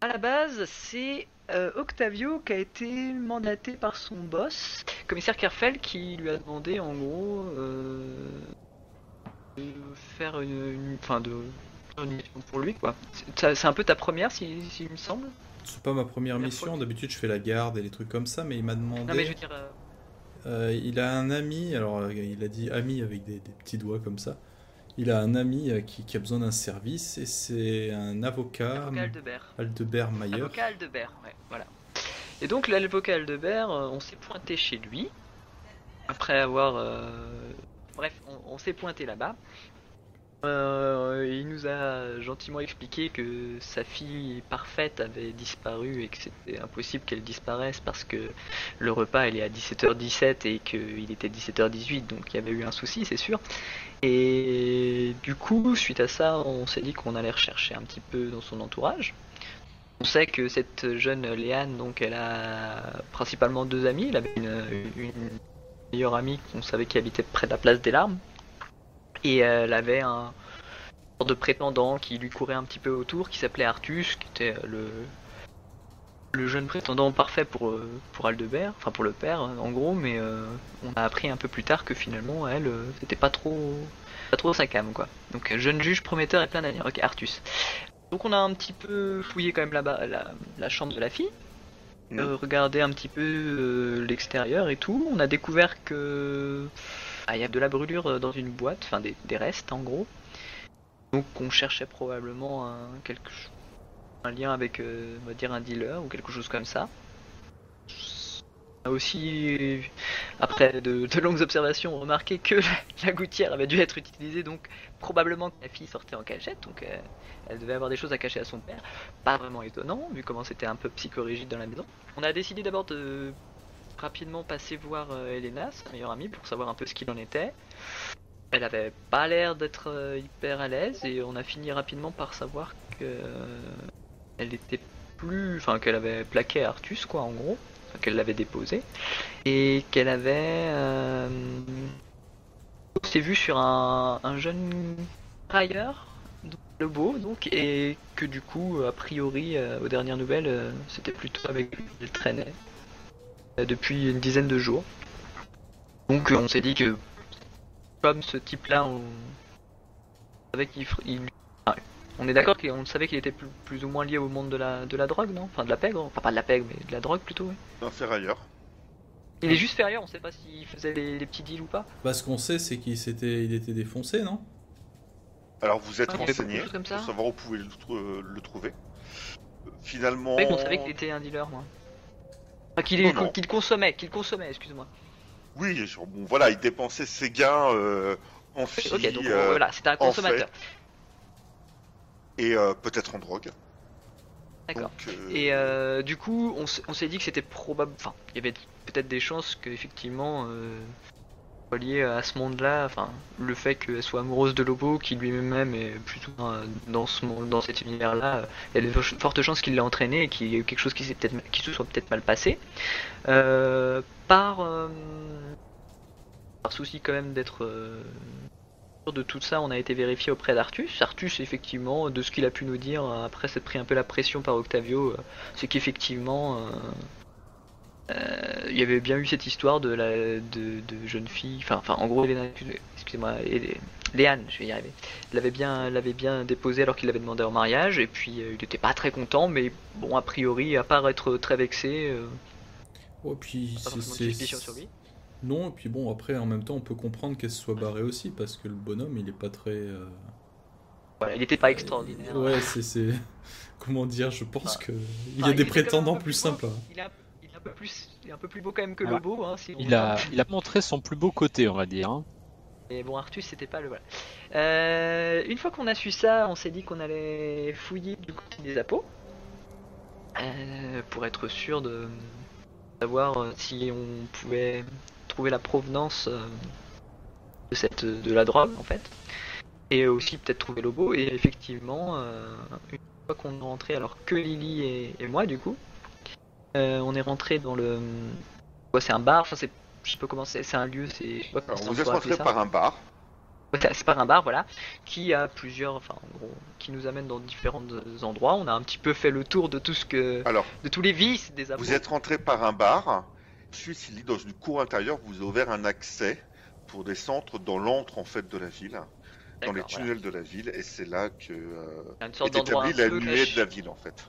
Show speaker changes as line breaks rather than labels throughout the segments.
À la base, c'est euh, Octavio qui a été mandaté par son boss, commissaire Kerfel, qui lui a demandé en gros euh, de faire une, une- enfin de faire une mission pour lui quoi. C'est ça- c'est un peu ta première, si, si il me semble.
C'est pas ma première
Première
mission,
fois.
d'habitude je fais la garde et les trucs comme ça, mais il m'a demandé.
Non mais je veux dire, euh,
Euh, il a un ami, alors euh, il a dit ami avec des, des petits doigts comme ça. Il a un ami euh, qui, qui a besoin d'un service et c'est un avocat,
avocat Aldebert.
Aldebert Mayer.
Avocat Aldebert, ouais, voilà. Et donc là, l'avocat Aldebert, euh, on s'est pointé chez lui, après avoir... euh, Bref, on, on s'est pointé là-bas. Euh, il nous a gentiment expliqué que sa fille parfaite avait disparu et que c'était impossible qu'elle disparaisse parce que le repas il est à 17h17 et qu'il était 17h18 donc il y avait eu un souci c'est sûr. Et du coup suite à ça on s'est dit qu'on allait rechercher un petit peu dans son entourage. On sait que cette jeune Léane, donc, elle a principalement deux amis. Elle avait une, une meilleure amie qu'on savait qui habitait près de la place des larmes. Et elle avait un sorte de prétendant qui lui courait un petit peu autour, qui s'appelait Artus, qui était euh, le, le jeune prétendant parfait pour, euh, pour Aldebert, enfin pour le père hein, en gros, mais euh, on a appris un peu plus tard que finalement elle, euh, c'était pas trop, pas trop sa came quoi. Donc euh, jeune juge prometteur et plein d'avenir. Ok, Artus. Donc on a un petit peu fouillé quand même là-bas la, la chambre de la fille, euh, regardé un petit peu euh, l'extérieur et tout. On a découvert que ah, il y a de la brûlure euh, dans une boîte, enfin des, des restes en gros. Donc on cherchait probablement un, quelque ch- un lien avec, euh, on va dire un dealer ou quelque chose comme ça. On a aussi, après de, de longues observations, remarqué que la, la gouttière avait dû être utilisée, donc probablement que la fille sortait en cachette, donc euh, elle devait avoir des choses à cacher à son père. Pas vraiment étonnant, vu comment c'était un peu psychorigide dans la maison. On a décidé d'abord de rapidement passer voir euh, Elena, sa meilleure amie, pour savoir un peu ce qu'il en était. Elle avait pas l'air d'être euh, hyper à l'aise et on a fini rapidement par savoir que euh, elle était plus, enfin qu'elle avait plaqué Artus quoi en gros, Enfin, qu'elle l'avait déposé et qu'elle avait. euh, On s'est vu sur un, un jeune railleur le beau donc et que du coup a priori euh, aux dernières nouvelles euh, c'était plutôt avec lui qu'elle traînait euh, depuis une dizaine de jours donc euh, on s'est dit que comme ce type là on savait qu'il fr- il- enfin, on est d'accord qu'on savait qu'il était plus, plus ou moins lié au monde de la, de la drogue non enfin de la pègre enfin pas de la pègre mais de la drogue plutôt oui.
Non, c'est ailleurs.
il est juste ferrière on sait pas s'il faisait les, les petits deals ou pas
Bah, ce qu'on sait, c'est qu'il s'était, il était défoncé, non
Alors vous êtes
Ah, mais
renseigné
quelque chose comme ça.
pour savoir où vous pouvez le, trou- euh, le trouver. Euh, Finalement,
on savait qu'il était un dealer moi enfin, qu'il est-
Non, non.
qu'il consommait qu'il consommait excuse-moi
oui, genre, bon voilà, il dépensait ses gains euh, en
Oui,
filles
Ok, donc
euh,
voilà, c'était un
en
consommateur.
et euh, peut-être en drogue.
D'accord.
Donc, euh,
Et euh, du coup, on, s- on s'est dit que c'était probable. Enfin, il y avait peut-être des chances qu'effectivement, euh, soit lié à ce monde-là, enfin, le fait qu'elle soit amoureuse de Lobo, qui lui-même est plutôt euh, dans ce monde, dans cet univers-là, euh, il y a de for- fortes chances qu'il l'ait entraîné et qu'il y ait eu quelque chose qui, s'est peut-être, qui se soit peut-être mal passé. Euh, par, euh, par souci quand même d'être. euh, sûr de tout ça, on a été vérifié auprès d'Artus. Artus, effectivement, de ce qu'il a pu nous dire, euh, après s'être pris un peu la pression par Octavio, euh, c'est qu'effectivement, euh, euh, il y avait bien eu cette histoire de la de, de jeune fille, enfin, enfin, en gros, Elena, excuse- excusez-moi, Elé- Léane, je vais y arriver, l'avait bien, l'avait bien déposé alors qu'il l'avait demandé en mariage, et puis euh, il n'était pas très content, mais bon, a priori, à part être très vexé, euh,
Ouais, puis
pas
c'est-
forcément de
c'est-
suspicion sur lui.
Non, et puis bon, après, en même temps, on peut comprendre qu'elle se soit barrée aussi, parce que le bonhomme, il est pas très. euh,
Voilà, il n'était pas extraordinaire.
Ouais, c'est. c'est- Comment dire, je pense que. Il y
Enfin,
a
bah, était quand même
des
un
prétendants
peu
plus
beau.
simples. hein.
Il est un- il est un peu plus, il est un peu plus beau quand même que
Ah.
Lobo. Hein, si on-
Il a, il a montré son plus beau côté, on va dire. hein.
Mais bon, Artus, c'était pas le voilà. Euh, une fois qu'on a su ça, on s'est dit qu'on allait fouiller du côté des appos euh, pour être sûr de savoir euh, si on pouvait trouver la provenance euh, de cette de la drogue en fait, et aussi peut-être trouver Lobo. Et effectivement, euh, une fois qu'on est rentré, alors que Lily et, et moi du coup, euh, on est rentré dans le, ouais, c'est un bar, enfin c'est, je sais pas comment c'est, c'est un lieu, c'est. je sais pas
alors,
comment
vous
on
êtes
peut appeler ça.
rentré par un bar.
Ouais, c'est c'est par un bar, voilà, qui a plusieurs, enfin, en gros, qui nous amène dans différents euh, endroits. On a un petit peu fait le tour de tout ce que,
Alors,
de tous les vices des abos.
vous êtes rentré par un bar. Ensuite, s'il dit dans une cour intérieure, vous avez ouvert un accès pour descendre dans l'antre en fait de la ville, dans
D'accord,
les
voilà.
tunnels de la ville, et c'est là que euh,
Il y a Une sorte
est
d'endroit un
établie la
peu
nuée
caché.
de la ville en fait.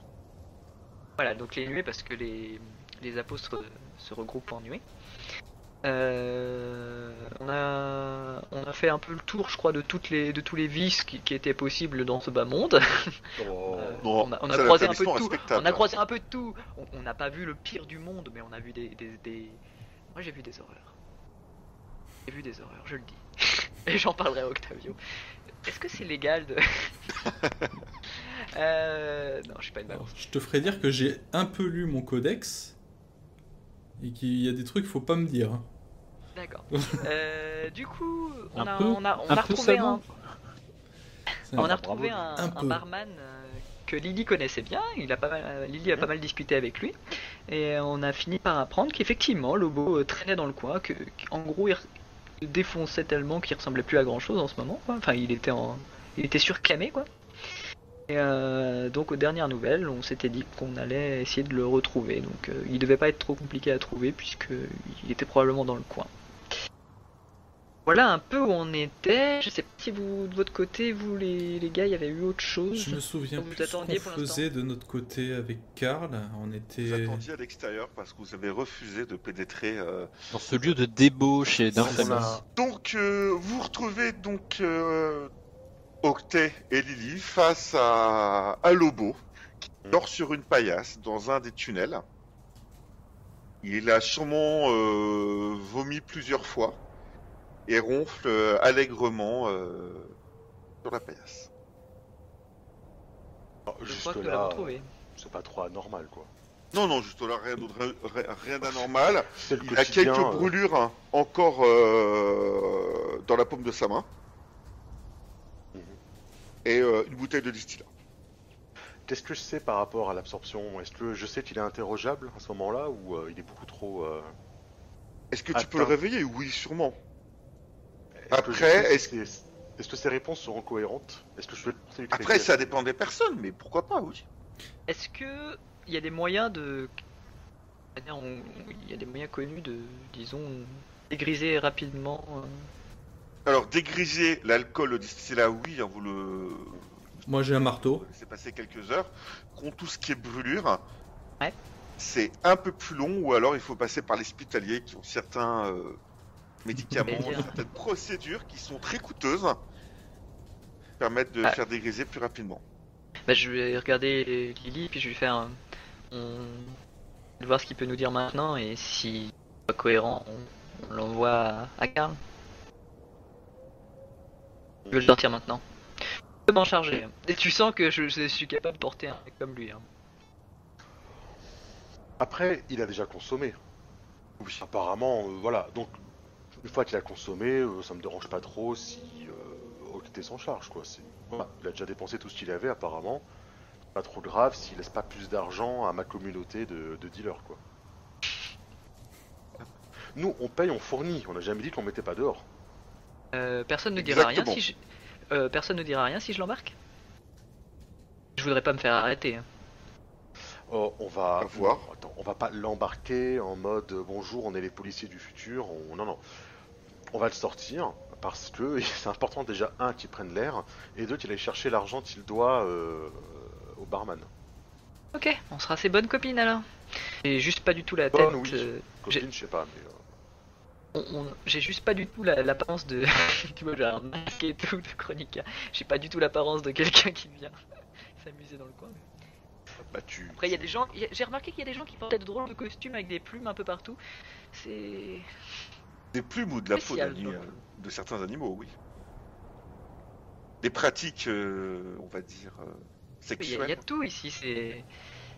Voilà, donc les nuées parce que les, les apôtres se regroupent en nuées. Euh, on, a, on a fait un peu le tour, je crois, de, toutes les, de tous les vices qui, qui étaient possibles dans ce bas monde. Euh, on a, on a
c'est un
croisé un peu de
établissement
tout.
respectable.
On a croisé un peu de tout. On- On n'a pas vu le pire du monde, mais on a vu des. des- des- Moi j'ai vu des horreurs. J'ai vu des horreurs, je le dis. Et j'en parlerai à Octavio. Est-ce que c'est légal de. Euh, Non, je suis pas une
Alors,
balance.
je te ferai dire que j'ai un peu lu mon codex et qu'il y a des trucs qu'il faut pas me dire. hein.
D'accord. Euh, du coup, on
Un
a,
peu
on a, on
Un
a
peu
retrouvé
seulement
un,
C'est
Ah, on a
un-
retrouvé
bravo.
un,
Un
un
peu.
barman euh, que Lily connaissait bien. Il a pas mal, euh, Lily a pas mal discuté avec lui. Et on a fini par apprendre qu'effectivement, Lobo euh, traînait dans le coin. Que, en gros, il re- il défonçait tellement qu'il ressemblait plus à grand chose en ce moment. quoi. Enfin, il était, en, il était surcamé, quoi. Et euh, donc, aux dernières nouvelles, on s'était dit qu'on allait essayer de le retrouver. Donc, euh, il devait pas être trop compliqué à trouver, puisqu'il était probablement dans le coin. Voilà un peu où on était. Je sais pas si vous, de votre côté, vous les, les gars, il y avait eu autre chose.
Je me souviens
Vous
plus ce qu'on
attendiez pour l'instant.
faisait de notre côté avec Karl. On
Vous
était.
attendiez à l'extérieur parce que vous avez refusé de pénétrer. euh,
Dans ce lieu de débauche et
dans
d'infamie.
Ah.
la- Donc euh, vous retrouvez donc euh, Octet et Lily face à, à Lobo qui dort sur une paillasse dans un des tunnels. Il a sûrement euh, vomi plusieurs fois et ronfle euh, allègrement euh, sur la paillasse.
Je
Juste
crois que nous l'avons
là,
trouvé.
c'est pas trop anormal quoi.
Non, non, juste là, rien d'autre, rien- rien d'anormal.
C'est le
Il a
quotidien,
quelques
euh,
brûlures hein, encore euh, dans la paume de sa main.
Mhm.
Et euh, une bouteille de distillat.
euh, Qu'est-ce que je sais par rapport à l'absorption Est-ce que je sais qu'il est interrogeable à ce moment-là ou euh, il est beaucoup trop. euh,
Est-ce que tu
Attends.
peux le réveiller Oui, sûrement.
est-ce
Après,
que je sais
est-ce-
si c'est- est-ce que ses réponses seront cohérentes Est-ce que je peux lui porter du
Après,
crédit
ça dépend des personnes, mais pourquoi pas, oui.
Est-ce que il y a des moyens de, c'est-à-dire, on- il y a des moyens connus de, disons, dégriser rapidement. euh,
Alors, dégriser l'alcool au distillat, oui, hein, vous le
Moi j'ai un marteau.
C'est passé quelques heures. Contre tout ce qui est brûlure,
Ouais.
c'est un peu plus long, ou alors il faut passer par les hospitaliers qui ont certains euh, médicaments,
Plaisir.
certaines procédures qui sont très coûteuses, qui permettent de
Ah.
faire dégriser plus rapidement.
Bah, je vais regarder Lily puis je vais lui faire. un- On... voir ce qu'il peut nous dire maintenant et si c'est pas cohérent, on, on l'envoie à- à Karl. Je veux le sortir maintenant. Je peux m'en charger. Et tu sens que je, je suis capable de porter un mec comme lui. hein.
Après, il a déjà consommé.
Oui.
Apparemment, euh, voilà. Donc, une fois qu'il a consommé, euh, ça me dérange pas trop si euh, Octet s'en charge, quoi. C'est- voilà, Il a déjà dépensé tout ce qu'il avait, apparemment. Pas trop grave s'il laisse pas plus d'argent à ma communauté de, de dealers, quoi. Nous, on paye, on fournit. On n'a jamais dit qu'on mettait pas dehors.
Euh, personne ne dira rien
Exactement.
si je... euh, personne ne dira rien si je l'embarque. Je voudrais pas me faire arrêter. hein.
Oh, on va
À voir.
Attends, on va pas l'embarquer en mode euh, bonjour, on est les policiers du futur. On... Non, non. On va le sortir parce que c'est important déjà un qu'il prenne l'air et deux qu'il aille chercher l'argent qu'il doit euh, au barman.
Ok, on sera ses bonnes copines alors. J'ai juste pas du tout la tête.
Bonne, oui.
euh,
Copine, je sais pas. Mais, euh,
on- on- J'ai juste pas du tout la- l'apparence de. tu vois, j'ai un masque et tout de Chronica. J'ai pas du tout l'apparence de quelqu'un qui vient s'amuser dans le coin.
bah, tu.
Après, il y a des gens. il y a- J'ai remarqué qu'il y a des gens qui portaient de drôles de costumes avec des plumes un peu partout. C'est.
Des plumes ou de la peau
Spécial,
d'ani-
euh,
donc.
de certains animaux, oui. Des pratiques, euh, on va dire, euh,
Il y, a- il
sexuelles.
y a de tout ici. C'est.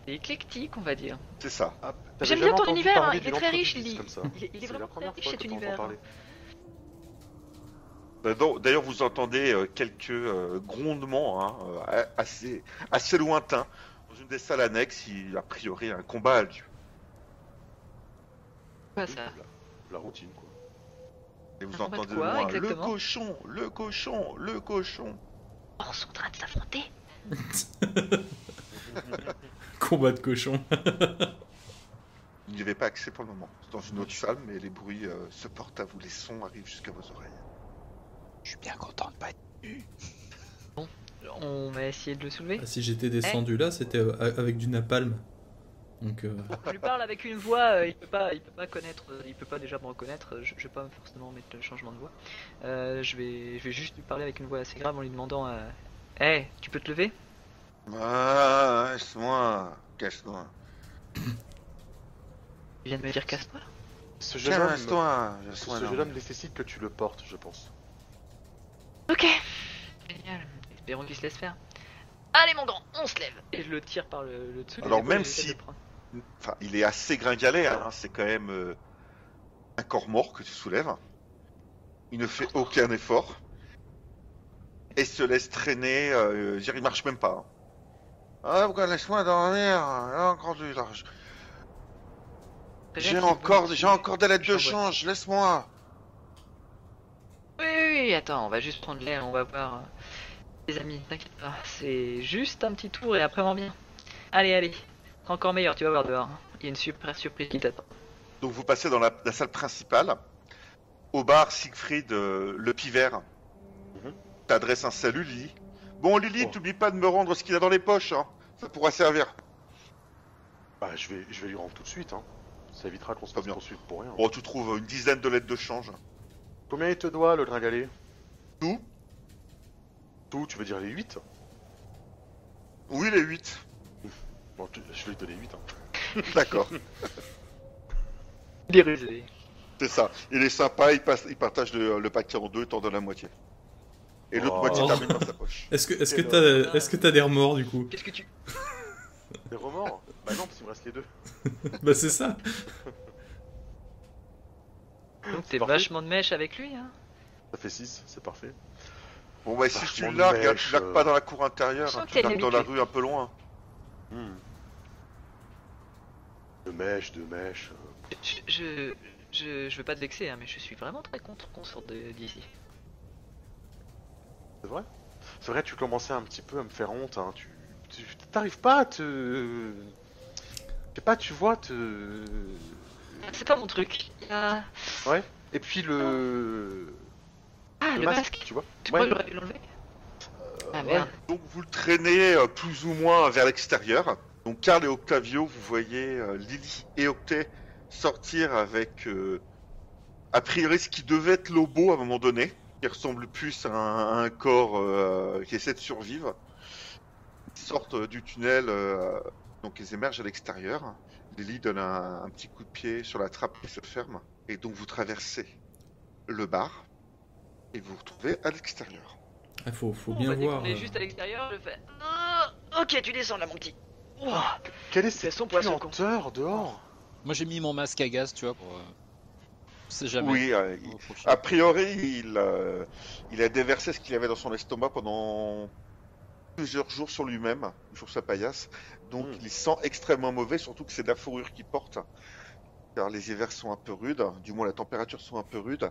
C'est éclectique, on va dire.
C'est ça.
Ah, t'avais
J'aime
jamais
bien ton
entendu
univers,
parler
hein, il est
d'une
très riche,
entreprise
Lily.
comme ça.
Il, il est
C'est la
vraiment
première
très riche
fois
cet
que t'entends
univers. hein.
parler.
Bah, donc, D'ailleurs, vous entendez euh, quelques euh, grondements hein, euh, assez, assez lointains. Dans une des salles annexes, il, a priori, un combat a lieu.
Quoi ça
La routine, quoi.
Et vous
Un combat de
entendez
quoi,
loin, le
exactement
cochon, le cochon, le cochon.
Ils sont en train de s'affronter.
Combat de cochon.
Vous n'y avez pas accès pour le moment. C'est dans une autre salle, mais les bruits euh, se portent à vous, les sons arrivent jusqu'à vos oreilles.
Je suis bien content de pas être.
On va essayer de le soulever.
Ah, si j'étais descendu là, c'était euh, a- avec du napalm. Donc, euh,
Je lui parle avec une voix, euh, il peut pas, il peut pas connaître, euh, il peut pas déjà me reconnaître. euh, Je, je vais pas forcément mettre le changement de voix. Euh, je vais, je vais juste lui parler avec une voix assez grave en lui demandant, euh, hey, tu peux te lever
Ah, cache-moi, cache-toi,
Il vient de me dire casse-toi.
Ce jeune homme,
cache-toi, je
ce
suis un
jeune
homme.
homme nécessite que tu le portes, je pense.
Ok.
Génial. Espérons qu'il se laisse faire.
Allez, mon grand, on se lève.
Et je le tire par le, le dessous. des
Alors,
épaules,
même
j'essaie de
si-
le prendre.
Enfin, il est assez gringalet, hein, c'est quand même euh, un corps mort que tu soulèves. Il ne fait aucun effort. Et se laisse traîner, euh, je dirais, il marche même pas. hein. Ah, pourquoi laisse-moi dans l'air Là, encore du large.
Très bien,
J'ai
c'est
encore,
bon.
j'ai encore des lettres
Je
de
t'envoie.
change, laisse-moi
Oui, oui, oui, attends, on va juste prendre l'air, on va voir. euh, Les amis, t'inquiète pas, c'est juste un petit tour et après on revient. Allez, allez, c'est encore meilleur, tu vas voir dehors. hein. Il y a une super surprise qui t'attend.
Donc vous passez dans la, la salle principale. Au bar, Siegfried, euh, le pivert,
Mhm.
t'adresse un salut, Lily. Bon, Lily,
Oh.
t'oublie pas de me rendre ce qu'il a dans les poches, hein. ça pourra servir.
Bah, je vais, je vais lui rendre tout de suite, hein. Ça évitera qu'on se
Pas
fasse
bien.
poursuivre pour rien.
Bon, tu trouves une dizaine de lettres de change.
Combien il te doit, le gringalet
Tout
Tout, tu veux dire les 8
Oui, les 8.
Bon, tu- je vais lui donner 8, hein.
D'accord,
Il est rusé.
c'est ça. Il est sympa, il, passe, il partage le, le paquet en deux, il t'en donne la moitié. Et l'autre
Oh.
moitié termine dans sa poche.
est-ce que, est-ce que t'as, est-ce que t'as des remords du coup
Qu'est-ce que tu.
Des remords Bah non, parce qu'il me reste les deux.
Bah c'est ça.
Donc t'es
Parfait.
vachement de mèche avec lui, hein
Ça fait 6, c'est parfait.
Bon, bah si
Vachement
tu
de
largues, hein,
mèche,
tu largues
euh.
pas dans la cour
Je
intérieure,
sens
hein,
que
tu
t'as
largues
une
dans la
habitude.
rue un peu loin.
Hmm. De mèche, de mèche. euh,
Je, je, je, je veux pas te vexer, hein, mais je suis vraiment très contre qu'on sorte de- d'ici.
C'est vrai C'est vrai, tu commençais un petit peu à me faire honte, hein. Tu. tu- T'arrives pas à te. Je sais pas, tu vois, te.
C'est pas mon truc. Il y a-
Et puis le.
Ah, le masque
tu vois
Tu
Ouais,
crois que j'aurais dû l'enlever Ah
ouais.
merde.
Donc vous le traînez euh, plus ou moins vers l'extérieur. Donc Karl et Octavio, vous voyez euh, Lily et Octet sortir avec euh, a priori ce qui devait être Lobo à un moment donné, qui ressemble plus à un, à un corps euh, qui essaie de survivre. Ils sortent euh, du tunnel, euh, donc ils émergent à l'extérieur. Lily donne un, un petit coup de pied sur la trappe qui se ferme. Et donc vous traversez le bar et vous vous retrouvez à l'extérieur.
Ah, faut, faut
On
bien
va dès qu'on
voir.
est
euh,
juste à l'extérieur, je fais.
Ah, ok, tu descends là, mon petit.
Ouah,
Quelle est
De toute
cette
façon, poisson con.
lenteur dehors
Moi j'ai mis mon masque à gaz, tu vois, pour. euh, On sait jamais.
Oui, euh,
Au prochain.
A priori, il, euh, il a déversé ce qu'il avait dans son estomac pendant plusieurs jours sur lui-même, sur sa paillasse. Donc
Mm.
il sent extrêmement mauvais, surtout que c'est de la fourrure qu'il porte. Car les hivers sont un peu rudes, du moins la température sont un peu rudes.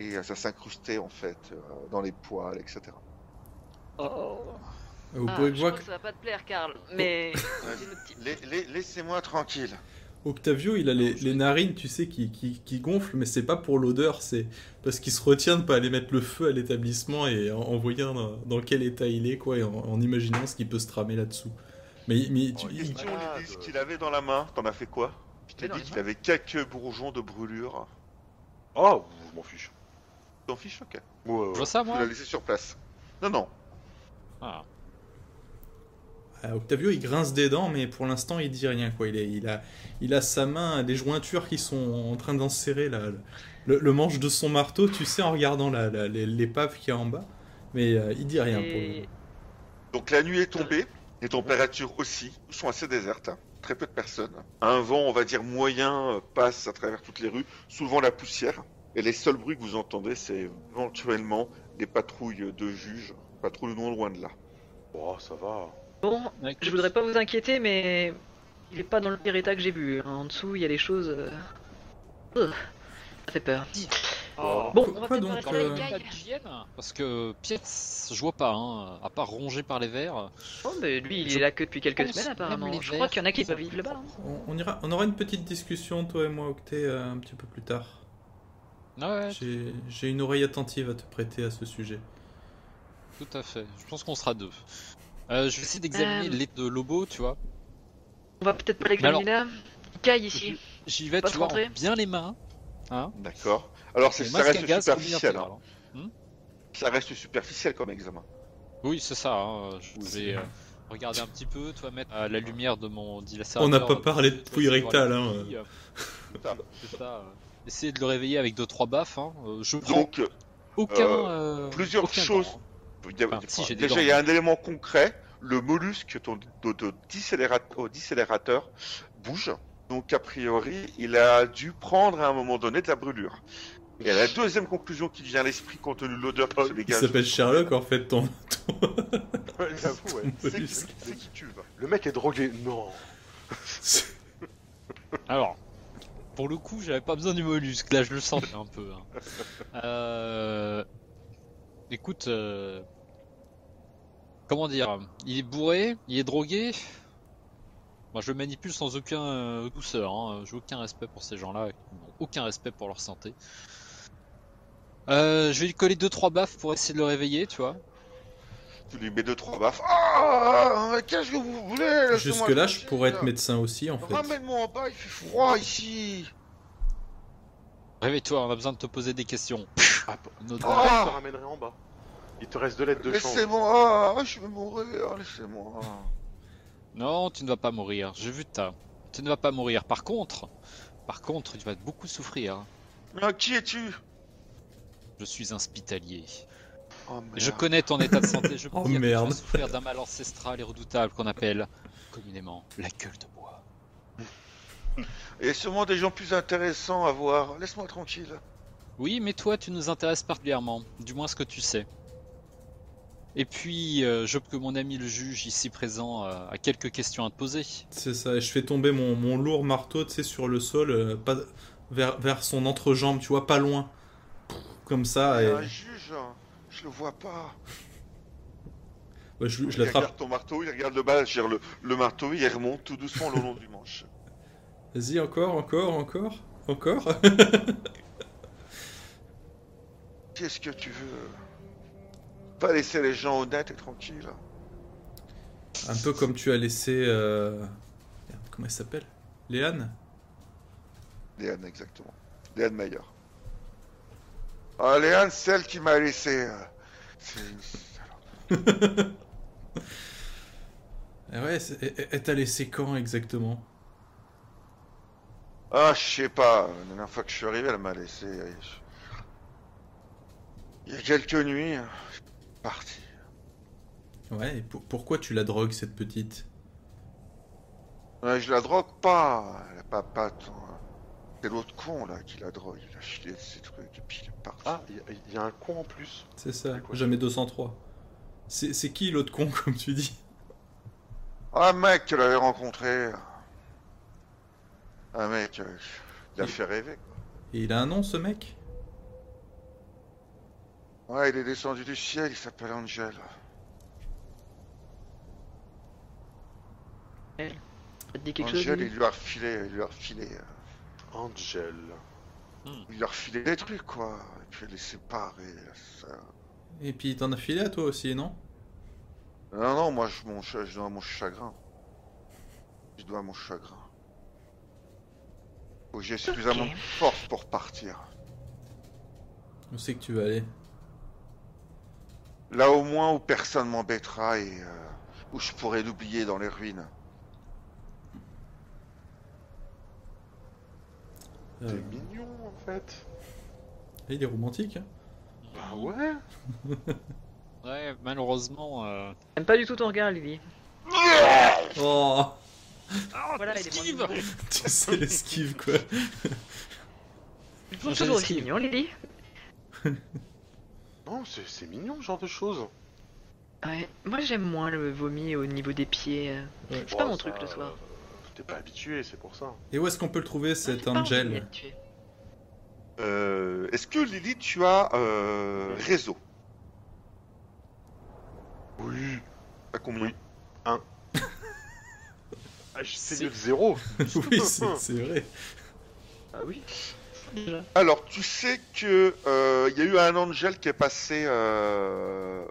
Et euh, ça s'incrustait en fait euh, dans les poils, etc.
Oh.
Au
Ah, je
Boegois,
crois que ça va pas te plaire, Karl. Mais c'est notre petit.
Laissez-moi tranquille.
Octavio, il a les, les narines, tu sais, qui, qui, qui gonflent, mais c'est pas pour l'odeur, c'est parce qu'il se retient de pas aller mettre le feu à l'établissement et en, en voyant dans, dans quel état il est, quoi, et en, en imaginant ce qui peut se tramer là-dessous. Mais, mais tu- Oh, il-
Question
malade.
Lily, ce qu'il avait dans la main, t'en as fait quoi Je t'ai
Mais non,
dit
il
qu'il avait quelques bourgeons de brûlure.
Oh, je m'en fiche.
T'en fiches Ok.
Ouais, ouais,
Je
ouais.
vois ça
Tu
moi hein.
l'as laissé sur place. Non, non.
Ah.
Ah, Octavio, il grince des dents, mais pour l'instant, il dit rien, quoi. Il, est- il, a, il a sa main, les jointures qui sont en train d'enserrer là, le, le- le manche de son marteau, tu sais, en regardant la- la- les- l'épave qu'il y a en bas. Mais euh, il dit rien pour le
Et...
moment.
Donc la nuit est tombée, les températures aussi sont assez désertes, hein. très peu de personnes. Un vent, on va dire moyen, euh, passe à travers toutes les rues, souvent la poussière. Et les seuls bruits que vous entendez, c'est éventuellement des patrouilles de juges, patrouilles non loin de là.
Oh, ça va.
Bon,
Ouais,
Je voudrais pas vous inquiéter, mais il est pas dans le
Hein.
pire état que j'ai vu. En dessous, il y a des choses. euh, ugh, Ça fait peur.
Oh.
Oh.
Bon, on va
Quoi
peut-être
donc
pas
Quand
rester
même
là, les gars.
pas de JM Parce que Pierre, je vois pas, hein, à part rongé par les vers.
Non, mais lui, il
Je
est là que depuis quelques
pense
semaines
même
apparemment.
les
Je crois
verts.
qu'il y en a qui peuvent vivre là-bas. hein.
On, on ira, on aura une petite discussion, toi et moi, Octet, euh, un petit peu plus tard.
Ah Ouais,
J'ai j'ai une oreille attentive à te prêter à ce sujet.
tout à fait. Je pense qu'on sera deux. Euh, je vais essayer d'examiner
Euh.
les de Lobo, tu vois.
On va peut-être pas l'examiner là. Il caille ici.
J'y vais,
Pas
tu
se
vois,
rentrer.
en bien les mains.
D'accord. Alors, c'est-
Et
ça
masque à
reste
gaz,
superficiel.
combien
hein.
t'as,
Ça reste superficiel comme examen.
alors Oui, c'est ça. hein, Je vais euh, regarder un petit peu, toi, mettre euh, la lumière de mon dilacérateur.
On n'a pas parlé de
Toi,
pouille
essayer voir
rectale,
euh, les
hein.
filles, euh,
Ça.
c'est ça, euh, Essayer de le réveiller avec 2-3 baffes. Hein. euh, Je prends
Donc,
aucun. euh,
plusieurs
aucun
choses.
gant, hein.
Il y a-
Enfin, si, j'ai des
déjà,
dents.
il y a un élément concret. Le mollusque ton- de, de décéléra- au décélérateur bouge. Donc, a priori, il a dû prendre à un moment donné de la brûlure. Et la deuxième conclusion qui vient à l'esprit, compte tenu de l'odeur qui se
Il
dégage,
s'appelle Sherlock, en fait, ton... ton-
Ouais, J'avoue, ouais.
c'est qui-
mollusque.
c'est qui tu vas.
Le mec est drogué. Non.
Alors, pour le coup, j'avais pas besoin du mollusque, là je le sentais un peu. hein. Euh, Écoute, euh, comment dire Il est bourré, il est drogué. Moi je le manipule sans aucun euh, douceur, hein. j'ai aucun respect pour ces gens-là, qui n'ont aucun respect pour leur santé. Euh, je vais lui coller 2-3 baffes pour essayer de le réveiller, tu vois.
Tu lui mets deux, trois baffes. Ah Qu'est-ce que vous voulez Laissez-moi
Jusque-là, je
tranquille.
pourrais être médecin aussi, en fait.
Ramène-moi en bas, il fait froid ici.
Réveille-toi, on a besoin de te poser des questions.
Ah, bah,
Une autre-
ah, je te ramènerai en bas. Il te reste deux lettres de change.
Laissez-moi, ah, je vais mourir, laissez-moi.
Non, tu ne vas pas mourir. J'ai vu ta. Tu ne vas pas mourir. Par contre, par contre, tu vas beaucoup souffrir.
Ah, qui es-tu
Je suis un spitalier.
Oh, merde.
Je connais ton état de santé. Je peux
Oh,
dire que tu vas
merde.
souffrir d'un mal ancestral et redoutable qu'on appelle communément la gueule de bois.
Il y a sûrement des gens plus intéressants à voir. Laisse-moi tranquille.
Oui, mais toi, tu nous intéresses particulièrement. Du moins, ce que tu sais. Et puis, euh, je que mon ami le juge ici présent euh, a quelques questions à te poser.
C'est ça, et je fais tomber mon, mon lourd marteau, tu sais, sur le sol, euh, pas, vers, vers son entrejambe, tu vois, pas loin. Comme ça,
Il y
Ah, et...
a un juge, hein. je le vois pas.
ouais, je, je
il
l'attrape.
regarde ton marteau, il regarde le bas, je veux dire, le, le marteau, il remonte tout doucement le long du manche.
Vas-y, encore, encore, encore, encore.
Qu'est-ce que tu veux Pas laisser les gens honnêtes et tranquilles.
Un peu comme tu as laissé. euh, merde, Comment elle s'appelle Léane
Léane, exactement. Léane Mayer. Ah, Léane, celle qui m'a laissé. euh, C'est une salope.
Eh ouais, c'est- elle- elle t'a laissé quand exactement
Ah, je sais pas. La dernière fois que je suis arrivé, elle m'a laissé. euh, je- Il y a quelques nuits, euh, je suis parti.
Ouais, et pour- pourquoi tu la drogues cette petite
Ouais, je la drogue pas. Elle a pas, pas tant. C'est l'autre con là qui la drogue. Il a chié de ses trucs et puis il est parti.
Ah, il y a- il y, a un con en plus.
C'est ça,
C'est quoi
jamais 203. C'est c'est qui l'autre con, comme tu dis
Un Ah, mec qu'elle avait rencontré. Un mec. euh, Il l'a fait rêver.
Et il a un nom ce mec
Ouais, il est descendu du ciel, il s'appelle Angel.
Ça te dit quelque chose
Angel,
Lily
il lui a refilé, il lui a refilé, euh,
Angel.
il lui a refilé des trucs quoi. Et puis elle est séparée. ça.
Et puis il t'en a filé à toi aussi, non
Non, non, moi je, mon, ch- je dois à mon chagrin. Je dois à mon chagrin. Faut que J'ai suffisamment de force pour partir.
Où c'est que tu vas aller
Là au moins où personne m'embêtera et euh, où je pourrai l'oublier dans les ruines.
Euh,
T'es mignon en fait.
Il est romantique, hein
Bah ouais.
Ouais, malheureusement. euh,
J'aime pas du tout ton regard, Lily.
Oh
Voilà, il est
esquive
moins mignon.
Tu sais l'esquive, quoi.
Ils sont
Je
toujours aussi
l'esquive.
mignons, Lily.
Non, c'est c'est mignon ce genre de choses.
Ouais. Moi, j'aime moins le vomi au niveau des pieds. euh.
Ouais.
C'est pas
Oh,
mon
ça,
truc le soir.
euh, T'es pas habitué, c'est pour ça.
Et où est-ce qu'on peut le trouver, cet
J'ai pas envie de
Angel
l'être tué.
Euh, Est-ce que Lily, tu as euh, réseau
Oui.
À combien
Oui. Ah, c'est mieux de zéro.
oui, c'est c'est vrai.
Ah oui.
Alors, tu sais que euh, il y a eu un angel qui est passé euh,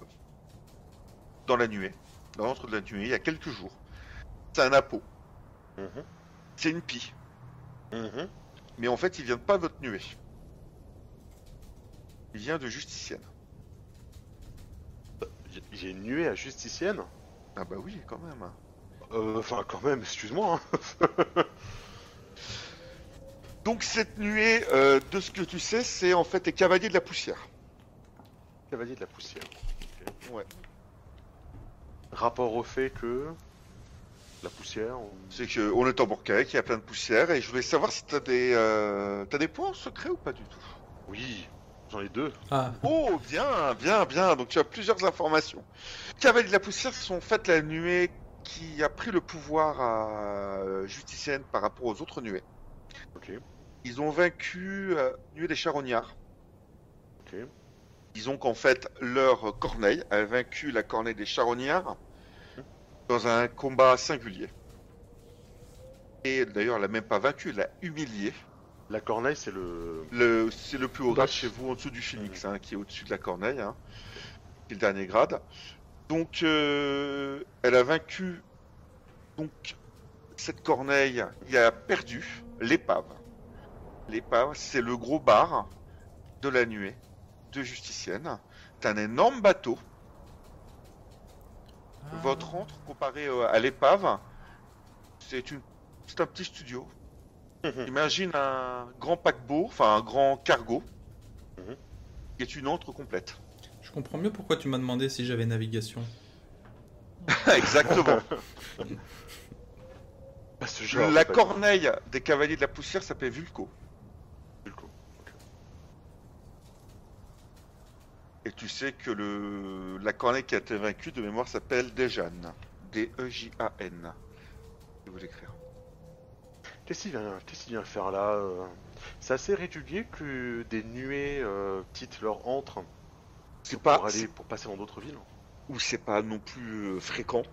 dans la nuée, dans l'entre de la nuée, il y a quelques jours. C'est un apôt,
Mhm,
c'est une pie,
mhm.
mais en fait, il vient de pas de votre nuée. Il vient de Justicienne.
J'ai- J'ai une nuée à justicienne.
Ah bah oui, quand même.
Euh, Enfin, quand même, excuse-moi. hein.
Donc cette nuée, euh, de ce que tu sais, c'est en fait les cavaliers de la poussière.
Cavalier Ah, de la poussière. Ok.
Ouais.
Rapport au fait que. La poussière. on-
C'est que on est en Bourcaïque, il y a plein de poussière, et je voulais savoir si t'as des, euh, t'as des points en secret ou pas du tout.
Oui, j'en ai deux.
Ah,
Oh, bien, bien, bien. Donc tu as plusieurs informations. Cavaliers de la poussière sont en fait la nuée qui a pris le pouvoir à euh, Justicienne par rapport aux autres nuées.
Ok.
Ils ont vaincu euh, nuée des charognards.
Ok.
Disons qu'en fait, leur corneille a vaincu la corneille des charognards dans un combat singulier. Et d'ailleurs, elle l'a même pas vaincu, elle l'a humilié.
La corneille, c'est le.
Le- c'est le plus haut
Bah,
grade chez vous, en dessous du phoenix, hein, qui est au-dessus de la corneille, hein, qui est le dernier grade. Donc, euh, elle a vaincu donc cette corneille. Il a perdu l'épave. L'épave, c'est le gros bar de la nuée de Justicienne. C'est un énorme bateau. Votre antre, comparé euh, à l'épave, c'est une, c'est un petit studio.
Mhm.
Imagine un grand paquebot, enfin un grand cargo,
Mhm.
qui est une antre complète.
je comprends mieux pourquoi tu m'as demandé si j'avais navigation.
Exactement.
Ah, ce
la
pas-
corneille des cavaliers de la poussière s'appelle Vulco.
Vulco,
Et tu sais que le la corneille qui a été vaincue de mémoire s'appelle Dejan. E D-E-J-A-N. Je vais vous l'écrire.
Qu'est-ce qu'il vient, qu'est-ce qu'il vient faire là euh C'est assez régulier que des nuées euh, petites leur entrent
C'est
pour
pas,
aller pour passer dans d'autres villes.
ou c'est pas non plus euh, fréquent.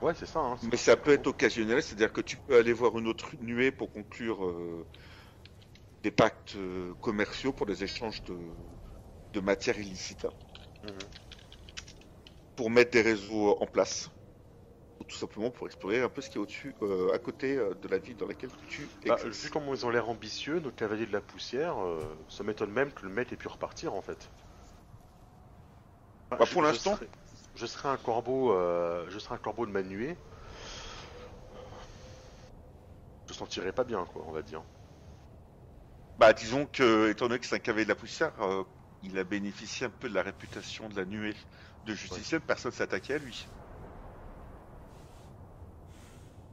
Ouais, c'est ça. Hein,
Mais ça peut être occasionnel, c'est-à-dire que tu peux aller voir une autre nuée pour conclure euh, des pactes euh, commerciaux pour des échanges de, de matières illicites, hein,
Mhm.
pour mettre des réseaux en place, ou tout simplement pour explorer un peu ce qui est au-dessus, euh, à côté euh, de la ville dans laquelle tu
Bah,
exerces.
vu comment ils ont l'air ambitieux, nos cavaliers de la poussière, euh, ça m'étonne même que le mec ait pu repartir en fait.
Bah,
je-
pour
je
l'instant-
serais- je serais un corbeau, euh, je serais un corbeau de ma nuée. Je sentirais pas bien, quoi, on va dire.
Bah, disons que, étant donné que c'est un cavalier de la poussière, euh, il a bénéficié un peu de la réputation de la nuée de justicier, personne s'est attaqué à lui.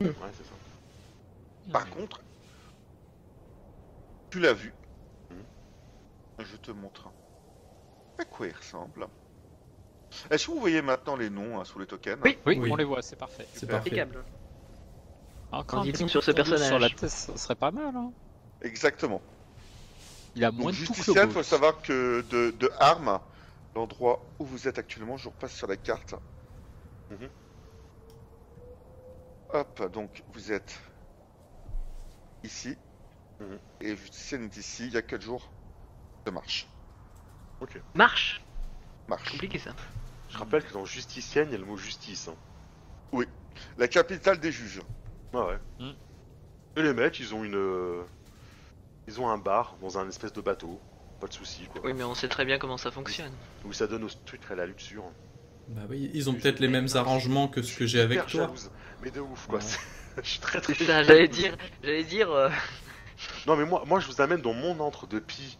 Ouais, c'est ça.
Par contre, tu l'as vu. Hum. Je te montre. À quoi il ressemble Est-ce que vous voyez maintenant les noms hein, sous les tokens
Oui.
Oui,
Oui.
on les voit, c'est parfait.
C'est parfait.
Impeccable.
Encore
Candidat
petit
sur ce
coup de boule
personnage.
Sur la tête, ça serait pas mal. Hein.
Exactement.
Il a
Donc,
moins de tout que
Justiciel,
le
il faut
beau.
savoir que de, de Armes, l'endroit où vous êtes actuellement, je vous repasse sur la carte. Hum.
Mhm.
Hop, donc vous êtes ici. Hum.
Mhm.
Et Justicienne est ici, il y a 4 jours de marche.
Marche.
Marche.
Compliqué ça.
Je rappelle que dans Justicienne, il y a le mot justice. Hein.
La capitale des juges.
Ah ouais.
Hmm.
Et les mecs, ils ont une. euh, Ils ont un bar dans un espèce de bateau. Pas de soucis, quoi.
Oui, mais on sait très bien comment ça fonctionne.
Où ça donne au truc à la luxure.
Bah oui, ils ont
Je
peut-être les
suis
mêmes
hyper
arrangements que ce que j'ai avec
Hyper
toi.
jalouse. Mais de ouf, quoi.
Ouais.
C'est- je suis très très.
C'est ça, j'allais dire. J'allais dire. euh,
Non, mais moi, moi, je vous amène dans mon antre de pie.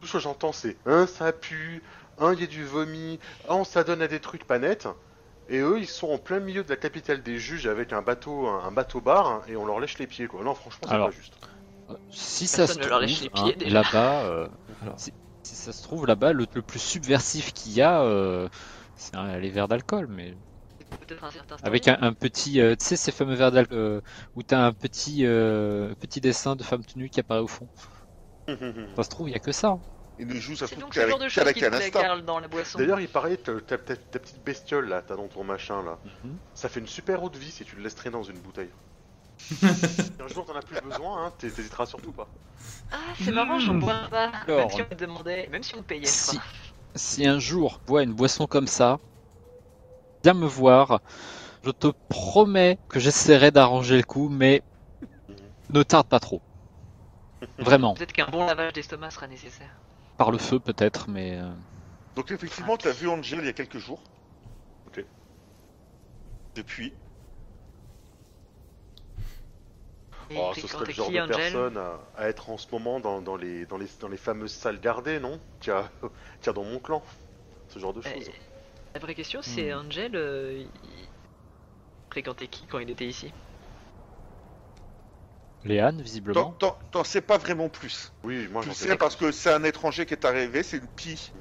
Tout ce que j'entends, c'est un, ça pue. Un, il y a du vomi. Un, ça donne à des trucs pas nets. Et eux, ils sont en plein milieu de la capitale des juges avec un bateau, un bateau bar, et on leur lèche les pieds, quoi. Non, franchement, c'est
Alors,
pas juste.
Euh, Si ça
Personne
se
ne leur lèche les
trouve, hein,
pieds, déjà.
là-bas, euh,
Alors.
si, si ça se trouve, là-bas, le, le plus subversif qu'il y a, euh, c'est un- les verres d'alcool, mais
Peut-être un certain.
avec un, un petit, euh, tu sais, ces fameux verres d'alcool euh, où t'as un petit, euh, petit dessin de femme tenue qui apparaît au fond. Ça se trouve, il n'y a que ça. hein.
Il nous joue, ça se
C'est
trouve
donc
qu'à
ce genre
la,
de
qu'à
choses
la
qui te
canasta.
Carl, dans la boisson.
D'ailleurs, il paraît, t'as- t'as- t'as- ta petite bestiole là, t'as dans ton machin là,
Mhm.
ça fait une super haute vie si tu le laisses traîner dans une bouteille. un jour t'en as plus besoin, hein, t'hé- t'hésiteras surtout pas.
Ah, c'est marrant, j'en bois pas. Même
Alors.
si on me demandait, même si on me payait, je
Mmh. Si,
crois.
si un jour tu bois une boisson comme ça, viens me voir. Je te promets que j'essaierai d'arranger le coup, mais ne tarde pas trop. Vraiment,
Peut-être qu'un bon lavage d'estomac sera nécessaire.
par le feu peut-être, mais euh,
Donc effectivement, tu as vu Angel il y a quelques jours.
Ok.
Depuis.
Et
Oh,
t'es-
ce
quand
serait le
t'es
genre
qui, euh,
de
Angel
personne à, à être en ce moment dans, dans les, dans, les, dans les fameuses salles gardées, non Tiens, tiens, dans mon clan, ce genre de
Euh,
choses.
La vraie question, c'est
Mmh.
Angel, euh, il fréquentait qui quand il était ici
Léane,
T'en
visiblement.
t'en- t'en sais pas vraiment plus.
Oui, moi
Tu
j'en
sais
sais
parce que c'est un étranger qui est arrivé, c'est une pie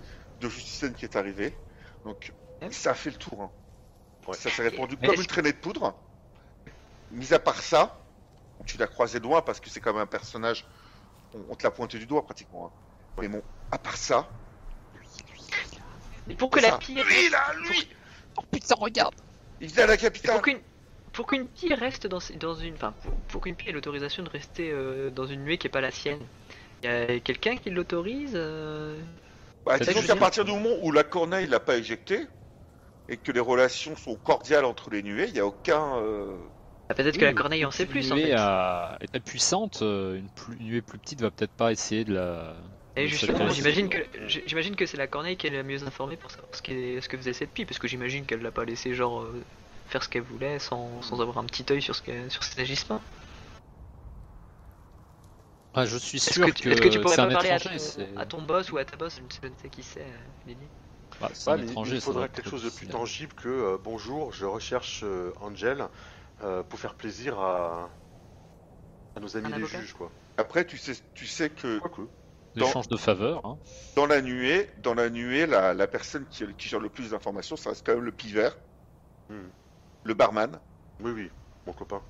de justicienne qui est arrivée. Donc
Hein
ça a fait le tour. hein.
Ouais.
Ça s'est répandu
Mais
comme
est-ce
une traînée de poudre. Mis à part ça, tu l'as croisé de loin parce que c'est quand même un personnage. On, on te l'a pointé du doigt pratiquement. hein. Mais bon, à part ça.
Mais pour que
ça-
la pire.
Lui là, lui
Oh putain, regarde
Il est à la
Mais
capitale
Pour qu'une pour qu'une pie reste dans, ses- dans une, enfin, pour, pour qu'une pie ait l'autorisation de rester euh, dans une nuée qui est pas la sienne, y a quelqu'un qui l'autorise euh,
Bah,
C'est
disons
ça que je
qu'à
dis.
partir du moment où la corneille l'a pas éjecté, et que les relations sont cordiales entre les nuées, il n'y a aucun. euh,
ah, Peut-être
Oui,
que la
mais
corneille en sait
une
plus. En
nuée
fait.
à- est très puissante, euh, une, plus- une nuée plus petite va peut-être pas essayer de la.
Et
de
justement,
s'intéresser.
j'imagine que j'- j'imagine que c'est la corneille qui est la mieux informée pour savoir ce, qui est- ce que faisait cette pie, parce que j'imagine qu'elle l'a pas laissé genre euh, faire ce qu'elle voulait sans, sans avoir un petit œil sur ce qu'elle- sur ses agissements.
Ah, je suis
Est-ce
sûr
que,
que,
tu- est-ce que tu pourrais
c'est
pas
un
parler à
étranger.
ton,
c'est-
à ton boss ou à ta boss, je ne sais, je ne sais qui c'est, euh, Lily.
Bah, c'est
Ouais,
un
mais
étranger,
il
ça doit
faudrait
être
quelque chose de plus
difficile.
tangible que euh, bonjour, je recherche euh, Angel euh, pour faire plaisir à, à nos amis
Un
les
avocat
juges, quoi.
Après, tu sais, tu sais que
Quoique.
L'échange de faveurs. hein.
dans la nuée, dans la nuée, la, la personne qui, qui gère le plus d'informations, ça reste quand même le pivert,
Hmm.
le barman.
Oui, oui, mon copain.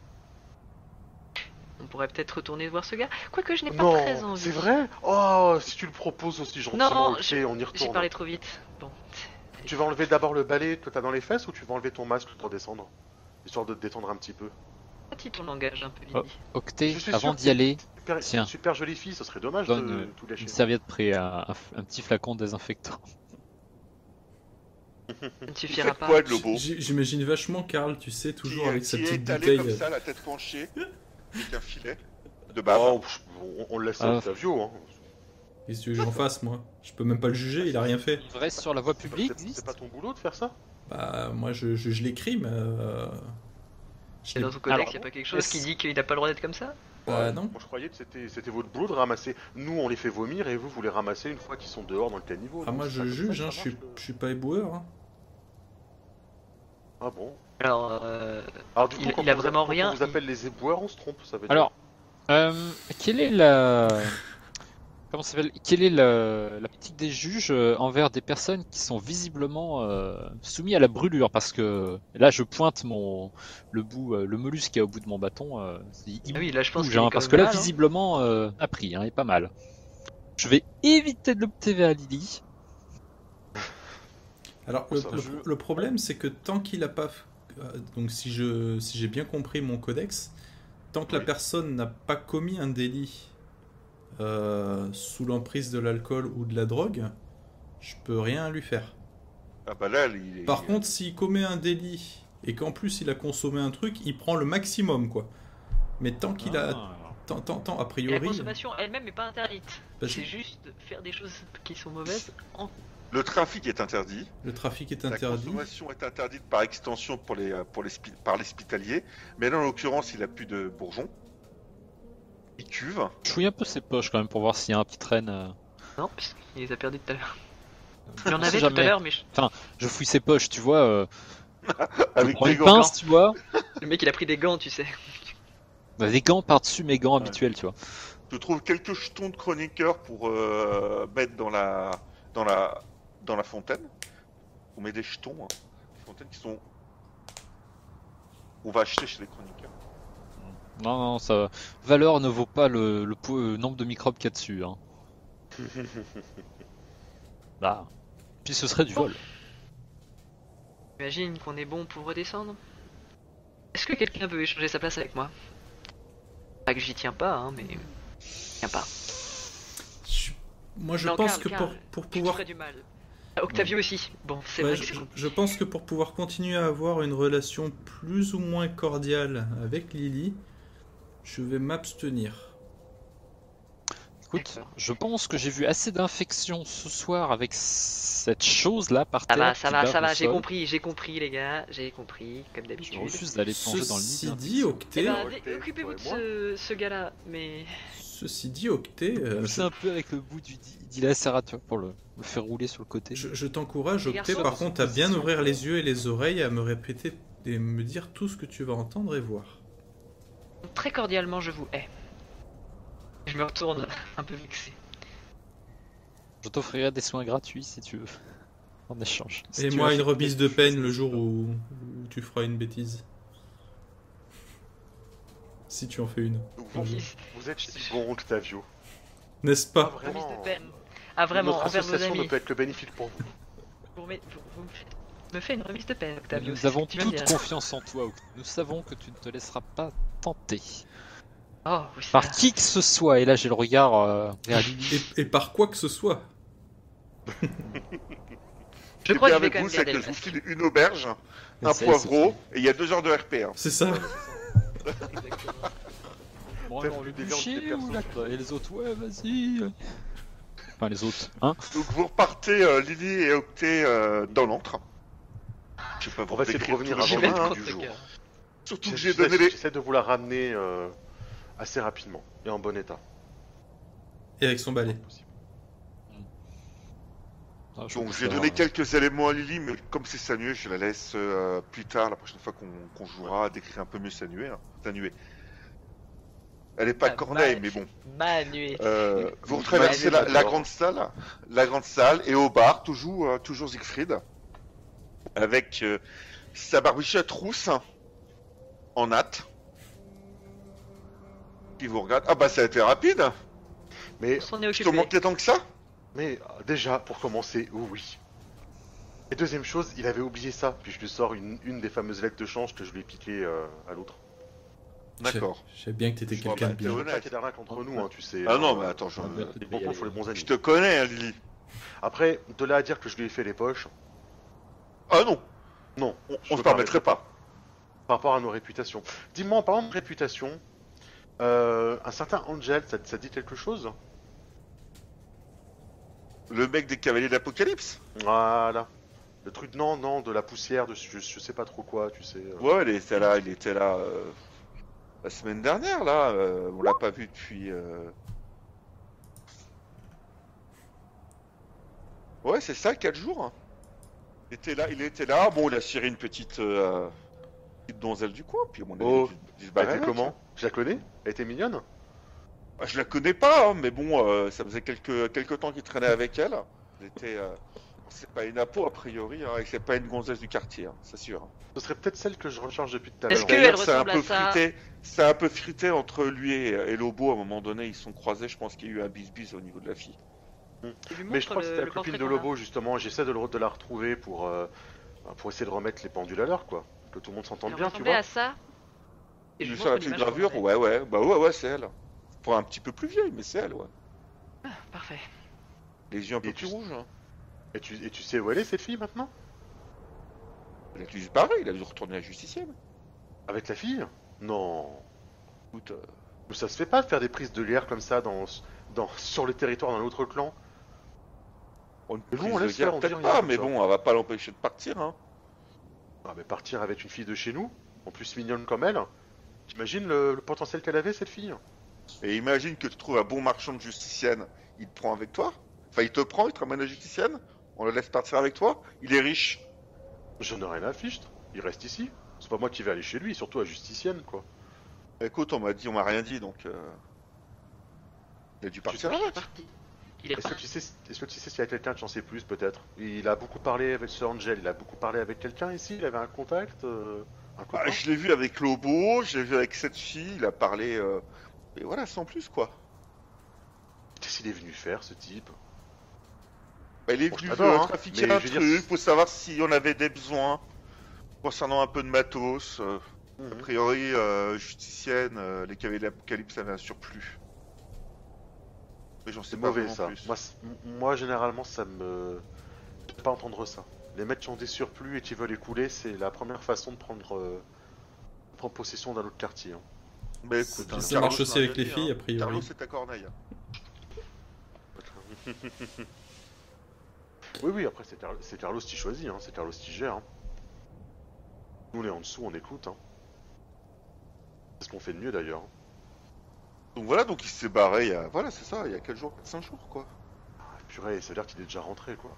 On pourrait peut-être retourner voir ce gars. Quoique je n'ai pas très
non,
envie.
c'est vrai Oh, si tu le proposes aussi gentiment,
Non,
ok, on y
J'ai
retourne. hein.
parlé trop vite. Bon.
Tu vas enlever d'abord le balai que t'as dans les fesses ou tu vas enlever ton masque pour descendre Histoire de te détendre un petit peu.
Petit ton langage un peu
Oh.
Lily.
Octet,
Je suis
avant
sûr
d'y
que-
aller,
Super,
Tiens.
super jolie fille, ce serait dommage
Donne,
de
euh,
tout lâcher.
une serviette près un, un- un petit flacon de désinfectant.
Ça ne
Il
suffira
fait
pas.
quoi de Lobo
J- J'imagine vachement Karl, tu sais, toujours
Qui-
avec sa
qui est
petite
étalé
bouteille.
comme ça, la tête penchée, avec un filet de
Bah,
bave.
Oh.
on, on- on le laisse à
Ah.
Octavio, hein.
euh, Qu'est-ce que tu veux que j'en fasse, moi Je peux même pas le juger, il a rien fait.
Il reste sur la voie
C'est pas-
publique,
c'est- C'est pas ton boulot de faire ça
Bah, moi, je, je, je l'écris, mais. euh, je
Et
l'ai-
dans son codex,
Alors,
il a pas quelque chose qui
est-ce-
dit qu'il n'a pas le droit d'être comme ça
Bah, non.
Moi je croyais que c'était c'était votre boulot de ramasser. Nous on les fait vomir et vous vous les ramassez une fois qu'ils sont dehors dans le caniveau.
Ah,
non,
moi,
c'est
je
pas comme
juge,
ça
hein,
que
je
ça
suis,
marche,
je suis pas éboueur. hein.
euh. Ah bon
Alors, euh,
Alors du
Il-
coup, quand
il a
on vous-
vraiment
quand
rien,
On vous appelle les éboueurs, on se trompe, ça veut dire.
Alors, euh, quelle est la. Comment ça s'appelle Quelle est la, la politique des juges euh, envers des personnes qui sont visiblement euh, soumises à la brûlure Parce que là, je pointe mon le bout, euh, le mollusque qui est au bout de mon bâton. euh, il, il
ah oui, là je pense
bouge,
qu'il est
hein,
quand
parce que
même
là,
mal, hein.
visiblement, euh, a pris, hein, et pas mal. Je vais éviter de l'obtéver à Lily.
Alors,
Oh,
le,
ça,
le-
je-
le problème, c'est que tant qu'il a pas. f- euh, Donc, si je, si j'ai bien compris mon codex, tant que la
Oui.
personne n'a pas commis un délit euh, sous l'emprise de l'alcool ou de la drogue, je peux rien lui faire.
Ah bah là, il est.
euh,
Par contre, s'il commet un délit et qu'en plus il a consommé un truc, il prend le maximum, quoi. Mais tant qu'il a.
Ah.
Tant, tant, tant, a
Et hein. la
priori.
consommation elle-même n'est pas interdite.
bah, je-
C'est juste faire des choses qui sont mauvaises. en-
le trafic est interdit.
Le trafic est
La
interdit.
consommation est interdite par extension pour les, euh, pour les spi- par l'hospitalier, mais là en l'occurrence il a plus de bourgeon. Il cuve.
Je fouille un peu ses poches quand même pour voir s'il y a un qui traîne. euh.
Non, puisqu'il les a perdus tout à l'heure.
On
Il en
sait
avait tout
jamais.
à l'heure, mais je-
Je fouille ses poches, tu vois. euh, je
Avec
prends
des
une
gants.
pince, tu vois.
le mec il a pris des gants, tu sais.
Bah, Des gants par-dessus mes gants habituels, tu vois.
Tu trouves quelques jetons de chroniqueur pour euh, mettre dans la, dans, la, dans la fontaine. On met des jetons. hein. Des fontaines qui sont. On va acheter chez les chroniqueurs.
Non, non, ça. Valeur ne vaut pas le, le po- le nombre de microbes qu'il y a dessus. Hein. bah. Puis ce serait du vol.
J'imagine qu'on est bon pour redescendre. Est-ce que quelqu'un veut échanger sa place avec moi Pas que j'y tiens pas, hein, mais. J'y tiens pas.
Je- Moi, je
Non,
pense
Karl,
que
Karl,
pour, pour
Je
pouvoir
ferai du mal. Ah, Octavio aussi. Bon, c'est
Ouais,
vrai que
je,
c'est
je pense que pour pouvoir continuer à avoir une relation plus ou moins cordiale avec Lily, je vais m'abstenir.
Écoute,
D'accord.
je pense que j'ai vu assez d'infections ce soir avec cette chose-là par
Ça
terre.
va, ça
qui
va,
barre
ça
le
va, j'ai
sol.
compris, j'ai compris les gars, j'ai compris, comme
Je
d'habitude.
refuse d'aller plonger dans le
Ceci
lit.
dit, oh,
Eh
Octet,
ben,
Ok,
dé- occupez-vous de
toi
ce, ce gars-là, mais...
ceci dit, Octet, euh,
Pousse
je,
un peu avec le bout du di- dilacérateur pour le, le faire rouler sur le côté.
je- je t'encourage,
Les
Octet,
garçons,
par contre, à bien
position.
ouvrir les yeux et les oreilles, à me répéter et me dire tout ce que tu vas entendre et voir.
Très cordialement, je vous hais. Je me retourne, un peu vexé.
Je t'offrirai des soins gratuits si tu veux. En échange. Si
et
tu
moi,
as
une
fait
remise de
quelque
peine
chose.
le jour où, où tu feras une bêtise. Si tu en fais une.
Vous,
Remise
vous êtes si bon, Octavio.
N'est-ce pas
de peine. Ah vraiment,
Notre
envers nos
association
amis.
ne peut être que bénéfique pour vous.
Vous, me- vous- vous me faites- me faites une remise de peine,
Mais
Octavio.
nous avons
tu vas me
toute
dire.
confiance en toi. Oct- Nous savons que tu ne te laisseras pas tenter
Oh, oui, ça
par qui que ce soit. Et là, j'ai le regard euh, vers Lily.
et, et par quoi que ce soit
Je
Ce
crois que je
qui est
vais
Eh avec
quand même
vous, c'est
garder
que
le
je vous
masque.
file une auberge, un
c'est-
poivreau, et il y a deux heures de RP. hein.
C'est ça
Bon,
Bref,
alors, le
des viandes,
bûcher
des persos.
ou la- Et les autres, ouais, vas-y. Enfin, les autres, hein
Donc vous repartez, euh, Lily et Octet, euh, dans l'antre. Je sais pas,
On va essayer de
décrire
revenir
tout le
avant
J'y
chemin,
vais
demain,
hein.
hein,
trop euh,
du
ce
jour.
gars.
Surtout que j'ai
J'essaie
donné les...
j'essaie de vous la ramener euh, assez rapidement et en bon état.
Et avec son balai.
Ah, je
Donc
pense
j'ai
que-
donné quelques éléments à Lily, mais comme c'est Sanué, je la laisse euh, plus tard, la prochaine fois qu'on qu'on jouera, décrire un peu mieux Sanué. hein. Sanué. Elle est pas
Ah,
corneille,
bah,
mais bon.
Manué.
Euh, vous
Bah,
retraversez
elle
la,
est
la
d'accord.
grande salle, la grande salle, et au bar, toujours, euh, toujours Siegfried, avec euh, sa barbichette rousse hein, en natte. Qui vous regarde. Ah bah ça a été rapide.
Mais,
On s'en est
Je te
occupé.
manquais tant que ça.
mais euh, déjà, pour commencer, oh oui. Et deuxième chose, il avait oublié ça. Puis je lui sors une, une des fameuses lettres de change que je lui ai piquées euh, à l'autre.
D'accord.
Je sais bien que t'étais
Je vois,
quelqu'un de
bah,
bien.
t'es
Il n'y a pas qu'il y ait d'arnaque entre nous, hein, tu sais.
Ah non, mais attends, je,
Ah,
Les bons
merde,
comptes font les bons amis.
je te connais, hein, Lily.
Après, de là à dire que je lui ai fait les poches,
Ah non,
non.
on,
Je
on
me
se permettrait pas.
Par rapport à nos réputations. Dis-moi, en parlant de réputation, euh, un certain Angel, ça, ça dit quelque chose
Le mec des cavaliers de l'Apocalypse
Voilà. Le truc, non, non, de la poussière, de, je, je sais pas trop quoi, tu sais. euh.
Ouais, il était là, il était là euh, la semaine dernière, là. euh, on l'a pas vu depuis. euh. Ouais, c'est ça, 4 jours. hein. Il était là, il était là. Bon, il a ciré une petite, euh, petite donzelle du coin, puis à mon avis,
Oh,
il se
bah,
barrait
Elle était
avec,
comment
hein.
Je la connais Elle était mignonne
Ah, Je la connais pas, hein, mais bon, euh, ça faisait quelques, quelques temps qu'il traînait avec elle. Il était. euh, C'est pas une apo a priori, hein, et c'est pas une gonzesse du quartier, hein, c'est sûr.
Ce serait peut-être celle que je recherche depuis tout à
Est-ce
l'heure.
que-
D'ailleurs,
elle
c'est un
ressemble
peu
à ça
frité. C'est un peu frité entre lui et, et Lobo. À un moment donné, ils se sont croisés. Je pense qu'il y a eu un bis-bis au niveau de la fille.
Je lui
Mais
montre
je crois que
le-
c'était la
le
copine
portrait
de
qu'on a.
Lobo, justement. J'essaie de, le- de la retrouver pour, euh, pour essayer de remettre les pendules à l'heure, quoi. Que tout le monde s'entende
Elle
bien, tu
ressemblait
vois.
à ça. Et je
Il
lui
lui
montre
fait une
l'image qu'on
gravure.
avait.
Ouais, ouais. Bah ouais, ouais, c'est elle. Pour un petit peu plus vieille, mais c'est elle, ouais.
Parfait.
Les yeux un peu
Et
plus
tu-
rouges. Hein.
Et tu, et tu sais où elle est, cette fille, maintenant
Il a dû se barrer. Il a dû retourner à la justicienne.
Avec la fille Non.
Écoute, euh,
Mais Ça se fait pas de faire des prises de l'air comme ça dans, dans, sur le territoire d'un autre clan.
on
Mais bon,
prise
on
de
laisse
guerre,
faire, on
peut-être
dit rien
pas,
comme
mais
ça.
bon, on va pas l'empêcher de partir. Hein.
Ah, mais partir avec une fille de chez nous, en plus mignonne comme elle, t'imagines le, le potentiel qu'elle avait cette fille
Et imagine que tu trouves un bon marchand de justicienne. Il te prend avec toi. Enfin, il te prend, il te ramène à la justicienne. On le laisse partir avec toi. Il est riche.
J'en ai rien à fichtre, il reste ici. C'est pas moi qui vais aller chez lui, surtout à Justicienne, quoi.
Écoute, on m'a dit, on m'a rien dit, donc. euh, Il a dû partir.
Il
avec.
est parti. Il est
Est-ce que
parti.
tu sais, est-ce que tu sais s'il y a quelqu'un qui en sait plus, peut-être Il a beaucoup parlé avec ce Angel, il a beaucoup parlé avec quelqu'un ici, il avait un contact euh, Un copain.
Bah, je l'ai vu avec Lobo, j'ai vu avec cette fille, il a parlé. euh, Et voilà, sans plus quoi.
Qu'est-ce qu'il est venu faire, ce type
Bah, il est
Bon, je
venu
t'adore,
euh,
hein,
trafiquer
mais
un
je veux dire,
truc pour savoir si on avait des besoins concernant un peu de matos. euh, A
Mmh.
priori, euh, justicienne, euh, les cavaliers de l'Apocalypse, ça n'a surplus. Mais j'en sais
C'est
pas
mauvais
vraiment
ça.
plus.
Moi, c'est- m- moi, généralement, ça me. J'aime pas entendre ça. Les mecs qui ont des surplus et qui veulent les couler, c'est la première façon de prendre, euh, de prendre possession d'un autre quartier. hein.
Mais écoute,
Puis
hein,
ça
Carlos
marche aussi
m'a
avec les
dit,
filles,
hein.
a priori.
Carlos, c'est ta corneille. hein.
Oui, oui, après, c'est Car- c'est Carlos qui choisit, hein, c'est Carlos qui gère. hein. Nous, on est en dessous, on écoute. hein. C'est ce qu'on fait de mieux d'ailleurs. hein.
Donc voilà, donc il s'est barré il y a... Voilà, c'est ça, il y a 4 jours, 5 jours quoi.
Ah, purée, ça veut dire qu'il est déjà rentré quoi.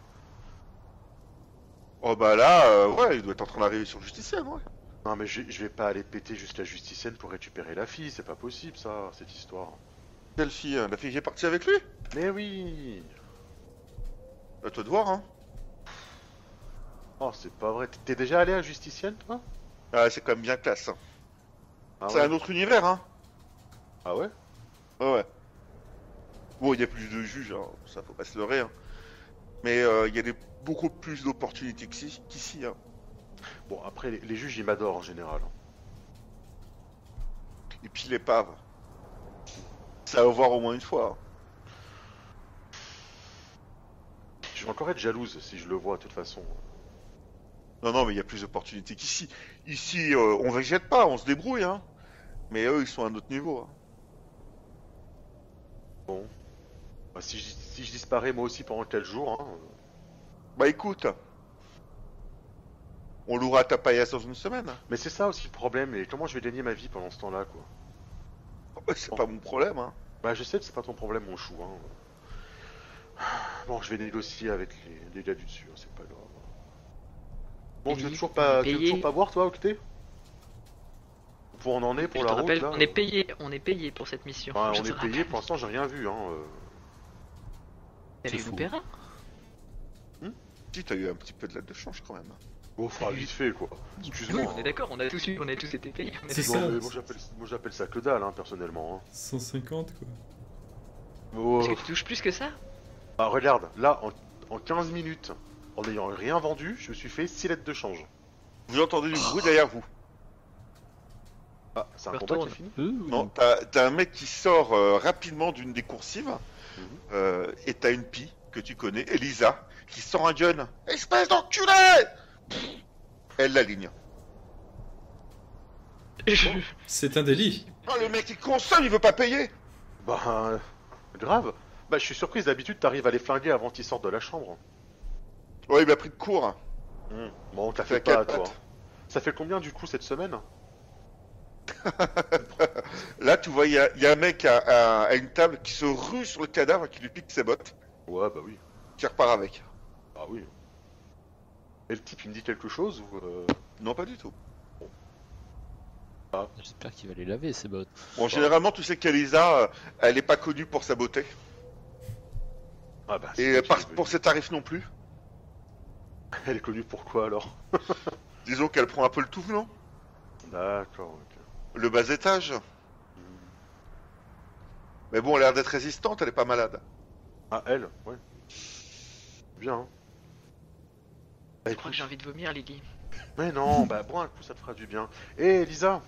Oh bah là, euh, ouais, il doit être en train d'arriver sur Justicienne, ouais.
Non, mais je, je vais pas aller péter juste la justicienne pour récupérer la fille, c'est pas possible ça, cette histoire.
Quelle fille hein La fille qui est partie avec lui
Mais oui
À toi de voir, hein.
Oh, c'est pas vrai. T'es déjà allé à la justicienne toi
Ah, c'est quand même bien classe. hein.
ah
c'est
ouais.
un autre univers, hein.
Ah ouais
Ouais, ouais. Bon, il y a plus de juges, hein. ça faut pas se leurrer. hein. Mais euh, il y a des... beaucoup plus d'opportunités qu'ici. qu'ici, hein.
Bon, après, les, les juges, ils m'adorent en général. hein.
Et puis l'épave. Ça va voir au moins une fois. hein.
Je vais encore être jalouse si je le vois, de toute façon.
Non, non, mais il y a plus d'opportunités qu'ici. Ici, euh, on végète pas, on se débrouille. Hein. Mais eux, ils sont à un autre niveau. hein.
Bah, si, je, si je disparais moi aussi pendant 4 jours, hein, euh,
Bah écoute, on louera ta paillasse dans une semaine. hein.
Mais c'est ça aussi le problème, et comment je vais gagner ma vie pendant ce temps-là, quoi.
Oh, bah, C'est pas mon problème. Hein.
Bah, je sais que c'est pas ton problème, mon chou, hein. Bon, je vais négocier avec les, les gars du dessus, hein, c'est pas grave. Bon, tu veux
Payé.
toujours pas, tu veux
Payé.
toujours pas boire, toi, Octet Pour en en est, pour
Je
la
te
route,
rappelle,
là,
on est
euh,
payé, on est payé pour cette mission.
bah,
Je
on
te
est
rappelle.
payé, pour l'instant, j'ai rien vu, hein. euh.
Elle
C'est
est
fou.
opéra.
Si, t'as eu un petit peu de lettre de change quand même.
Bon, enfin, vite fait, quoi. Excuse-moi. hein.
Oui, on est d'accord, on a tous eu, on a tous été payés. on a
C'est
tous-
Bon,
ça.
mais moi, j'appelle- moi, j'appelle ça que dalle, hein, personnellement. hein.
150 quoi.
Oh,
Est-ce que tu touches plus que ça
bah, regarde, là, en, en 15 minutes, en n'ayant rien vendu, je me suis fait 6 lettres de change.
Vous entendez du bruit derrière vous.
Ah, c'est un
Me
combat qui est
retourne.
fini
Non, t'as t'as un mec qui sort euh, rapidement d'une des coursives
Mhm.
euh, et t'as une pie que tu connais, Elisa, qui sort un gun. Espèce d'enculé Pff, Elle l'aligne.
C'est un délit.
Oh, le mec il consomme, il veut pas payer
Bah, euh, grave. Bah, je suis surprise, d'habitude, t'arrives à les flinguer avant qu'ils sortent de la chambre.
Ouais, il m'a pris de court.
Bon, on t'a
T'as
fait pas, à
Hmm. quatre
toi.
pattes.
Ça fait combien, du coup, cette semaine
Là, tu vois, il y, a- il y a un mec à, à- à une table qui se rue sur le cadavre, qui lui pique ses bottes,
Ouais, bah oui.
qui repart avec.
Bah oui. Et le type, il me dit quelque chose ou... euh,
Non, pas du tout.
J'espère qu'il va les laver ces bottes.
Bon, généralement, tu sais qu'Elisa, euh, elle est pas connue pour sa beauté.
Ah bah, c'est
Et
lui
euh,
qui
par-
est venu.
pour ses tarifs non plus.
Elle est connue pour quoi, alors
Disons qu'elle prend un peu le tout venant.
D'accord, ok.
Le bas étage. Mais bon, elle a l'air d'être résistante, elle est pas malade.
Ah, elle Ouais. Bien. hein. Bah,
Je crois que j'ai envie de vomir, Lily.
Mais non, bah bois un coup, ça te fera du bien. Eh Lisa,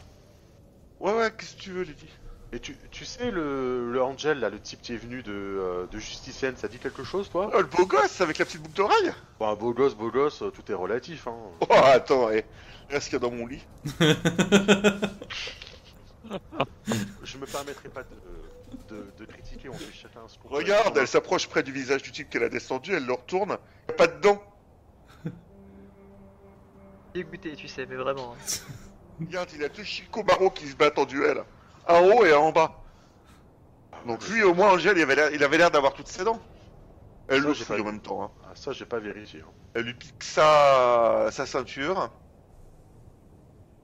Ouais, ouais, qu'est-ce que tu veux, Lily
et tu, tu sais le, le Angel là, le type qui est venu de, euh, de Justicienne, ça dit quelque chose toi
Oh, le beau gosse avec la petite boucle d'oreille
Bon, un beau gosse, beau gosse, euh, tout est relatif hein.
Oh, attends, eh. Reste qu'il y a dans mon lit.
Je me permettrai pas de, de, de critiquer, on fait chacun ce qu'on peut. Ah,
Regarde, elle s'approche près du visage du type qu'elle a descendu, elle le retourne. Y a pas de dents.
Dégoûté, tu sais, mais vraiment. hein.
Regarde, il a deux chicobaros qui se battent en duel. Un en haut et un en bas. Donc lui, au moins, Angèle, il avait l'air- il avait l'air d'avoir toutes ses dents. Elle
Ça,
le
j'ai
fouille
pas
en
vu.
même temps. hein.
Ah, ça j'ai pas vérifié. hein.
Elle lui pique sa, sa ceinture.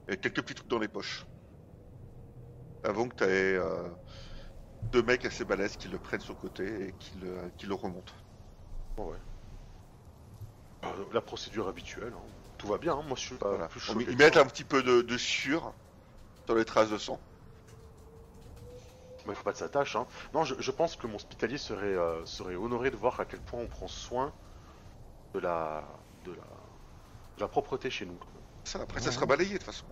Et quelques petits trucs dans les poches. Avant que t'aies euh, deux mecs assez balèzes qui le prennent sur le côté et qui le, qui le remontent.
Ah, la Bah, procédure habituelle. hein. tout va bien, hein, moi je suis pas
Voilà.
plus
On-
choqué
Ils
que
mettent
ça.
un petit peu de, de sueur sur les traces de sang.
Bon, il faut pas de sa tâche. Hein. Non, je, je pense que mon hospitalier serait, euh, serait honoré de voir à quel point on prend soin de la, de la, de la propreté chez nous.
Ça, après, ça sera balayé de toute façon.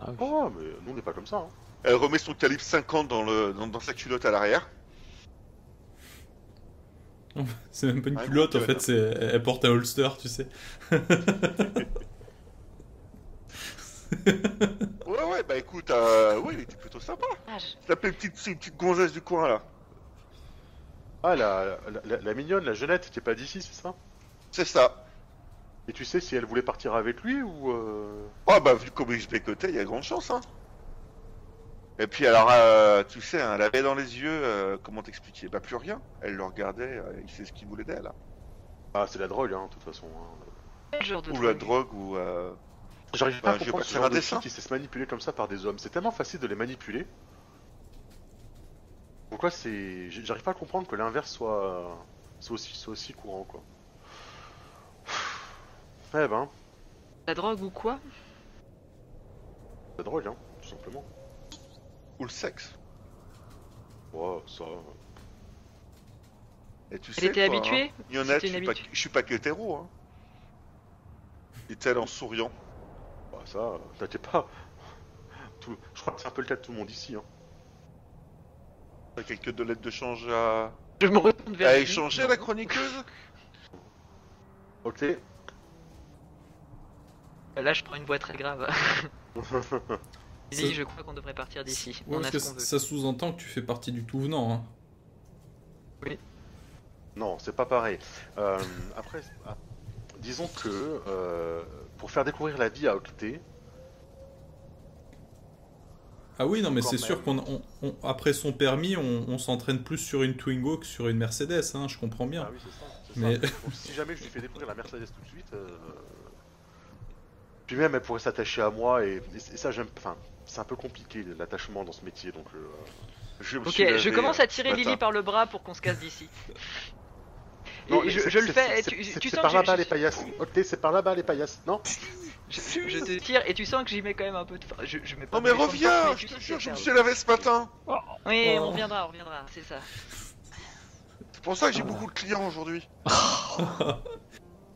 Ah, oui.
Oh, mais nous on n'est pas comme ça. Hein.
Elle remet son calibre 50 dans, le, dans, dans sa culotte à l'arrière.
C'est même pas une
Ouais,
culotte en
ouais,
fait,
ouais.
c'est... elle porte un holster, tu sais.
Ouais, ouais, bah écoute, euh, ouais, il était plutôt sympa.
Ah,
Je l'appelais une petite, une petite gonzesse du coin là.
Ah, la, la, la- la mignonne, la jeunette qui est pas d'ici, c'est ça
C'est ça.
Et tu sais si elle voulait partir avec lui ou. euh,
Oh bah vu comment il se bécotait, il y a grande chance hein. Et puis alors, euh, tu sais, hein, elle avait dans les yeux, euh, comment t'expliquer Bah plus rien. Elle le regardait, euh, il sait ce qu'il voulait d'elle.
Ah, c'est la drogue, hein, de toute façon. hein.
Quel genre de
Ou la
drogue
drogue, ou... euh,
J'arrive pas
Bah,
à
je vais
comprendre
pas
ce
faire
genre
un
de
dessin.
filles qui sait se manipuler comme ça par des hommes. C'est tellement facile de les manipuler. Pourquoi c'est. j'- J'arrive pas à comprendre que l'inverse soit. soit aussi, soit aussi courant, quoi. Eh ben,
La drogue ou quoi
c'est drôle, hein, tout simplement.
ou le sexe.
Ouais, ça.
Et tu
Elle était habituée
hein.
Il y en a,
C'était
je
une
suis, pas,
habitude.
je suis pas qu'hétéro. Hein. Dit-elle en souriant.
Bah, ça, t'inquiète pas. Tout- Je crois que c'est un peu le cas de tout le monde ici, hein.
T'as quelques deux lettres de change à,
Je me retourne vers
à
lui.
échanger, la chroniqueuse
Ok.
Là, je prends une voix très grave. Je
Ça-
dis, je crois qu'on devrait partir d'ici.
Ouais,
on
parce
a
que
ce qu'on veut.
ça sous-entend que tu fais partie du tout venant. Hein.
Non, c'est pas pareil. Euh, après, ah, disons que euh, pour faire découvrir la vie à Octet,
Ah oui, non, mais
Quand
c'est
même.
sûr qu'on, on- on- après son permis, on, on s'entraîne plus sur une Twingo que sur une Mercedes, hein, je comprends bien.
Ah oui, c'est ça. c'est
Mais-
ça. Donc, si jamais je lui fais découvrir la Mercedes tout de suite, euh, puis même elle pourrait s'attacher à moi et, et ça j'aime. Enfin, c'est un peu compliqué l'attachement dans ce métier, donc euh,
je me
Ok,
suis levé,
je commence à tirer
matin.
Lily par le bras pour qu'on se casse d'ici. Et
non, mais
je,
c'est-
je le
c'est-
fais, et
c'est-
tu,
c'est-
tu
c'est
sens
par
que
là-bas
je,
les paillasses. Octet, c'est par là-bas les paillasses. Non,
je- je te tire et tu sens que j'y mets quand même un peu de force. Je, je mets pas
Non mais
méchante force,
reviens,
mais tu
je te
sais
jure, je me
faire.
suis lavé ce matin.
Oui,
Oh.
on reviendra, on reviendra, c'est ça.
Oh, C'est pour ça que j'ai beaucoup de clients aujourd'hui.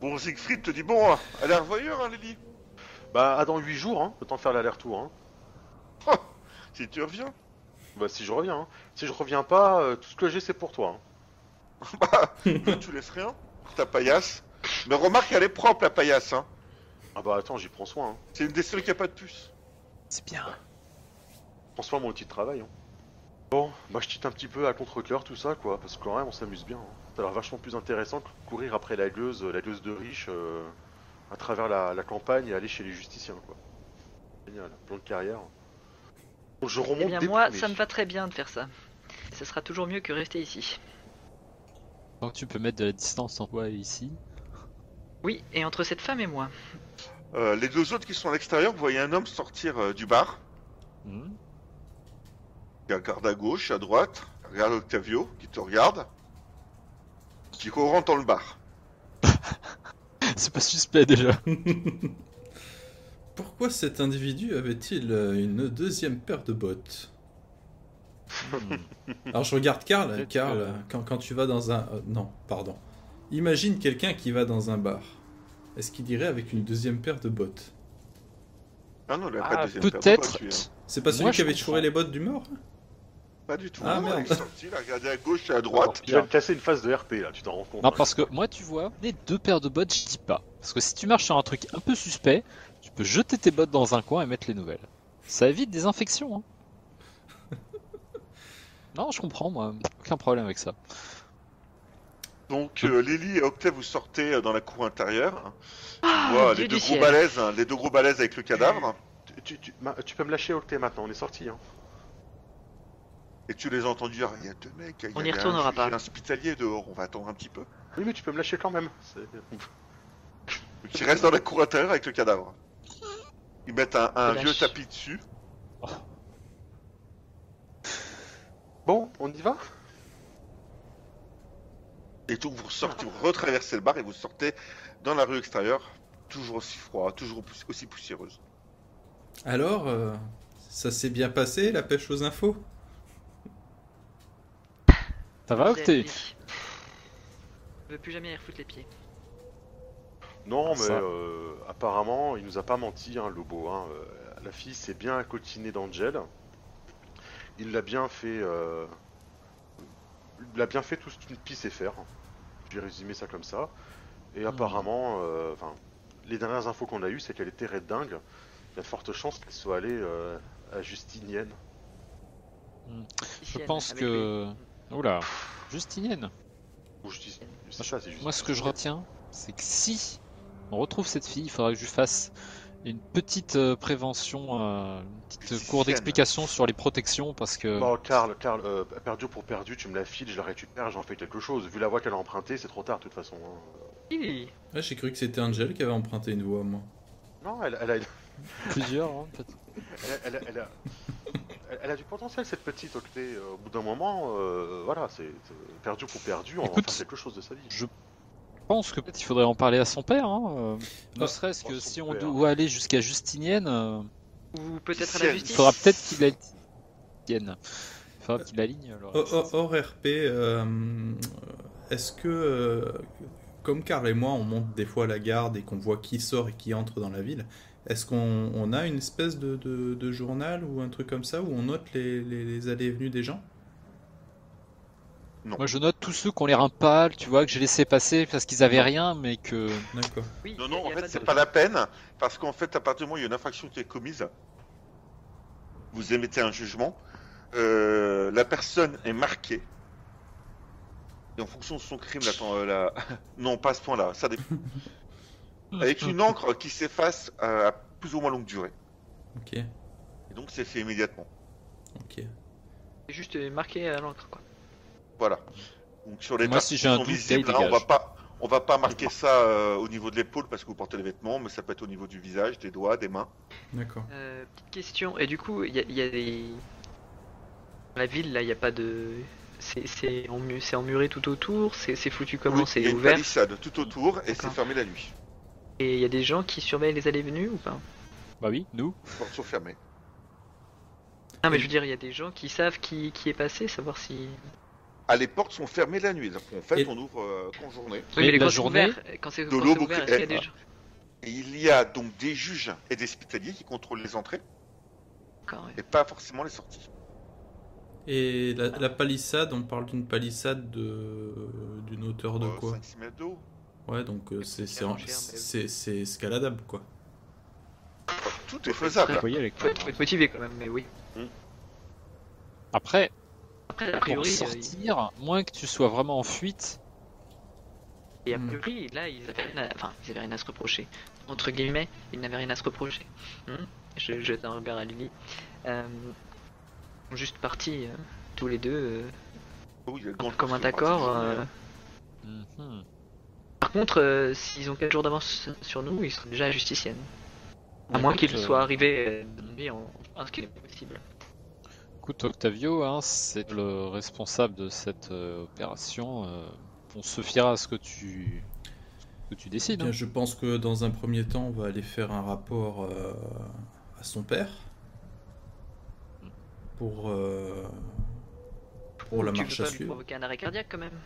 bon, Siegfried te dit bon, elle l'air voyeur, hein, Lily.
bah à dans 8 jours, hein, autant faire l'aller-retour. Hein.
Si tu reviens.
Bah si je reviens, hein. si je reviens pas, euh, tout ce que j'ai c'est pour toi. hein.
tu laisses rien pour ta paillasse. Mais remarque, elle est propre, la paillasse. Hein.
Ah bah attends, j'y prends soin. Hein.
C'est une des seules qui a pas de puce.
C'est bien.
Prends soin de mon outil de travail. Hein. Bon, bah je tite un petit peu à contre-cœur tout ça, quoi, parce que quand même on s'amuse bien. hein. Ça a l'air vachement plus intéressant que courir après la gueuse, euh, la gueuse de riche, euh, à travers la, la campagne et aller chez les justiciens, quoi. Génial, plan de carrière. Bon, je remonte
Eh bien, moi,
déprimé.
ça me va très bien de faire ça. Ce sera toujours mieux que rester ici.
Donc tu peux mettre de la distance en toi et ici.
Oui, et entre cette femme et moi.
Euh, les deux autres qui sont à l'extérieur, vous voyez un homme sortir euh, du bar.
Hmm.
Il regarde à gauche, à droite. Il regarde Octavio qui te regarde. Qui rentre dans le bar.
c'est pas suspect déjà.
Pourquoi cet individu avait-il euh, une deuxième paire de bottes
Hmm.
Alors je regarde Karl.
Peut-être
Karl,
que-
euh, quand, quand tu vas dans un... euh, non, pardon. Imagine quelqu'un qui va dans un bar. Est-ce qu'il irait avec une deuxième paire de bottes
Ah non, il a pas de
Ah,
deuxième paire de
Peut-être.
bottes, lui, hein.
C'est pas
Moi,
celui qui
je
avait
comprends.
chouré les bottes du mort
Pas du tout.
Ah,
Non,
merde.
Il est sorti, il a regardé à gauche et à
Alors,
droite.
tu vas me casser une phase de RP là, tu t'en rends compte.
Non,
hein.
parce que moi, tu vois, les deux paires de bottes, je dis pas. Parce que si tu marches sur un truc un peu suspect, tu peux jeter tes bottes dans un coin et mettre les nouvelles. Ça évite des infections. Hein. non, je comprends, moi. Aucun problème avec ça.
Oh.
Donc euh, Lily et Octave, vous sortez euh, dans la cour intérieure. hein. Tu
Ah,
vois,
Dieu
les
du
deux gros
ciel.
balaises, hein, les deux gros balaises avec
Mm.
le cadavre.
Tu, tu- tu- ma- tu peux me lâcher Octet maintenant, on est sorti. Hein.
Et tu les entends dire, il y a deux mecs, il y
On
a
y
un
retournera
juge
pas.
et un hospitalier dehors, on va attendre un petit peu.
Oui, mais tu peux me lâcher quand même. C'est-
Donc ils restent dans la cour intérieure avec le cadavre. Ils mettent un, un
Lâche.
vieux tapis dessus.
Bon, on y va
Et donc vous sortez, vous retraversez le bar et vous sortez dans la rue extérieure toujours aussi froid, toujours pouss- aussi poussiéreuse.
Alors, euh, ça s'est bien passé la pêche aux infos
Ça va,
Vous
Octet
avez- Je veux plus jamais y refoutre les pieds.
Non, mais
Ça.
euh, apparemment, il nous a pas menti, hein, Lobo. hein. Euh, La fille s'est bien cotinée d'Angel. Il l'a bien fait. euh, Il l'a bien fait tout ce qu'une pisse sait faire. J'ai résumé ça comme ça.
Hmm.
Et apparemment, euh, enfin, les dernières infos qu'on a eues, c'est qu'elle était red dingue. Il y a de fortes chances qu'elle soit allée euh, à Justinienne.
Ici, elle,
pense
avec
que-
lui.
Oula. Justinienne.
Ou Justi- c'est ça, c'est Justinienne.
Moi, ce que je retiens, c'est que si on retrouve cette fille, il faudra que je lui fasse une petite euh, prévention, euh, une petite
Justicienne.
cours d'explication sur les protections, parce que
Bon, Karl, Karl, euh, perdu pour perdu, tu me la files, je la récupère, j'en fais quelque chose. Vu la voie qu'elle a empruntée, c'est trop tard de toute façon. hein.
Hi.
Ouais, J'ai cru que c'était Angel qui avait emprunté une voix, moi.
Non, elle, elle a,
plusieurs. hein, peut-être.
elle, a- elle a- elle a- elle- elle a du potentiel cette petite octet. Au bout d'un moment, euh, voilà, c'est c'est perdu pour perdu, on
Écoute.
va faire quelque chose de sa vie.
Je pense que peut-être il faudrait en parler à son père. Hein, euh, ne
Ah.
serait-ce que
Oh, son
si on
père.
doit aller jusqu'à Justinienne, euh,
Ou peut-être à
Ici,
la
elle-
il
justice.
faudra peut-être qu'il la tienne. Il faudra qu'il aligne. alors.
Oh,
Hors- Hors Oh, hors RP, euh, est-ce que, euh, comme Karl et moi, on monte des fois à la garde et qu'on voit qui sort et qui entre dans la ville, est-ce qu'on on a une espèce de, de- de journal ou un truc comme ça où on note les, les- les allées et venues des gens
Moi, je note tous ceux qui ont l'air impales, tu vois, que j'ai laissé passer parce qu'ils avaient rien, mais que.
D'accord.
Oui, il
Non,
y
non,
a
en fait,
de-
c'est pas la peine, parce qu'en fait, à partir du moment où il y a une infraction qui est commise, vous émettez un jugement, euh, la personne est marquée, et en fonction de son crime, la, euh, la- non, pas à ce point-là, ça dépend. Avec une encre qui s'efface à, à plus ou moins longue durée,
Ok,
et donc c'est fait immédiatement.
ok.
C'est juste euh, marqué à l'encre, quoi.
Voilà. Donc sur les
Moi,
parties
si
qui
j'ai un
sont
doute,
visibles,
Gaël
hein, on va
dégage.
pas, on va pas marquer ça euh, au niveau de l'épaule parce que vous portez les vêtements, mais ça peut être au niveau du visage, des doigts, des mains.
D'accord.
Euh, petite question. Et du coup, il y, a- il y a des. Dans La ville, là, il n'y a pas de. C'est- C'est emmu- c'est emmuré tout autour, c'est c'est foutu comment
Oui, il y a
C'est
une
ouvert
palissade tout autour et c'est
D'accord.
fermé la nuit.
Et il y a des gens qui surveillent les allées-venues ou pas
Bah oui, nous.
Les portes sont fermées.
Non, mais je veux dire, il y a des gens qui savent qui, qui est passé, savoir si. Oui,
Ah, les portes sont fermées la nuit. Donc, en fait,
Et-
on ouvre euh, qu'en journée.
Mais la
quand c'est
journée-
ouvert, quand c'est quand
l'aube
c'est
au
ouvert, est-ce qu'il
clair.
y a des
ah.
gens
Et il y a donc des juges et des hospitaliers qui contrôlent les entrées
D'accord, ouais.
et pas forcément les sorties.
Et la, la palissade, on parle d'une palissade de d'une hauteur de
Euh,
quoi
5-6 mètres de haut.
Ouais, donc euh, c'est c'est en-
Cher, mais-
c'est- c'est escaladable quoi.
Tout est faisable.
Vous voyez, avec
Faut, être- faut être motivé quand même, mais oui.
Après,
Après, a
pour
priori, euh,
sortir, moins que tu sois vraiment en fuite,
et a
Hmm.
priori, là, ils avaient, rien à... enfin, ils avaient rien à se reprocher. Entre guillemets, ils n'avaient rien à se reprocher. Hmm je je jette un regard à Lily. Euh, ils sont juste partis, euh, tous les deux, euh,
Oui, il y a le
un
grand
peu comme un
qui est parti
d'accord.
de
euh.
nuit.
mhm,
Par contre, euh, s'ils ont 4 jours d'avance sur nous, ils sont déjà à justicienne. À moins
écoute,
qu'ils
euh,
soient arrivés euh, dans la nuit en en- ce qui est possible.
écoute Octavio, hein, c'est le responsable de cette euh, opération. euh, on se fiera à ce que tu, ce que tu
Eh
décides.
bien,
hein.
je pense que dans un premier temps, on va aller faire un rapport euh, à son père pour euh, pour Oh, la
tu
marche
veux
à
pas lui
suivre.
provoquer un arrêt cardiaque quand même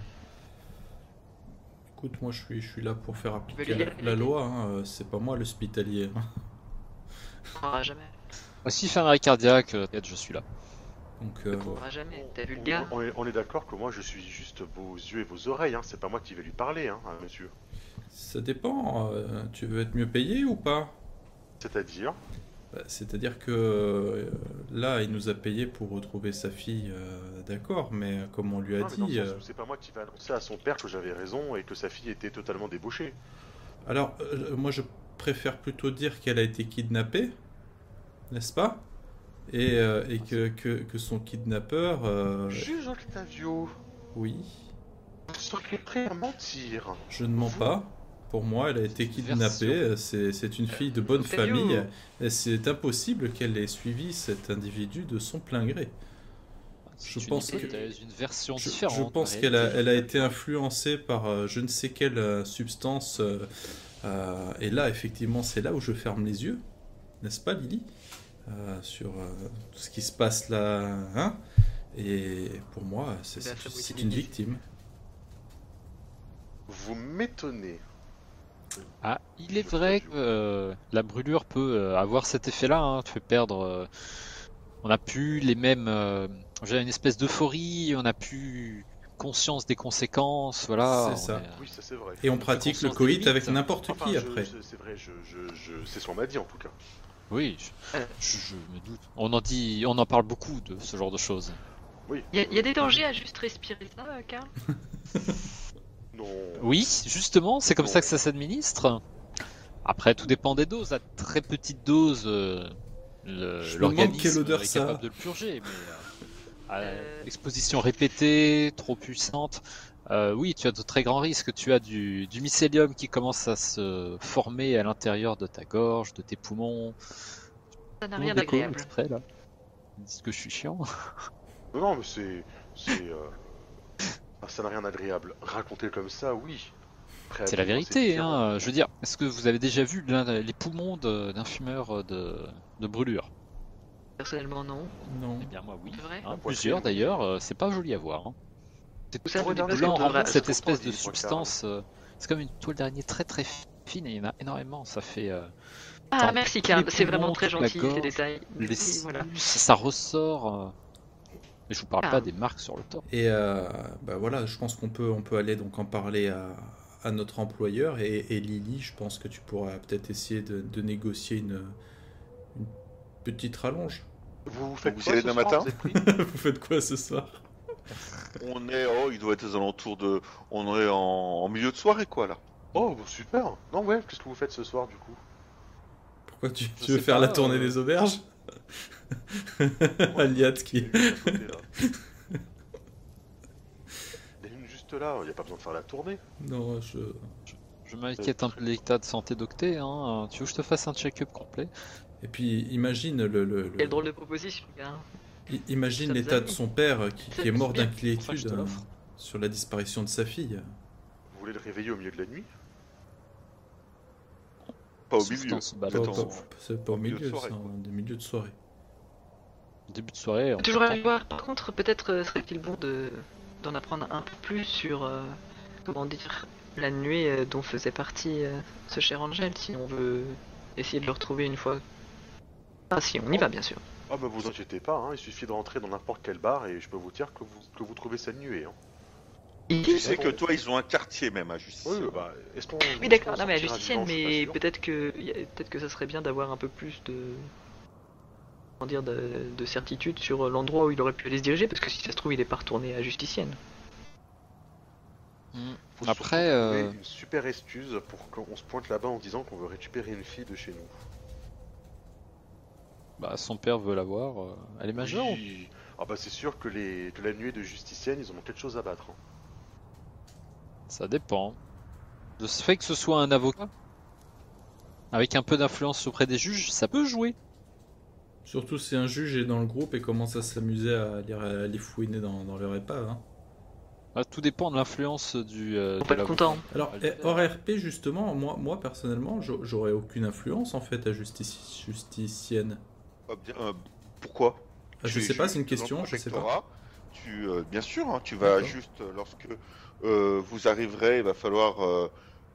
Écoute, moi, je suis je suis là pour faire appliquer
lui
la,
dire-
la loi. hein, euh, C'est pas moi l'hospitalier. hein.
On pourra jamais.
Ah, si fait un arrêt cardiaque, euh, t'inquiète, je suis là.
Donc euh,
On pourra jamais. Eh, T'as vu le
On-
gars
on, on est, on est d'accord que moi je suis juste vos yeux et vos oreilles, hein. c'est pas moi qui vais lui parler, hein, à monsieur.
ça dépend. euh, tu veux être mieux payé ou pas
C'est-à-dire,
Bah, C'est-à-dire que euh, là, il nous a payé pour retrouver sa fille, euh, d'accord, mais euh, comme on lui a
Non, mais dans le
dit.
sens
euh,
où c'est pas moi qui vais annoncer à son père que j'avais raison et que sa fille était totalement débauchée.
Alors, euh, moi, je préfère plutôt dire qu'elle a été kidnappée, n'est-ce pas? Et, euh, et que, que, que son kidnappeur. euh,
Juge Octavio,
oui,
vous seriez prêt à mentir.
je ne mens pas. Pour moi, elle a été
version.
kidnappée. euh, C'est, c'est une fille de bonne
Octavio.
famille. Et c'est impossible qu'elle ait suivi cet individu de son plein gré.
C'est
Je
une
pense que-
hypothèse, une version
Je,
différente.
je pense
en
qu'elle a,
réalité.
elle a été influencée par euh, je ne sais quelle euh, substance euh, Euh, et là, effectivement, c'est là où je ferme les yeux, n'est-ce pas, Lily Euh, Sur euh, tout ce qui se passe là. hein et pour moi, c'est
Bah,
c'est-
ça vous
c'est
dit
une
Lily.
victime.
Vous m'étonnez.
Ah, il est vrai que euh, la brûlure peut euh, avoir cet effet-là, hein, te fait perdre. euh, on n'a plus les mêmes. euh, J'ai une espèce d'euphorie, on n'a plus conscience des conséquences, voilà.
C'est
on
ça.
est- euh,
Oui, ça c'est vrai.
Et on
Une
pratique le
conscience
coït
limite.
avec n'importe
Enfin,
qui
je-
après.
je- c'est vrai, je, je, je- c'est ce qu'on m'a dit en tout cas.
Oui, je, je- je me doute. On en dit, on en parle beaucoup de ce genre de choses.
Oui.
Il y, a des dangers à juste respirer ça, euh, Karl
Non.
Oui, justement, c'est comme ça que ça s'administre. Après, tout dépend des doses. À très petite dose, euh, le-
Je me demande quelle
l'organisme
odeur
est
ça a.
capable de le purger. Mais, euh, à
Euh.
Exposition répétée, trop puissante. euh, oui, tu as de très grands risques. Tu as du, du mycélium qui commence à se former à l'intérieur de ta gorge, de tes poumons.
Ça n'a
Tout le
rien
monde est cool,
d'agréable.
exprès, là. Ils disent que je suis chiant.
Bah,
Non, non, mais c'est. c'est euh, ah, ça n'a rien d'agréable. Raconter comme ça, oui. Après,
C'est la
vivre,
vérité,
différent.
hein. Je veux dire, est-ce que vous avez déjà vu l'un- les poumons de- d'un fumeur de, de brûlure
Personnellement, non.
Non.
Eh bien, moi, oui.
C'est vrai
hein,
La
plusieurs
poitrine.
d'ailleurs, euh, c'est pas joli à voir. hein. C'est
Ça,
tout
c'est parce
blanc,
qu'on
en
devrait-
fait, cette
ce qu'on
espèce de
dit, je crois que t'as
substance. euh, c'est comme une toile d'araignée très très fine et il y en a énormément. Ça fait. euh,
Ah,
Attends,
merci
tous
Karl,
les
c'est
poumons,
vraiment très
toute la
gentil
gorge,
ces détails.
les
Oui, voilà.
sinus, ça ressort. euh. Et je vous parle
Ah.
pas des marques sur le torse.
Et euh, bah voilà, je pense qu'on peut, on peut aller donc en parler à, à notre employeur. Et, et Lily, je pense que tu pourras peut-être essayer de, de négocier une, une petite rallonge.
Vous, vous faites
Vous
quoi
y allez
ce
demain
soir
matin
Vous êtes pris
Vous faites quoi ce soir
On est, oh, il doit être aux alentours de, on est en, en milieu de soirée quoi là.
Oh, bah, super Non, ouais, qu'est-ce que vous faites ce soir du coup
Pourquoi tu,
Je
tu veux
sais
faire
pas,
la tournée
euh.
des auberges Aliat qui.
Il y a une juste à côté, là. Il y a une juste là, il n'y a pas besoin de faire la tournée.
Non, je.
Je m'inquiète un peu de l'état de santé d'Octet. Hein. Tu veux que je te fasse un check-up complet
Et puis imagine le. le- le-
Quelle drôle de proposition, gars.
i- Imagine
Sommes
l'état
amis.
de son père qui, qui est mort
C'est bien,
d'inquiétude
pour ça que je te
euh,
l'offre.
sur la disparition de sa fille.
Vous voulez le réveiller au milieu de la nuit
Pas au milieu.
Substance bah,
Pas-
balance.
pas- C'est pas au
milieu de
milieu,
soirée,
c'est
quoi.
en- des milieux de soirée.
Début de soirée. on
Toujours à
s'entend.
lui voir. Par contre, peut-être euh, serait-il bon de d'en apprendre un peu plus sur euh, comment dire la nuit euh, dont faisait partie euh, ce cher Angel, si on veut essayer de le retrouver une fois. Ah si, on y va bien sûr.
Ah bah vous inquiétez pas, hein, il suffit de rentrer dans n'importe quel bar et je peux vous dire que vous, que vous trouvez ça de nuée. Hein.
Tu
Ici
sais que toi, ils ont un quartier même à Justice.
Oui, bah est-ce qu'on...
Oui d'accord, non mais la
est-ce qu'on sortira
justicienne,
vivant, je suis pas
mais
sûr.
peut-être que y a- peut-être que ça serait bien d'avoir un peu plus de comment dire de, de certitude sur euh, l'endroit où il aurait pu aller se diriger, parce que si ça se trouve il est pas retourné à justicienne.
Hmm.
Faut surtout
Après,
trouver
euh,
une super excuse pour qu'on se pointe là-bas en disant qu'on veut récupérer une fille de chez nous.
bah, son père veut la voir. euh, Elle est majeure ou
Oui. Ah bah c'est sûr que, les... que la nuée de justicienne, ils en ont quelque chose à battre. hein.
Ça dépend. De ce fait que ce soit un avocat, avec un peu d'influence auprès des juges, ça peut jouer.
Surtout si un juge est dans le groupe et commence à s'amuser à les, à les fouiner dans, dans leur épave. hein.
Ah, tout dépend de l'influence du. euh,
Faut
de
pas être
l'avocat.
content.
Alors, eh, hors RP, justement, moi, moi personnellement, j'a- j'aurais aucune influence en fait à justici- justicienne.
Ah, bien, euh, pourquoi
Ah, je
Tu es
sais pas,
juge
c'est une question,
devant le
je sais pas.
protectorat, Tu, euh, bien sûr, hein, tu vas
D'accord.
juste euh, lorsque euh, vous arriverez, il va falloir euh,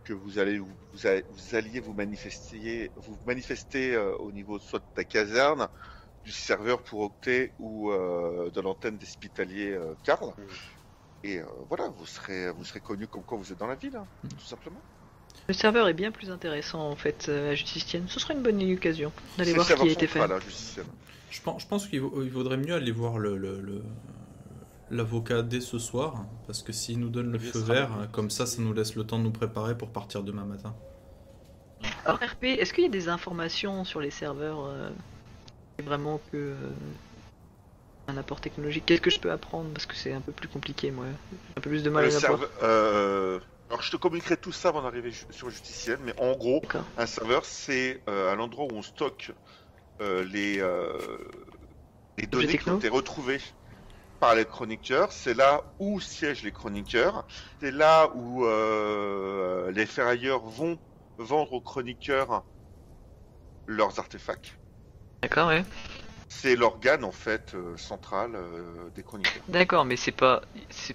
que vous allez vous, vous allez- vous alliez vous manifester, vous manifester euh, au niveau soit de ta caserne, du serveur pour Octet ou euh, de l'antenne d'Hospitalier euh, Karl.
Mhm.
Et euh, voilà, vous serez, vous serez connu comme quoi vous êtes dans la ville, hein,
Hmm.
tout simplement.
Le serveur est bien plus intéressant en fait euh, à Justicienne. Ce serait une bonne occasion d'aller
C'est
voir ce
le
qui a
serveur
été fait.
central, hein, justicienne.
Je pense, je pense qu'il vaut- il vaudrait mieux aller voir le- le- le- l'avocat dès ce soir, hein, parce que s'il nous donne le
Mieux
feu
sera
vert,
mieux.
hein, comme ça, ça nous laisse le temps de nous préparer pour partir demain matin.
Alors RP, est-ce qu'il y a des informations sur les serveurs euh, Vraiment que euh, un apport technologique Qu'est-ce que je peux apprendre Parce que c'est un peu plus compliqué moi. J'ai un peu plus de mal
Le
à les apprendre.
serveur- euh, alors je te communiquerai tout ça avant d'arriver ju- sur Justiciel, mais en gros,
D'accord.
un serveur c'est euh, un endroit où on stocke euh, les, euh, les données qui
techno
ont été retrouvées par les chroniqueurs. C'est là où siègent les chroniqueurs. C'est là où euh, les ferrailleurs vont vendre aux chroniqueurs leurs artefacts.
D'accord, ouais.
C'est l'organe en fait euh, central euh, des chroniqueurs.
D'accord, mais c'est pas, c'est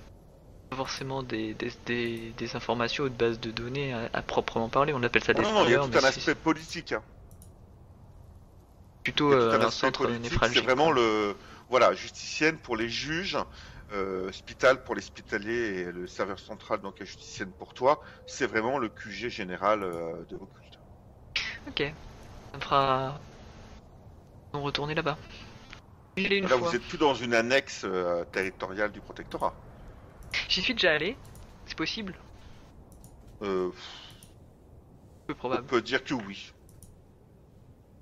pas forcément des, des, des, des informations ou de bases de données à, à proprement parler. On appelle ça des
Non, non, il y a
serveurs,
tout un
mais c'est
aspect politique. hein.
plutôt
Il y a tout
euh,
un
un
aspect
centre
politique,
névralgique.
C'est vraiment le voilà justicienne pour les juges, euh, hospital pour les hospitaliers et le serveur central donc la justicienne pour toi. C'est vraiment le QG général euh, de vos cultes.
Ça me fera. On retourner là-bas. J'y allais une
Là
fois.
vous êtes plus dans une annexe euh, territoriale du protectorat.
J'y suis déjà allé. C'est possible
Euh,
Peu
on
probable.
peut dire que oui.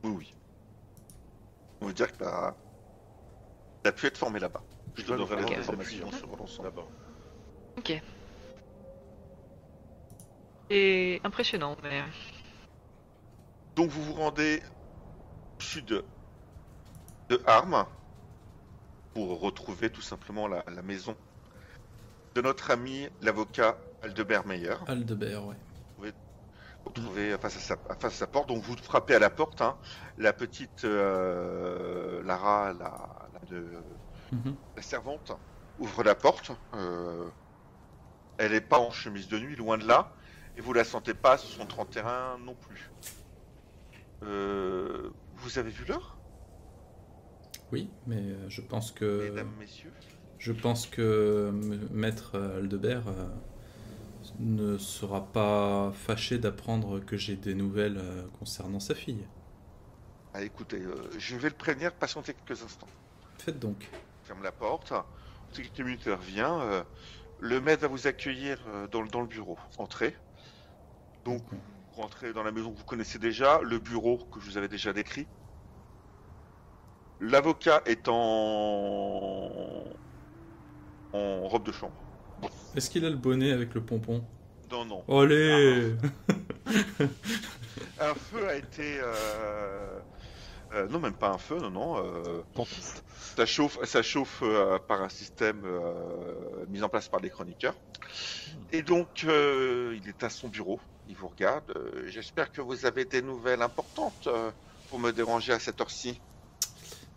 Oui oui. On peut dire que bah, t'as pu être formé là-bas. Je te
Ouais,
donnerai
ok.
des
Ok.
informations sur l'ensemble.
Là-bas.
C'est impressionnant, mais
Donc vous vous rendez au sud de Armes pour retrouver tout simplement la, la maison de notre ami l'avocat Aldebert Meyer.
Aldebert, ouais.
Vous trouvez face à sa, à face à sa porte, donc vous frappez à la porte. hein. La petite euh, Lara, la, la de,
Mhm.
la servante ouvre la porte. euh, elle n'est pas en chemise de nuit, loin de là. Et vous la sentez pas sur son 31 non plus. Euh, vous avez vu l'heure,
Oui, mais euh, je pense que.
mesdames, messieurs
Je pense que M- Maître Aldebert euh, ne sera pas fâché d'apprendre que j'ai des nouvelles euh, concernant sa fille.
Ah, Écoutez, euh, je vais le prévenir, patientez quelques instants.
Faites donc.
Ferme la porte. Au bout de quelques minutes, elle revient. euh, le maître va vous accueillir euh, dans, le- dans le bureau. Entrez. Donc, vous rentrez dans la maison que vous connaissez déjà, le bureau que je vous avais déjà décrit. L'avocat est en... en robe de chambre.
Est-ce qu'il a le bonnet avec le pompon
Non, non.
Allez
Un feu a été... euh, euh, non, même pas un feu, non, non. euh,
Pantoufle.
Ça chauffe, ça chauffe euh, par un système euh, mis en place par des chroniqueurs. Et donc, euh, il est à son bureau. Il vous regarde. Euh, J'espère que vous avez des nouvelles importantes euh, pour me déranger à cette heure-ci.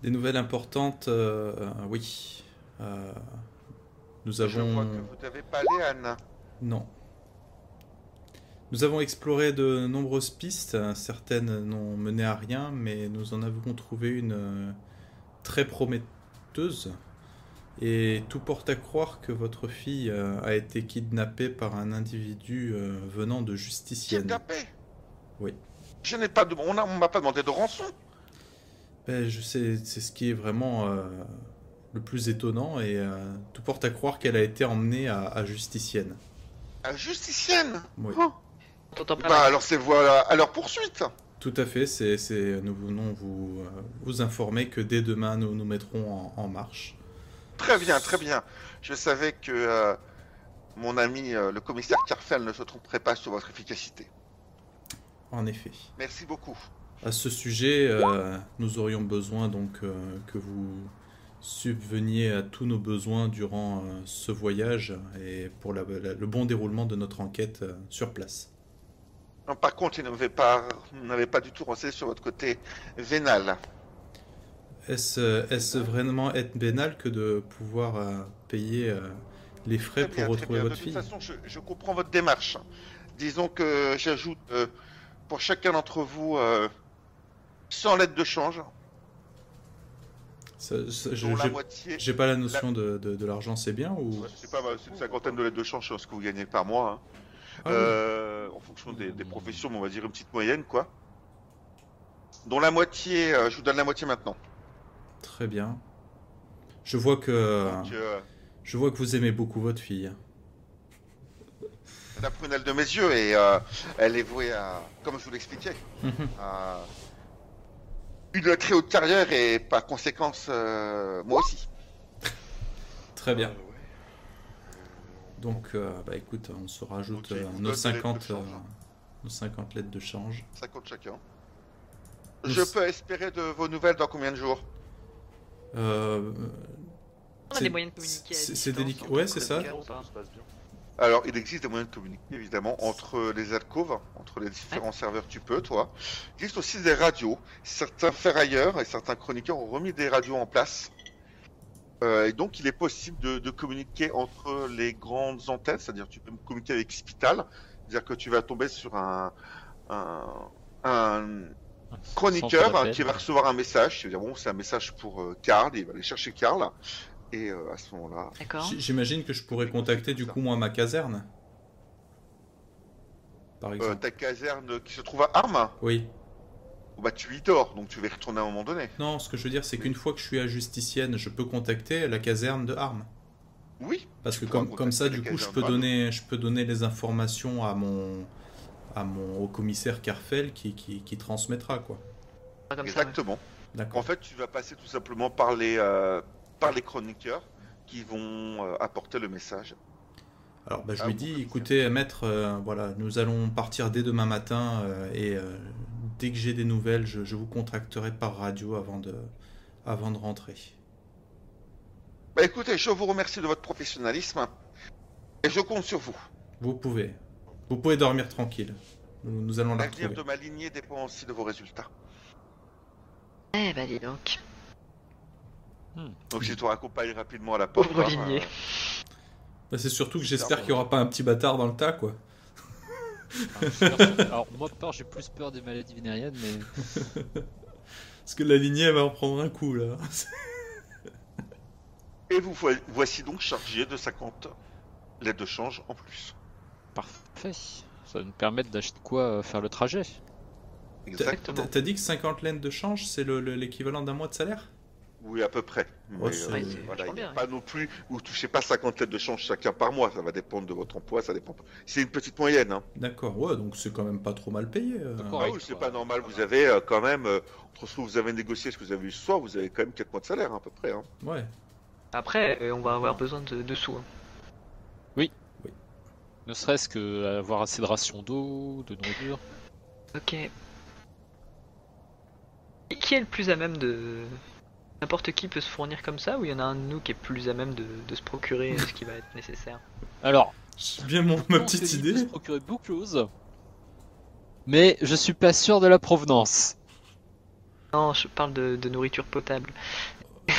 Des nouvelles importantes, euh, euh, oui. Euh, nous
Je vois
avons.
que vous n'avez pas les Anne.
Non. Nous avons exploré de nombreuses pistes, euh, certaines n'ont mené à rien, mais nous en avons trouvé une euh, très prometteuse. Et tout porte à croire que votre fille euh, a été kidnappée par un individu euh, venant de Justicienne.
Kidnappé.
Oui.
Je n'ai pas de... On a- on m'a pas demandé de rançon.
Ben, je sais, c'est ce qui est vraiment euh, le plus étonnant, et euh, tout porte à croire qu'elle a été emmenée à, à Justicienne.
Un justicienne.
Oui.
Oh.
on t'entend pas.
Bah, alors c'est voilà à leur poursuite.
Tout à fait, c'est, c'est- nous venons vous, euh, vous informer que dès demain, nous nous mettrons en, en marche.
Très bien, très bien. Je savais que euh, mon ami euh, le commissaire Carfel ne se tromperait pas sur votre efficacité.
En effet.
Merci beaucoup.
À ce sujet, euh, nous aurions besoin donc euh, que vous subveniez à tous nos besoins durant euh, ce voyage et pour la- la- le bon déroulement de notre enquête euh, sur place.
Non, par contre, il n'avait pas, vous n'avez pas du tout renseigné sur votre côté vénal.
Est-ce, euh, est-ce vraiment être bénal que de pouvoir euh, payer euh, les frais pour retrouver votre
De toute
fille
façon, je, je comprends votre démarche. Disons que j'ajoute euh, pour chacun d'entre vous euh, 100 lettres de change,
Ça- ça- je-
dont la
j'ai,
moitié.
j'ai pas la notion de, de- de l'argent, c'est bien ou...
Ouais, C'est pas mal, c'est une cinquantaine de lettres de change ce que vous gagnez par mois. hein.
Ah oui.
Euh, en fonction des, des professions, mais on va dire une petite moyenne, quoi. Dont la moitié, euh, je vous donne la moitié maintenant.
Très bien. Je vois que
Donc, euh,
je vois que vous aimez beaucoup votre fille.
la prunelle de mes yeux et euh, elle est vouée à, comme je vous l'expliquais, à une très haute carrière et par conséquence, euh, moi aussi.
Très bien.
Euh, ouais.
Donc euh, bah écoute, on se rajoute
Ok,
euh,
vous
nos
donnez les
50
lettres de change.
euh, nos 50 lettres de change.
50 chacun.
Nous-
Je peux espérer de vos nouvelles dans combien de jours
Euh,
On a
c'est- Euh,
des moyens de communiquer. à
c'est- c'est
distance
délicat.
entre
Ouais, c'est ça.
chroniqueurs ou pas
Ça se passe bien.
Alors, il existe des moyens de communiquer, évidemment, entre les alcôves, entre les différents serveurs, tu peux, toi. Il existe aussi des radios. Certains ferrailleurs et certains chroniqueurs ont remis des radios en place. Euh, et donc, il est possible de, de communiquer entre les grandes antennes, c'est-à-dire tu peux communiquer avec Spital, c'est-à-dire que tu vas tomber sur un, un, un chroniqueur
Centre
hein,
d'appel.
qui va recevoir un message. Tu vas dire, bon, c'est un message pour euh, Karl, il va aller chercher Karl. Et euh, à ce moment-là,
D'accord.
J- J'imagine que je pourrais contacter du coup moi ma caserne. Par
euh,
exemple.
ta caserne qui se trouve à Armes,
Oui.
bah, tu y dors, donc tu vas y retourner à un moment donné.
Non, ce que je veux dire, c'est qu'une fois que je suis à Justicienne, je peux contacter la caserne de Armes.
Oui,
Parce que
pourras
comme, comme ça,
contacter
du
la
coup, je
caserne
peux,
d'Armes.
donner, je peux donner les informations à mon, à mon au commissaire Carfel qui, qui, qui transmettra, quoi.
Pas comme ça, ouais.
exactement. En
D'accord.
fait, tu vas passer tout simplement par les, euh, par les chroniqueurs qui vont euh, apporter le message.
Alors, bah, je
Ah,
lui
bon,
dis,
commissaire.
écoutez, maître, euh, voilà, nous allons partir dès demain matin euh, et euh, dès que j'ai des nouvelles, je, je vous contacterai par radio avant de, avant de rentrer.
Bah écoutez, je vous remercie de votre professionnalisme et je compte sur vous.
Vous pouvez. Vous pouvez dormir tranquille. Nous, nous allons la
L'avenir
retrouver.
de ma lignée dépend aussi de vos résultats.
Eh bah dis donc.
Donc je te raccompagne rapidement à la porte.
Pauvre
hein,
lignée.
euh,
Bah, c'est surtout que j'espère qu'il n'y aura pas un petit bâtard dans le tas, quoi.
Enfin, j'ai peur sur- Alors, moi, peur, j'ai plus peur des maladies vénériennes, mais.
Parce que la lignée, elle va en prendre un coup, là.
Et vous vo- voici donc chargé de 50 lettres de change en plus.
Parfait. Ça va nous permettre d'acheter de quoi euh, faire le trajet.
Exactement.
T'as- T'as dit que 50 laines de change, c'est le- le- l'équivalent d'un mois de salaire
Oui, à peu près. Mais,
c'est-
euh,
Ouais,
c'est
voilà,
vachement
il n'y a
bien,
pas non plus, vous touchez pas 50 lettres de change chacun par mois, ça va dépendre de votre emploi, ça dépend. C'est une petite moyenne. Hein.
D'accord, ouais, donc c'est quand même pas trop mal payé. euh.
D'accord.
Ah
Correct,
oui, c'est
quoi.
pas normal, vous avez euh, quand même, euh, entre ce que vous avez négocié, ce que vous avez eu ce soir, vous avez quand même 4 mois de salaire à peu près. Hein.
Ouais.
Après, euh, on va avoir besoin de, de sous. hein.
Ne serait-ce que euh, avoir assez de rations d'eau, de nourriture.
Ok. Et qui est le plus à même de. N'importe qui peut se fournir comme ça ou il y en a un de nous qui est plus à même de, de se procurer euh, ce qui va être nécessaire
Alors,
J'ai bien mon, ma
on
petite
s'est dit de se
idée.
procurer beaucoup de choses, mais je suis pas sûr de la provenance.
Non, je parle de, de nourriture potable.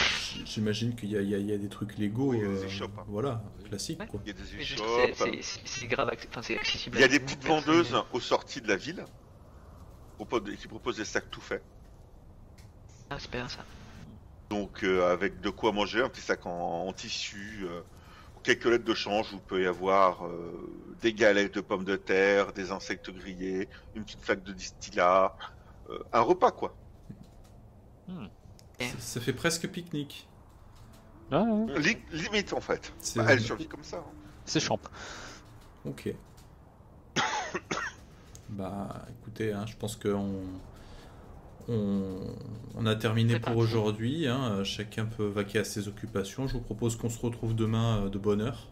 J'imagine qu'il y, a- il y a- il y a des trucs légaux.
Oui, il y a des
euh,
échoppes, hein.
Voilà, classique, quoi.
Il y a des
Mais je-
échoppes, euh,
c'est- c'est- C'est c'est grave, acc- enfin c'est accessible.
il y a
à
des
tout le
petites
monde,
vendeuses
personne
aux sorties de la ville propos- qui proposent des sacs tout faits.
n'est- Ah, c'est bien ça.
Donc euh, avec de quoi manger, un petit sac en, en tissu, euh, quelques lettres de change, vous pouvez avoir euh, des galettes de pommes de terre, des insectes grillés, une petite flaque de distillat, euh, un repas quoi.
Ça, ça fait presque pique-nique.
Ouais, ouais.
Li- limite en fait.
C'est-
Bah, elle survit comme ça. hein.
Ah, C'est champ.
Ok. bah, écoutez, hein, je pense que on, on, on a terminé
C'est
pour
parti.
aujourd'hui. hein, euh, Chacun peut vaquer à ses occupations. Je vous propose qu'on se retrouve demain euh, de bonne heure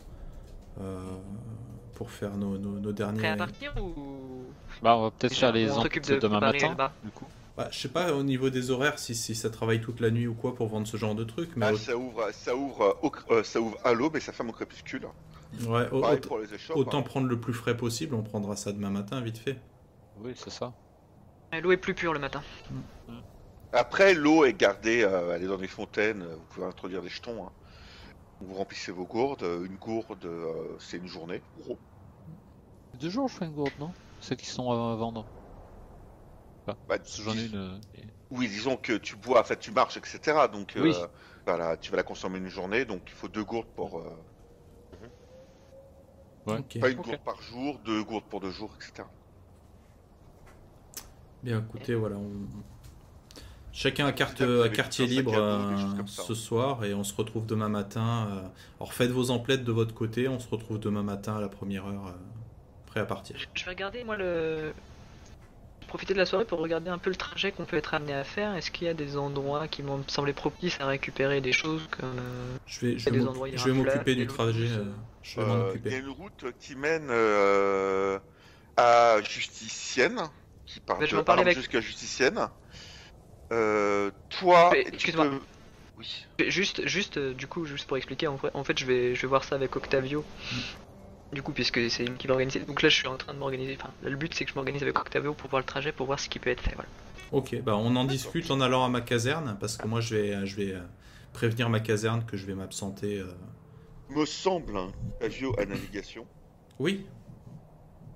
euh, pour faire nos, nos- nos
Prêt à
derniers.
partir ou.
Bah, on va peut-être faire les
on s'occupe
enquêtes
de
demain
préparer
matin.
le bar.
Du coup.
Bah, je sais pas au niveau des horaires si, si ça travaille toute la nuit ou quoi pour vendre ce genre de truc, mais
Ah,
au-
ça ouvre, ça ouvre, euh, au cr- euh, ça ouvre à l'aube et ça ferme au crépuscule.
ouais, au-
Pareil
au-
pour les échoppes.
autant
hein.
prendre le plus frais possible. On prendra ça demain matin, vite fait.
Oui, c'est ça.
Ouais, L'eau est plus pure le matin.
Après, l'eau est gardée, euh, elle est dans des fontaines, euh, vous pouvez introduire des jetons. hein. Vous remplissez vos gourdes, euh, une gourde euh, c'est une journée. Gros.
Deux jours, je fais une gourde, non Celles qui sont à à vendre.
Bah,
Parce que J'en ai une. euh, et-
Oui, disons que tu bois, enfin tu marches, etc. Donc
Oui.
euh, voilà, tu vas la consommer une journée, donc il faut deux gourdes pour. euh,
Ouais.
Ok.
pas une
Ok.
gourde par jour, deux gourdes pour deux jours, etc.
Bien, écoutez, voilà. on- Chacun à, carte,
Vous
à
avez
quartier
tout un sac
libre
à dos, des
euh,
choses comme ça.
ce soir et on se retrouve demain matin. euh, Alors faites vos emplettes de votre côté, on se retrouve demain matin à la première heure, euh, prêt à partir.
Je, je vais regarder moi le. Profiter de la soirée pour regarder un peu le trajet qu'on peut être amené à faire. Est-ce qu'il y a des endroits qui m'ont semblé propices à récupérer des choses comme. euh,
Je vais,
Il
je
y a
vais
des
m'oc-
endroits, il y a
je vais
un fleuve,
m'occuper
il y a
du
l'eau
trajet.
douce,
euh,
euh,
Je vais m'en
Euh, Il y a
occuper.
une route qui mène euh, à Justicienne, qui part
Mais je
de
vais en parler
Arles
avec-
jusqu'à Justicienne. Euh, toi,
Mais,
tu
excuse-moi.
peux- Oui.
Mm.
Juste, juste, euh, du coup, juste pour expliquer, en fait, en fait, je vais, je vais voir ça avec Octavio.
du coup, puisque c'est une qui l'organise. Donc là, je suis en train de m'organiser. Enfin, là, le but, c'est que je m'organise avec Octavio pour voir le trajet, pour voir ce qui peut être fait. Voilà.
Ok, bah on en discute en allant à ma caserne, parce que moi je vais, je vais euh, prévenir ma caserne que je vais m'absenter. euh.
Me semble, hein, Octavio, à navigation.
Oui,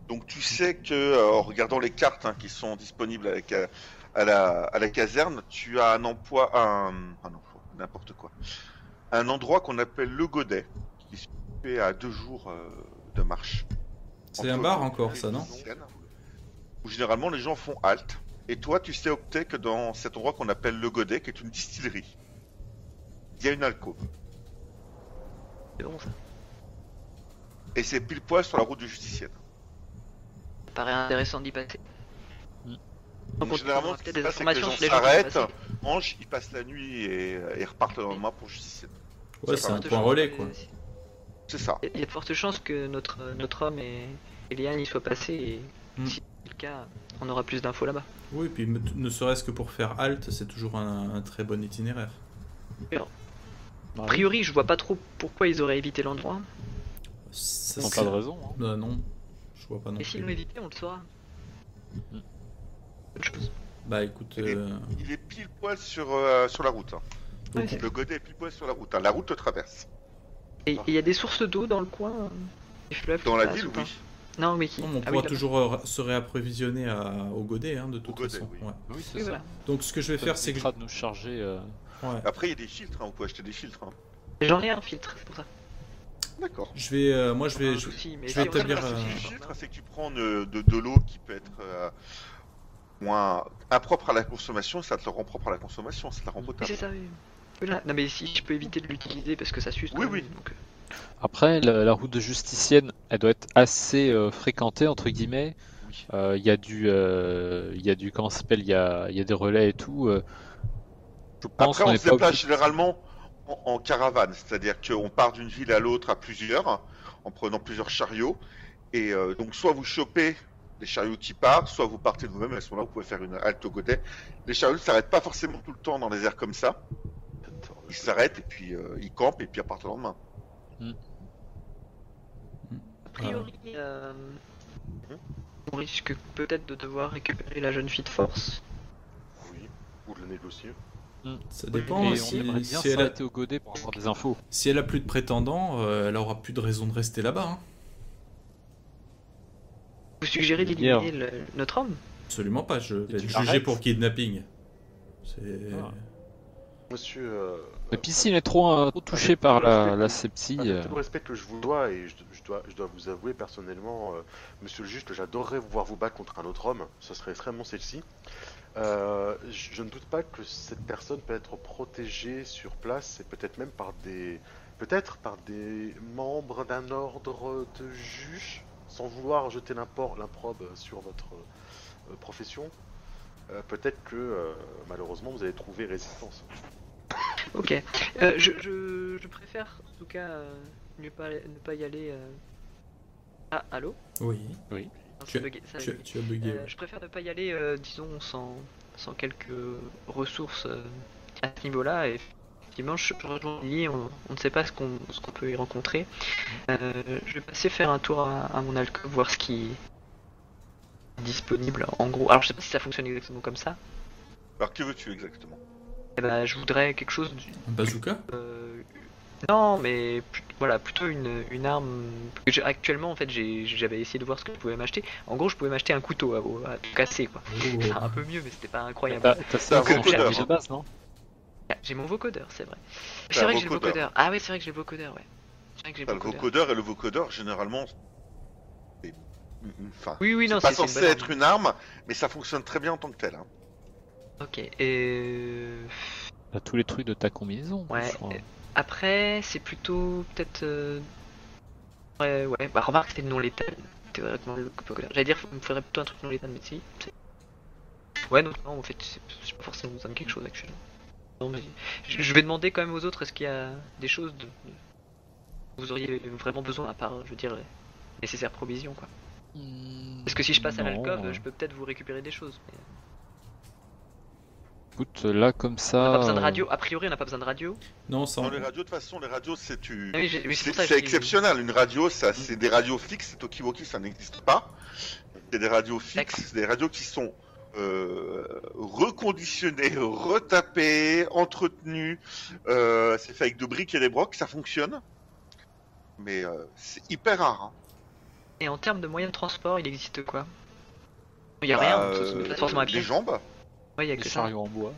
Donc tu sais que, euh, en regardant les cartes hein, qui sont disponibles à la, ca- à la- à la caserne, tu as un emploi, un, un emploi, n'importe quoi, un endroit qu'on appelle le Godet, qui se situé à deux jours euh, de marche.
c'est un
Entre
bar
Godet
encore
et
ça, non
Vincennes, Où généralement les gens font halte. Et toi, tu sais opter que dans cet endroit qu'on appelle le Godet, qui est une distillerie, il y a une alcôve.
C'est bon, ça
Et c'est pile poil sur la route du justicienne.
Ça paraît intéressant d'y passer.
Mm.
Donc,
on
généralement,
aura
ce qui
peut-être
se
des
passe, c'est que les
informations
gens
sur les gens qui
s'arrêtent,
sont passés.
mangent, ils passent la nuit et, euh, et repartent le lendemain pour justicienne.
Ouais,
Ça
c'est
va,
un
Forte
point
chance
relais
que-
quoi.
C'est ça.
Il y a de fortes chances que notre, notre homme et Eliane y soient passés et
Hmm.
si c'est le cas, on aura plus d'infos là-bas.
Oui, et puis me- ne serait-ce que pour faire halte, c'est toujours un, un très bon itinéraire.
Bah
A
oui,
priori, je vois pas trop pourquoi ils auraient évité l'endroit.
Ça,
ils n'ont
c'est-
pas de raison. hein.
Bah, non, je vois pas non
Et s'ils l'ont
plus.
évité, on le saura.
Mm.
Hmm.
Bonne chose.
Bah écoute,
Et-
euh,
Ah
Il est pile poil sur, euh, sur la route. hein.
donc,
Ouais,
Le godet est pile poil sur la route. hein. La route le traverse.
Et il y a des sources d'eau dans le coin euh, des fleuves
Dans
qui
la
passent
ville,
ou pas
oui.
Non, mais qui
on
Ah
pourra
oui, là-bas.
toujours euh, se réapprovisionner à- au godet, hein, de toute
godet,
façon.
oui.
ouais.
Oui, c'est
Oui,
ça.
voilà.
Donc ce que je vais
Ça
faire, c'est que je-
évitera de nous charger. euh,
ouais.
Après, il y a des filtres. hein. On peut acheter des filtres. hein.
J'en ai un filtre, c'est pour ça.
D'accord.
je vais, euh, moi je
Pas
vais,
un
je-
souci, mais
je
si
vais
on a
établir,
pas de
euh,
Le
souci,
filtre, c'est que tu prends euh, de, de l'eau qui peut être euh, moins impropre à la consommation. Ça te le rend propre à la consommation. Ça te la rend
Oui,
potable.
c'est ça, oui. Voilà. Non, mais si je peux éviter de l'utiliser parce que ça suce.
Oui,
quand
oui.
même, donc, euh,
Après, la, la route de justicienne, elle doit être assez euh, fréquentée, entre guillemets.
Oui.
Euh, Il y a du. euh, Il y a du. Comment ça s'appelle Il y a, il y a des relais et tout. euh, je pense
Après,
qu'on
on
est
se
pas
déplace
obligé-
généralement en, en caravane, c'est-à-dire qu'on part d'une ville à l'autre à plusieurs, en prenant plusieurs chariots. Et euh, donc, soit vous chopez les chariots qui partent, soit vous partez de vous-même. À ce moment-là, vous pouvez faire une halte au godet. Les chariots ne s'arrêtent pas forcément tout le temps dans les airs comme ça. Ils s'arrêtent et puis euh, ils campent et puis ils partent le lendemain.
A priori, euh, on risque peut-être de devoir récupérer la jeune fille de force.
Oui, ou de la négocier.
ça
Et
dépend. hein,
on
si,
aimerait bien
si elle a,
s'arrêter au godet pour avoir des infos.
si elle a plus de prétendants, euh, elle aura plus de raison de rester là-bas. hein.
Vous suggérez d'éliminer le- notre homme
Absolument pas. Je vais
tu
être jugé
l'arrêtes
pour kidnapping. C'est-
Ah.
Monsieur, euh,
Et puis s'il est trop, euh, trop touché par la, la sepsie,
avec
euh,
tout le respect que je vous dois, et je, je dois, je dois vous avouer personnellement, euh, monsieur le juge, que j'adorerais vous voir vous battre contre un autre homme, ce serait extrêmement celle-ci. Euh, je je ne doute pas que cette personne peut être protégée sur place et peut-être même par des, peut-être par des membres d'un ordre de juge, sans vouloir jeter l'impor- l'improbe sur votre euh, profession. Euh, peut-être que euh, malheureusement vous allez trouver résistance.
Ok. Euh, je, je- je préfère, en tout cas, euh, ne, pas, ne pas y aller. euh, Ah, allô
Oui.
Non,
Tu
ça
as-
buguait, ça
Tu,
buguait.
tu as bugué.
Euh, je préfère ne pas y aller, euh, disons, sans, sans quelques ressources euh, à ce niveau-là. Et effectivement, je je rejoins Lily, on, on ne sait pas ce qu'on ce qu'on peut y rencontrer. Euh, je vais passer faire un tour à, à mon alcôve, voir ce qui est disponible en gros. Alors, je sais pas si ça fonctionne exactement comme ça.
Alors, que veux-tu exactement
Eh ben, je voudrais quelque chose. du-
Un bazooka
euh, non, mais plus- voilà, plutôt une, une arme. que j'ai- Actuellement, en fait, j'ai- j'avais essayé de voir ce que je pouvais m'acheter. En gros, je pouvais m'acheter un couteau à, à tout casser, quoi. Enfin, Ah, un peu mieux, mais c'était pas incroyable.
t'as t'as ça
C'est un
en charge
vocodeur.
de base, non
Ah, J'ai mon vocodeur, c'est vrai.
un
C'est vrai que j'ai le
vocodeur.
vocodeur. Ah oui, c'est vrai que j'ai le vocodeur, ouais. C'est vrai que j'ai
T'as
le
Le
vocodeur.
vocodeur et le vocodeur, généralement, c'est enfin,
Oui, oui,
c'est
non,
pas
c'est c'est une
censé
bonne
être une arme, mais ça fonctionne très bien en tant que tel. hein.
arme. Ok, euh, et.
T'as tous les trucs de ta combinaison.
Ouais,
je crois.
euh, Après, c'est plutôt peut-être. euh, Ouais, ouais, bah remarque, c'est non létal. Théoriquement, le vocodeur. J'allais dire, il me faudrait plutôt un truc non létal, mais si. c'est- Ouais, non, non, en fait, c'est- j'ai pas forcément besoin de quelque chose actuellement. Non, mais. Je je vais demander quand même aux autres, est-ce qu'il y a des choses de... de- vous auriez vraiment besoin, à part, je veux dire, les nécessaires provisions, quoi. Parce que si je passe à
Non,
l'alcove,
euh,
je peux peut-être vous récupérer des choses. mais-
écoute, là comme
On n'a
ça.
pas besoin de
euh,
radio. A priori, on n'a pas besoin de radio.
Oh. Non, ça.
Dans les radios, de toute façon, les radios, c'est tu...
Ah oui, j'ai- oui, c'est
c'est
pour Mm. ça que
c'est
j'ai-
exceptionnel. Une radio, ça, c'est des radios fixes. Tokiwoki, ça n'existe pas. C'est des radios
D'accord.
fixes, c'est des radios qui sont euh, reconditionnées, retapées, entretenues. Euh, c'est fait avec de briques et des brocs, ça fonctionne. Mais euh, c'est hyper rare. hein.
Et en termes de moyens de transport, il existe quoi Il n'y a
Bah,
rien,
euh,
de toute façon, de toute façon, à
les
pied.
jambes.
Ouais, il y a
des
que ça.
chariots en bois.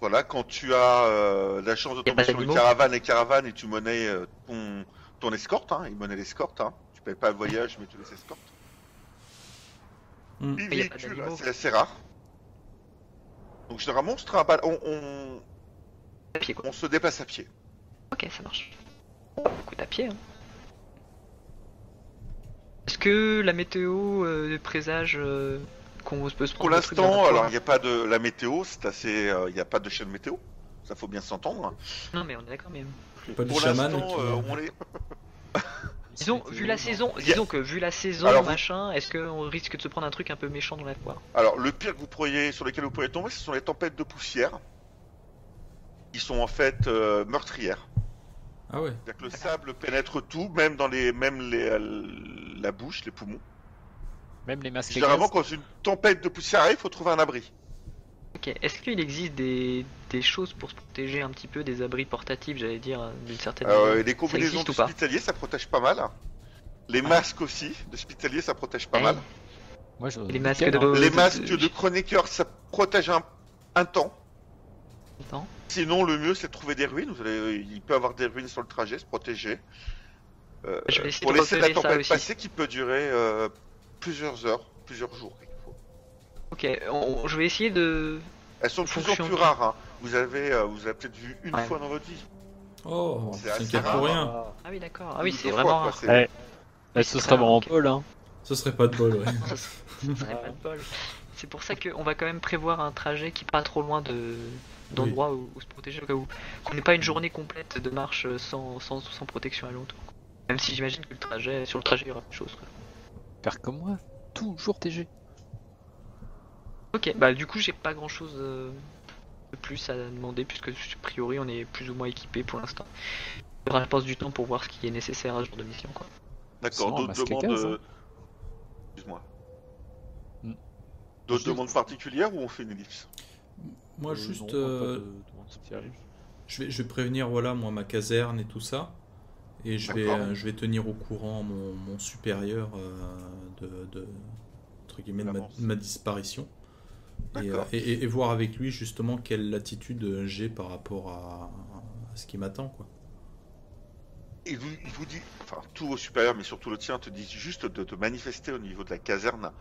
Voilà, quand tu as euh, la chance de
Y a pas
tomber sur une
d'animaux
caravane et caravane et tu monnaies euh, ton, ton escorte, hein, il monnaie l'escorte, hein. tu payes pas le voyage mais tu les escortes.
Hmm.
Les
Mais y a pas
véhicules,
d'animaux.
c'est assez rare. Donc généralement on se, trabal- on, on-
À pied, quoi.
on se déplace à pied.
Ok, ça marche.
Beaucoup à pied. hein. Est-ce que la météo euh, présage euh, qu'on peut se prendre
Pour
le truc d'un
l'instant,
endroit
alors il n'y a pas de la météo, c'est assez, euh, il n'y a pas de chaîne météo, ça faut bien s'entendre.
Non, mais on est d'accord, mais.
Pas du
Pour
chaman.
l'instant,
qui-
euh, on est
Disons, vu la saison,
Y a-
disons que vu la saison,
Alors, vous-
machin, est-ce qu'on risque de se prendre un truc un peu méchant dans la poire
Alors, le pire que vous pourriez, sur lequel vous pourriez tomber, ce sont les tempêtes de poussière. Ils sont en fait euh, meurtrières.
Ah ouais.
C'est-à-dire que le sable pénètre tout, même dans les, même les, euh, la bouche, les poumons.
Même les masques à
Généralement,
gaz.
quand une tempête de poussière arrive, faut trouver un abri.
Ok, est-ce qu'il existe des, des choses pour se protéger un petit peu des abris portatifs, j'allais dire, d'une certaine
Euh,
manière
les combinaisons
existe ou pas Ah.
d'hospitaliers, ça protège pas mal. Les masques aussi, d'hospitaliers, ça protège pas
Ouais.
mal.
Moi, je-
Les masques de-
Nickel, hein.
Eh, Euh,
Les masques
euh,
de chroniqueurs, ça protège un, un temps.
Attends.
Sinon, le mieux, c'est de trouver des ruines. Vous allez, euh, il peut y avoir des ruines sur le trajet, se protéger. Euh,
Je vais essayer
pour
de
laisser la
repérer ça
tempête
aussi.
passer qui peut durer euh, plusieurs heures, plusieurs jours. quelquefois.
Ok, on- je vais essayer de.
Elles sont de plus en
Fonction
plus
de-
rares. hein. Vous avez, euh, vous avez peut-être vu une
Ouais.
fois dans votre vie.
Oh,
C'est
c'est
assez
qu'il y a pour
rare.
rien.
Ah oui, d'accord. Ah oui,
Une,
c'est
deux fois,
vraiment.
quoi,
rare.
c'est-
Ouais. Eh, ce
C'est
serait
rare,
vraiment
ok.
Paul, hein.
Ce serait pas de bol, ouais.
Ça, ça serait pas de bol. C'est pour ça qu'on va quand même prévoir un trajet qui est pas trop loin de d'endroits où, où se protéger au cas où. Qu'on n'ait pas une journée complète de marche euh, sans, sans, sans protection à longtemps. Même si j'imagine que le trajet, sur le trajet, il y aura des choses. quoi.
Faire comme moi. Toujours TG.
Ok, bah du coup, j'ai pas grand chose de plus à demander puisque a priori on est plus ou moins équipé pour l'instant. Il faudra, je pense, du temps pour voir ce qui est nécessaire à ce genre de mission. Quoi.
D'accord.
Sinon, un
D'autres
masque à
demandes.
gaz, hein.
euh, Excuse-moi.
Mm.
Hmm.
D'autres
Je-
demandes particulières ou on fait une ellipse
Moi,
Euh, non,
juste,
pas
euh,
de- de demande spéciale.
je, vais, je vais prévenir, voilà, moi, ma caserne et tout ça. Et je vais,
D'accord.
euh, je vais tenir au courant mon, mon supérieur euh, de, de, entre guillemets, de ma,
L'avance.
de ma disparition. Et, euh,
D'accord.
et, et- et voir avec lui, justement, quelle attitude euh, j'ai par rapport à, à ce qui m'attend, quoi.
Et vous, il vous dit, enfin, tous vos supérieurs, mais surtout le tien, te disent juste de te manifester au niveau de la caserne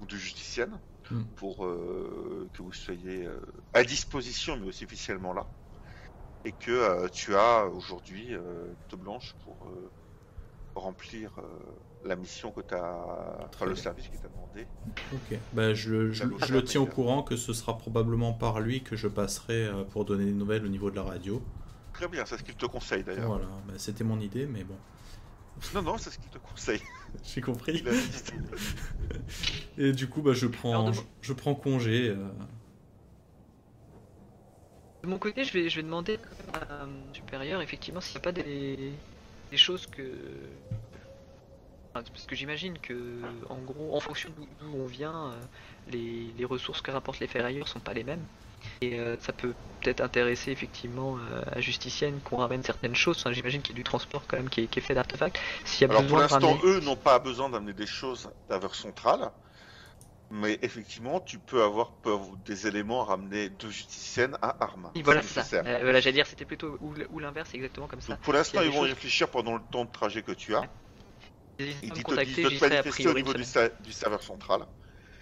ou de justicienne
Hmm.
pour euh, que vous soyez euh, à disposition, mais aussi officiellement là. Et que euh, tu as aujourd'hui euh, te blanche pour euh, remplir euh, la mission que tu as,
Très
enfin, le
bien.
service qui t'a demandé.
Ok. Bah, je, le- je,
Ça nous
je
permet
le tiens au
de-
courant que ce sera probablement par lui que je passerai euh, pour donner des nouvelles au niveau de la radio.
Très bien, c'est ce qu'il te conseille d'ailleurs.
Voilà, bah, c'était mon idée, mais bon,
Non, non, c'est ce qu'il te conseille.
j'ai compris.
Il insiste.
Et du coup, bah, je
Alors,
prends,
de-
je, je prends congé. euh,
De mon côté, je vais, je vais demander quand même à mon supérieur, effectivement, s'il n'y a pas des, des choses que. Enfin, Parce que j'imagine que, en gros, en fonction d'où d'où on vient, euh, les, les ressources que rapportent les ferrailleurs sont pas les mêmes. Et euh, ça peut peut-être intéresser effectivement euh, à Justicienne qu'on ramène certaines choses. Enfin, j'imagine qu'il y a du transport quand même qui est, qui est fait d'artefacts. S'il y a
Alors pour
besoin de
l'instant,
ramener.
eux n'ont pas besoin d'amener des choses vers centrale, mais effectivement, tu peux avoir peut avoir des éléments à ramener de justicienne à armes.
Oui, voilà,
si
c'est ça.
nécessaire.
Euh, voilà, j'allais dire, c'était plutôt ou l- ou l'inverse, exactement comme ça.
Donc pour
Il
l'instant,
y a
ils
des
vont y
choses-
réfléchir pendant le temps de trajet que tu as.
N'hésitez
Ils
pas à me
te disent
contacter,
de
j'y
te
serai a
manifester au
priori.
niveau
une
du,
semaine.
sa- du serveur central.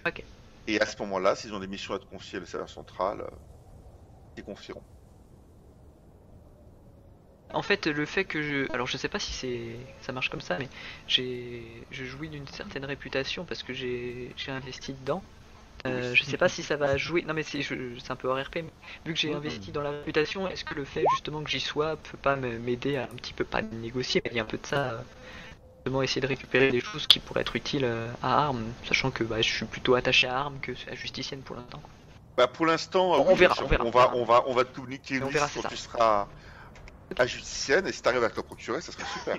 Ok.
Et à ce moment-là, s'ils ont des missions à te confier, le serveur central, euh, ils confieront.
En fait, le fait que je. Alors, je sais pas si c'est ça marche comme ça, mais j'ai. Je jouis d'une certaine réputation parce que j'ai j'ai investi dedans. Euh, je sais pas si ça va jouer. Non, mais c'est je- c'est un peu RP, mais vu que j'ai investi dans la réputation, est-ce que le fait justement que j'y sois peut pas me- m'aider à un petit peu, pas négocier, mais il y a un peu de ça. euh, Justement, essayer de récupérer des choses qui pourraient être utiles euh, à Armes, sachant que bah, je suis plutôt attaché à Armes que à Justicienne pour l'instant. quoi.
Bah, pour l'instant,
On verra, on verra.
on va, on va, on va te communiquer
Et on
une
verra,
liste
c'est
quand
ça.
tu seras à judicienne et si t'arrives à te le procurer, ça serait super.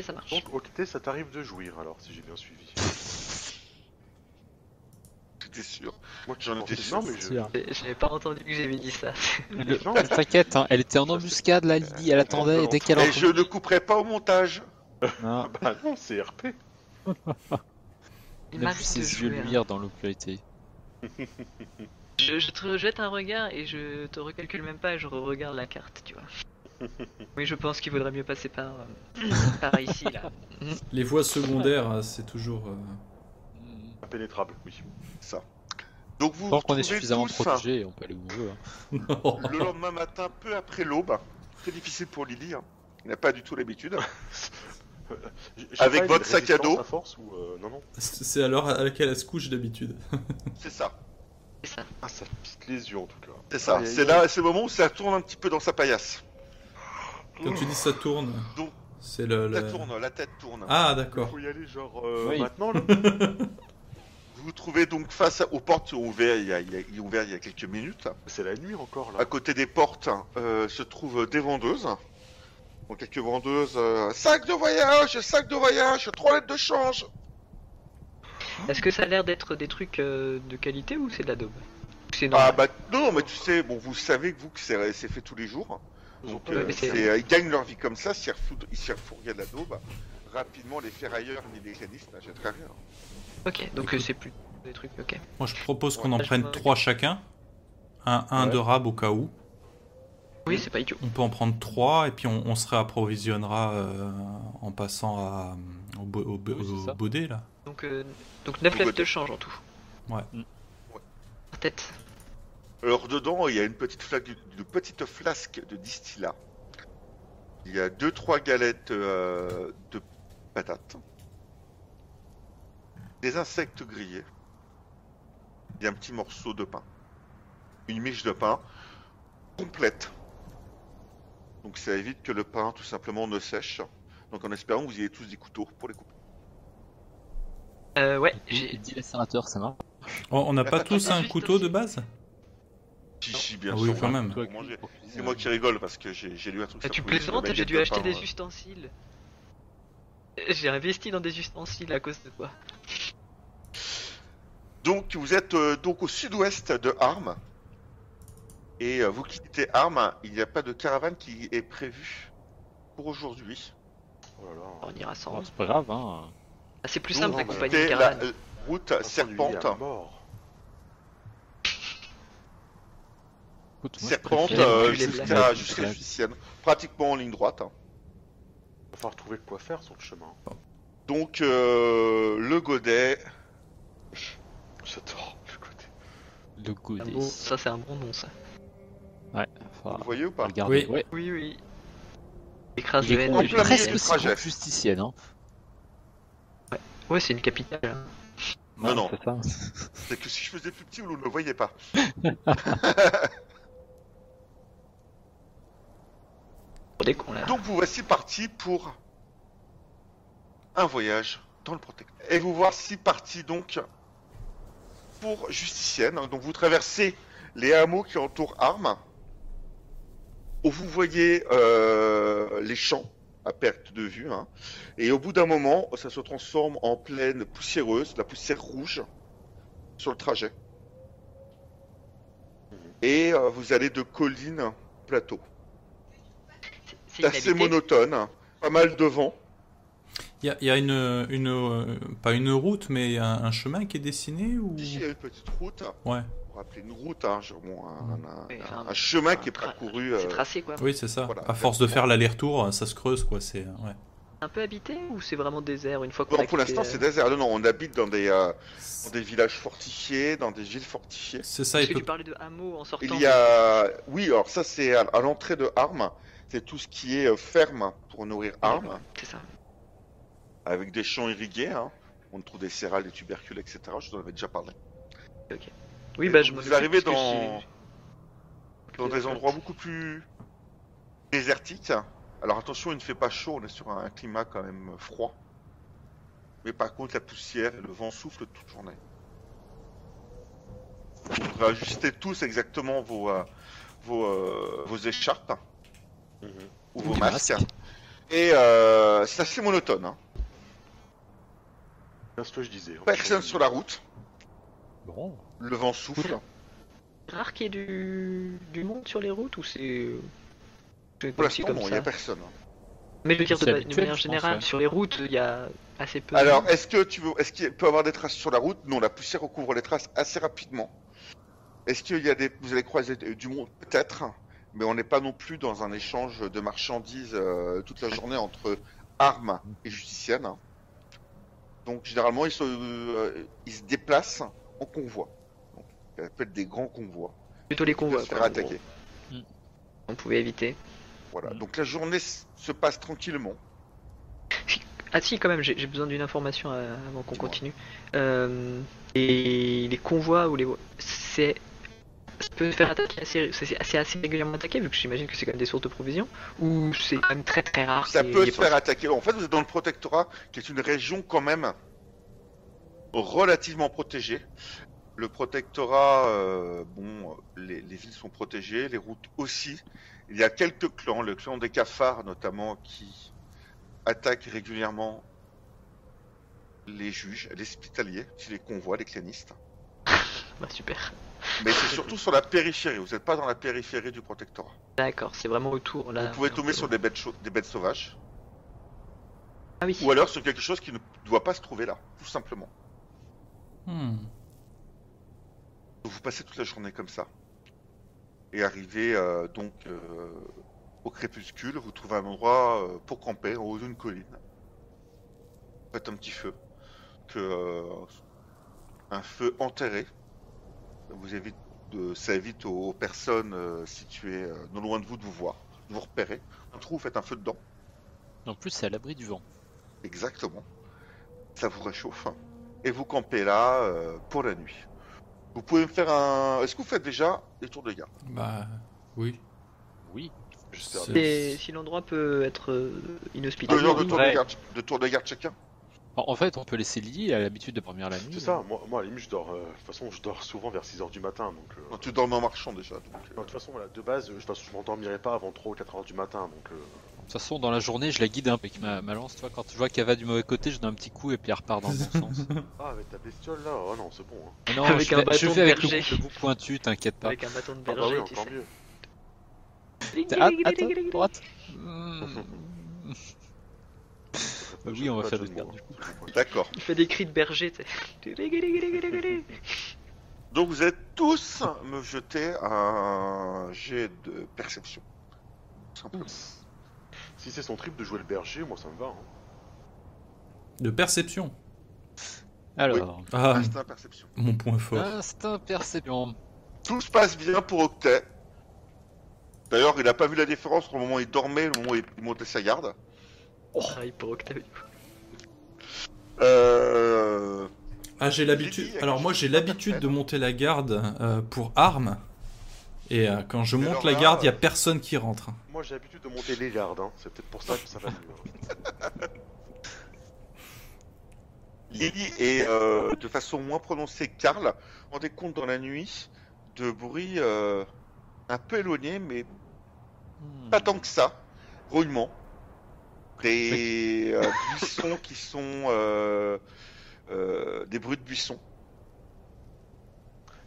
Et ça marche.
Donc, Octet, ça t'arrive de jouir alors, si j'ai bien suivi.
J'étais sûr. Moi, j'en
Non,
étais sûr.
mais je.
Tiens.
J'ai- J'avais pas entendu que j'avais dit ça.
Le-
Non, mais-
T'inquiète, hein, elle était en embuscade là, Lily, elle attendait et dès qu'elle
Et je ne couperai pas au montage.
Non,
Bah non, c'est RP.
Il
même
m'arrive
vu
de
ses yeux
jouer, hein.
luire dans l'obscurité.
Je, je te jette un regard et je te recalcule même pas, je regarde la carte, tu vois. Oui, je pense qu'il vaudrait mieux passer par, euh, par ici, là.
Les voies secondaires, euh, c'est toujours. euh,
Impénétrable, oui.
Ça. Donc vous
Tant qu'on est
retrouvez
suffisamment
tous,
protégé, on peut aller où on veut. hein.
euh,
hein, le lendemain matin, peu après l'aube. Très difficile pour Lily. hein. Il n'a pas du tout l'habitude.
J- j'ai
Avec
pas une
votre sac à
résistance
dos.
force ou euh, non non.
C'est c'est à l'heure à laquelle elle se couche d'habitude.
C'est ça.
Ah ça pique les yeux en tout cas.
C'est ça.
Aïe, aïe,
C'est
aïe.
là, c'est le moment où ça tourne un petit peu dans sa paillasse.
Quand tu dis ça tourne,
Donc,
c'est le.
Ça
le-
tourne, la tête tourne.
Ah, d'accord.
Faut y aller genre euh,
Oui.
maintenant là.
Vous vous trouvez donc face aux portes ouvertes il y a, il y a- il y a ouvert il y a quelques minutes.
C'est la nuit encore
À
là.
côté des portes euh, se trouvent des vendeuses. Donc quelques vendeuses. euh, sac de voyage, sac de voyage, trois lettres de change.
Est-ce que ça a l'air d'être des trucs euh, de qualité ou c'est de la daube C'est
Ah
normal.
bah non, non, mais tu sais, bon, vous savez que vous que c'est c'est fait tous les jours. Donc
Ils ont
euh,
mais
c'est-
c'est-
hein.
euh, ils gagnent leur vie comme ça, s'ils refoutent- ils s'y refourguent à la daube. Rapidement, les ferrailleurs ni les canistes n'achèteraient rien.
Ok, donc euh, c'est plus des trucs, ok.
Moi, je propose qu'on en
Ouais, je
prenne
vois.
trois chacun. Un, un
Ouais.
de rab au cas où.
Oui, c'est pas idiot.
On peut en prendre trois et puis on, on se réapprovisionnera euh, en passant à, euh, au, bo- au bo-
Oui, c'est
au
ça.
baudet, là.
Donc, euh, donc 9
Vous
lettres
votez.
de change en tout.
Ouais.
Mm.
Ouais.
Par tête.
Alors dedans, il y a une petite flasque, une petite flasque de distillat. Il y a deux trois galettes euh, de patates. Des insectes grillés. Il y a un petit morceau de pain. Une miche de pain complète. Donc ça évite que le pain tout simplement ne sèche. Donc en espérant que vous ayez tous des couteaux pour les couper.
Euh, ouais,
Et
j'ai.
dit lacérateur, ça marche.
On on n'a pas tous un
Juste
couteau
aussi.
de base
Si, si, bien
Ah oui,
sûr.
quand
ouais.
même.
Pour manger. C'est
euh,
moi qui rigole parce que j'ai j'ai lu un truc.
Ah,
sur
tu
Police,
plaisantes,
la
j'ai dû
baguette de
acheter
pain,
des
euh.
ustensiles. J'ai investi dans des ustensiles à cause de toi.
Donc vous êtes euh, donc au sud-ouest de Armes. Et euh, vous quittez Armes, il n'y a pas de caravane qui est prévue pour aujourd'hui.
Oh là là.
On ira sans.
c'est pas grave, hein.
Ah, c'est plus
Non,
simple
non, mais
d'accompagner une
C'est la
caravane.
euh, route serpente.
Incendié à mort.
Écoute, moi, je
Serpente
préfère-
euh,
plus les
jusqu'à
blagues.
jusqu'à Justicienne. Pratiquement en ligne droite. hein.
Va falloir trouver de quoi faire sur le chemin.
Donc euh, le godet.
J'adore le côté.
Le
Un
godet.
Ah bon- Ça, c'est un bon nom, ça.
Enfin,
Vous voyez ou pas
regardez.
Oui.
Ouais.
Oui, oui. Écrase
Il
de
est
haine.
con,
en
il est
plein milieu
presque
du
aussi
trajet.
con que justicienne. Hein.
Ouais, c'est une capitale. hein.
Non, non.
c'est ça.
C'est que si je faisais plus petit, vous ne le voyez pas.
Pour des cons, là.
Donc vous voici parti pour un voyage dans le protecteur. Et vous voici parti donc pour Justicienne. Donc vous traversez les hameaux qui entourent Armes, où vous voyez euh, les champs à perte de vue. hein. Et au bout d'un moment, ça se transforme en plaine poussiéreuse, la poussière rouge, sur le trajet. Et euh, vous allez de colline en plateau.
C'est
C'est assez
inhabité.
monotone, hein. pas mal de vent.
Il y a, il y a une, une, euh, Pas une route, mais un, un chemin qui est dessiné ou...
Ici, il y a une petite route,
Ouais,
on va appeler une route, hein, genre, bon, un, un-
Oui,
un-
un-
un chemin
un
qui est
tra-
parcouru.
C'est
euh,
tracé, quoi.
oui, c'est ça.
Voilà.
À force de faire l'aller-retour, hein, ça se creuse, quoi. C'est. euh, Ouais.
Un peu habité ou c'est vraiment désert une fois qu'on
non,
a
pour
quitté,
l'instant,
euh,
c'est désert. Non, non, on habite dans des, euh, dans des villages fortifiés, dans des villes fortifiées.
C'est ça,
Parce
il
que
peut
tu parlais de hameau en sortant.
Il y a. Oui, alors ça, c'est à, à l'entrée de Armes. C'est tout ce qui est euh, ferme pour nourrir Armes,
C'est ça.
avec des champs irrigués. hein. On trouve des céréales, des tubercules, etc. Je vous en avais déjà parlé.
Oui,
Et
bah
donc,
je me
Vous arrivez
parce que
dans,
j'ai-
dans des endroits beaucoup plus désertiques. Alors attention, il ne fait pas chaud, on est sur un climat quand même froid. Mais par contre, la poussière et le vent soufflent toute journée. faudra ajuster tous exactement vos, euh, vos, euh, vos écharpes
Mhm.
ou vos
Des
masques.
masques.
Et euh, c'est assez monotone. hein.
C'est ce que je disais. hein.
Personne sur la route,
Bon.
le vent souffle.
C'est rare qu'il y ait du... du monde sur les routes ou c'est. c'est
Pour
aussi
l'instant,
comme
bon, il
ça
n'y a personne.
Mais je veux dire, de,
C'est
ma- de
habituel,
manière
je pense,
générale,
ouais.
sur les routes, il y a assez peu. de
Alors,
monde.
est-ce que tu veux, est-ce qu'il peut y avoir des traces sur la route Non, la poussière recouvre les traces assez rapidement. Est-ce qu'il y a des, vous allez croiser euh, du monde Peut-être, mais on n'est pas non plus dans un échange de marchandises euh, toute la journée entre armes et justiciennes. Donc, généralement, ils se, euh, ils se déplacent en convoi. Donc, ça peut être des grands convois.
plutôt les
On va
convois.
se
quoi,
faire
en gros.
attaquer.
On pouvait éviter.
Voilà.
Mm.
Donc la journée s- se passe tranquillement.
Ah si, quand même, j'ai j'ai besoin d'une information euh, avant qu'on
Dis-moi.
continue. Euh, et les convois ou les... C'est... Ça peut se faire attaquer assez... C'est c'est assez régulièrement attaqué, vu que j'imagine que c'est quand même des sources de provisions, ou c'est quand même très très rare
Ça
qu'il y
peut
ait
se
pas-
faire attaquer. En fait, vous êtes dans le protectorat, qui est une région quand même relativement protégée. Le protectorat, euh, bon, les, les villes sont protégées, les routes aussi. Il y a quelques clans, le clan des cafards notamment, qui attaquent régulièrement les juges, les hospitaliers, qui les convoient, les clanistes.
Bah, super.
Mais c'est surtout sur la périphérie, vous n'êtes pas dans la périphérie du protectorat.
D'accord, c'est vraiment autour là.
Vous pouvez
un
tomber
peu.
sur des bêtes, chau- des bêtes sauvages,
Ah oui,
ou alors sur quelque chose qui ne doit pas se trouver là, tout simplement.
Hmm.
Vous passez toute la journée comme ça. Et arrivez euh, donc euh, au crépuscule, vous trouvez un endroit euh, pour camper en haut d'une colline. Faites un petit feu. Que, euh, un feu enterré. Ça Vous évite de, ça évite aux personnes euh, situées euh, non loin de vous de vous voir, de vous repérer. Un trou, faites un feu dedans.
En plus, c'est à l'abri du vent.
Exactement. Ça vous réchauffe. Et vous campez là euh, pour la nuit. Vous pouvez me faire un. Est-ce que vous faites déjà des tours de garde
Bah oui.
Oui.
J'espère
C'est-
c'est- si l'endroit peut être euh,
Deux
inhospitalier...
heures de
oui.
tour
Ouais.
de garde, de tour de garde chacun.
En- En fait, on peut laisser Lily, elle a l'habitude de dormir la nuit.
C'est ça, moi, moi à la limite je dors. euh, De toute façon je dors souvent vers 6h du matin donc. euh,
Non, tu dormais en marchant déjà. donc, euh,
non, de toute façon voilà, de base euh, de toute façon, je m'endormirai pas avant 3 ou 4h du matin donc. euh,
De toute façon, dans la journée, je la guide un peu avec ma, ma lance. Tu vois, quand je vois qu'elle va du mauvais côté, je donne un petit coup et puis elle repart dans le bon sens.
Ah avec ta bestiole là, oh non c'est bon. Hein.
Mais non,
Avec
je,
un
fais- je
bâton
fais
de
avec le,
berger.
le bout pointu, t'inquiète pas.
Avec un bâton de
Ah bah oui
berger, tu
encore
sais.
mieux.
Ah, attends, droite. Hmm. Bah oui, on va
Pas
faire
de
des
jeu de mots,
gardes.
hein.
D'accord.
Il fait des cris de berger, tu sais.
Donc vous êtes tous me jeter un jet de perception. Simple.
Si c'est son trip de jouer le berger, moi ça me va. hein.
De perception.
Alors,
Ah,
Instinct perception.
mon point fort.
Ah. instinct perception.
Tout se passe bien pour Octet. D'ailleurs, il n'a pas vu la différence entre le moment où il dormait et le moment où il montait sa garde.
Pareil pour Octavio.
Euh...
Ah, j'ai l'habitude.
Lily, elle
Alors, moi, j'ai l'habitude de monter la garde euh, pour armes. Et euh, quand je
Mais
monte
alors
la
là,
garde, il n'y a
euh,
personne qui rentre.
Moi j'ai l'habitude de monter les gardes, hein. c'est peut-être pour ça que ça va mieux. hein.
Lily et euh, de façon moins prononcée Karl rendez compte dans la nuit de bruits euh, un peu éloignés mais
Hmm.
pas tant que ça, rouillement, des euh, buissons qui sont euh, euh, des bruits de buissons.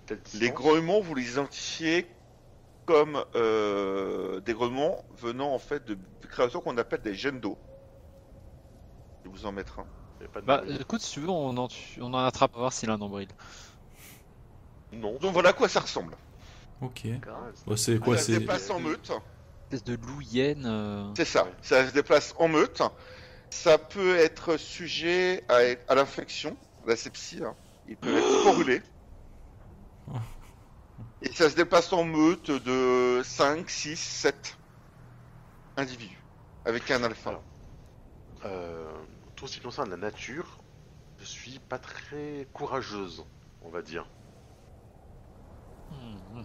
Quelle
Les
distance.
grognements vous les identifiez comme euh, des grognements venant en fait de créatures qu'on appelle des jeunes d'eau. Je vais vous en mettre un.
Y a pas de
Bah
bruit.
écoute, si tu veux, on en, tu- on en attrape à voir s'il a un nombril.
non.
Donc voilà à quoi ça ressemble.
Ok.
Ah,
Bah, c'est quoi
ça se
C'est
déplace en meute.
Espèce de loup hyène. euh.
C'est ça,
Ouais.
ça se déplace en meute. Ça peut être sujet à, à l'infection, à la sepsie. hein. Il peut être brûlé. Oh. Et ça se déplace en meute de 5, 6, 7 individus. Avec un alpha.
Alors. Euh, tout ce qui concerne la nature, je suis pas très courageuse, on va dire.
Hmm, hmm.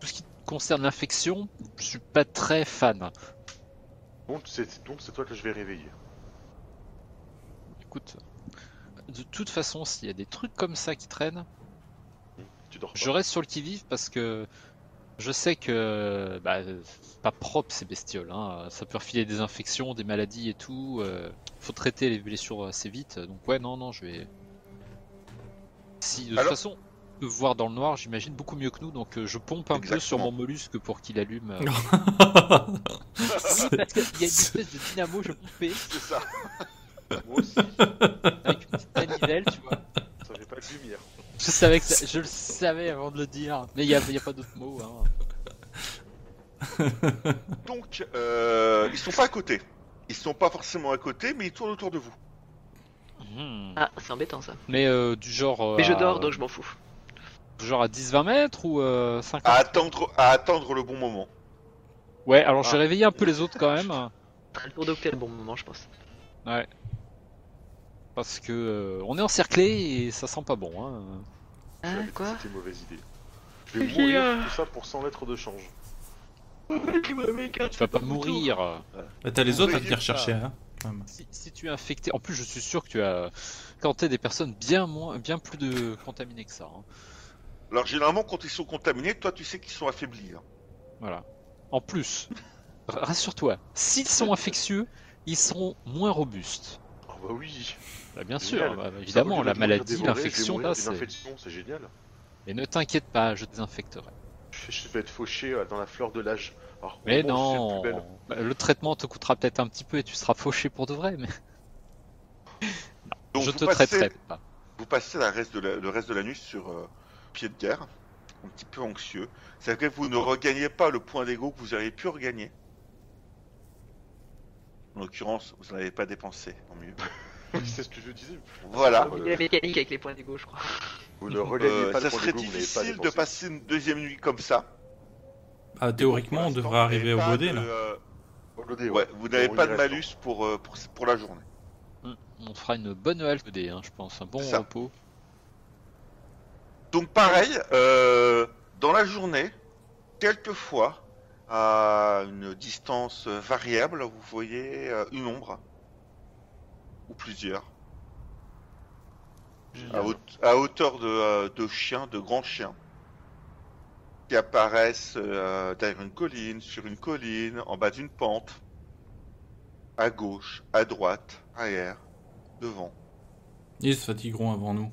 Tout ce qui concerne l'infection, je suis pas très fan.
Donc c'est donc c'est toi que je vais réveiller.
Écoute, de toute façon, s'il y a des trucs comme ça qui traînent,
Tu tu dors pas.
Je reste sur le qui-vive parce que je sais que bah, c'est pas propre ces bestioles. hein. Ça peut refiler des infections, des maladies et tout. euh, faut traiter les blessures assez vite. Donc ouais, non, non, je vais. Si de
Alors-
toute façon, on peut voir dans le noir, j'imagine beaucoup mieux que nous. Donc euh, je pompe un peu sur
Exactement.
mon mollusque pour qu'il allume. euh,
C'est-
parce qu'il y a une
c'est-
espèce de dynamo, je pompais
C'est ça. Moi aussi,
avec une petite manivelle, tu vois.
Ça fait pas de lumière.
Je savais que ça- je le savais avant de le dire. Mais il y a, y a pas d'autre mot. Hein.
Donc, euh, ils sont pas à côté. Ils sont pas forcément à côté, mais ils tournent autour de vous.
Hmm.
Ah, c'est embêtant ça.
Mais euh, du genre. euh,
Mais je
à-
dors donc je m'en fous.
du genre à 10-20 mètres ou euh, 50
À attendre, à attendre le bon moment.
Ouais, alors je vais
Ah.
réveiller un peu les autres quand même.
T'as le tour d'octet le bon moment, je pense.
Ouais. Parce que euh, on est encerclé et ça sent pas bon. Hein.
Hein,
J'avais
quoi
dit que C'était mauvaise idée. Je vais
Si, si, euh.
mourir tout ça pour 100 lettres de change.
Tu vas pas mourir.
Bah, T'as les
On
autres à
peut
venir
dire ça.
chercher. Hein. quand même.
Si, si tu es infecté, en plus je suis sûr que tu as canté des personnes bien moins, bien plus de contaminées que ça. hein.
Alors, généralement, quand ils sont contaminés, toi, tu sais qu'ils sont affaiblis. hein.
Voilà. En plus, r- rassure-toi, s'ils sont infectieux, ils seront moins robustes.
Ah bah oui.
Bah, bien
Génial.
sûr, bah,
Ça,
évidemment,
au lieu
la
de mourir
maladie,
dévoré, je vais
l'infection,
mourir
là,
d'une
c'est.
infection, c'est génial.
Mais ne t'inquiète pas, je désinfecterai.
Je je vais être fauché euh, dans la fleur de l'âge. Alors,
Mais
au moins,
non,
je suis le plus belle.
Bah, le traitement te coûtera peut-être un petit peu et tu seras fauché pour de vrai, mais
Donc,
je
vous
te
passez-
traiterai pas.
Vous passez la reste de la- le reste de la nuit sur euh, pied de guerre, un petit peu anxieux. C'est que vous ne regagnez pas le point d'ego que vous auriez pu regagner. En l'occurrence, vous n'avez pas dépensé, tant mieux.
c'est ce que je disais.
Voilà.
Il
Voilà.
y a la mécanique avec les points d'ego, je crois.
Vous ne regagnez
Euh,
pas
ça
le point
serait
d'ego, vous n'avez pas
difficile de
dépensé.
passer une deuxième nuit comme ça.
Ah, théoriquement, on
Pour l'instant,
devrait arriver
vous
au
n'avez
baudet
pas de,
là.
euh,
Au lodé,
Ouais, vous n'avez
On y
pas de
reste, hein.
malus pour, euh, pour, pour la journée.
Hum, On fera une bonne halte D, hein, je pense, un bon
Ça.
repos.
Donc pareil, euh, dans la journée, quelquefois, à une distance variable, vous voyez euh, une ombre. Ou plusieurs. À, haute- à hauteur de, euh, de chiens, de grands chiens. Qui apparaissent euh, derrière une colline, sur une colline, en bas d'une pente. À gauche, à droite, arrière, devant.
Ils se fatigueront avant nous.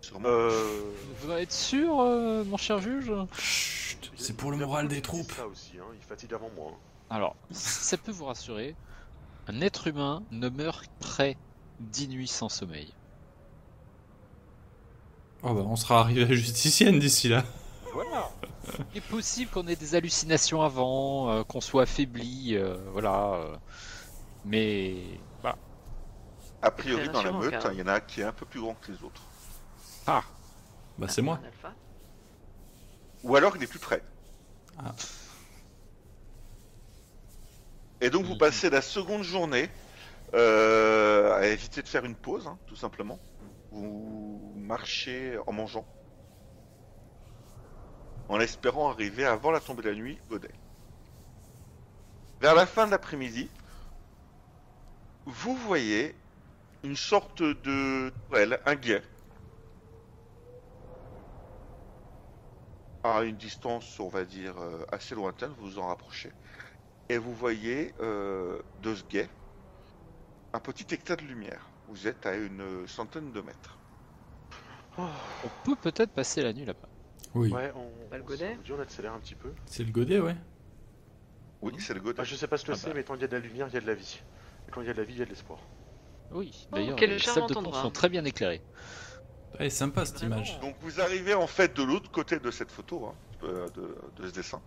Sûrement.
Euh,
Vous en êtes sûr, euh, mon cher juge
Chut,
il y a-
c'est pour le
il y a
moral
beaucoup
des
qui disent
troupes.
Ça aussi, hein, il fatigue avant moi. hein.
Alors, si ça peut vous rassurer, un être humain ne meurt près 10 nuits sans sommeil.
Oh bah, on sera arrivé à la justicienne d'ici là.
Voilà Il est possible qu'on ait des hallucinations avant, euh, qu'on soit affaibli, euh, voilà. euh, mais. Bah.
A priori,
C'est
dans la
rassurant,
meute, hein,
car-
il y en a un qui est un peu plus grand que les autres.
Ah
Bah, c'est moi.
Un alpha.
Ou alors il est plus près.
Ah.
Et donc vous passez la seconde journée euh, à éviter de faire une pause, hein, tout simplement. Vous marchez en mangeant. En espérant arriver avant la tombée de la nuit, Baudet. Vers la fin de l'après-midi, vous voyez une sorte de tourelle, un guet, à une distance, on va dire, euh, assez lointaine, vous vous en rapprochez. Et vous voyez euh, de ce guet un petit éclat de lumière. Vous êtes à une centaine de mètres. Ah,
On peut peut-être passer la nuit là-bas.
Oui.
Ouais, on,
Pas le
on-
godet
on dit on accélère un petit peu.
C'est le godet, ouais.
Oui, c'est le godet.
Bah, je sais pas ce que
Ah
c'est,
bah.
mais tant qu'il y a de la lumière, il y a de la vie. Et quand il y a de la vie, il y a de l'espoir.
Oui,
Oh,
d'ailleurs,
quel
les
charmant
salles de pont
endroit.
sont très bien éclairées.
Elle Ah, est sympa cette
Vraiment.
image.
Donc vous arrivez en fait de l'autre côté de cette photo, hein, euh, de, de ce dessin.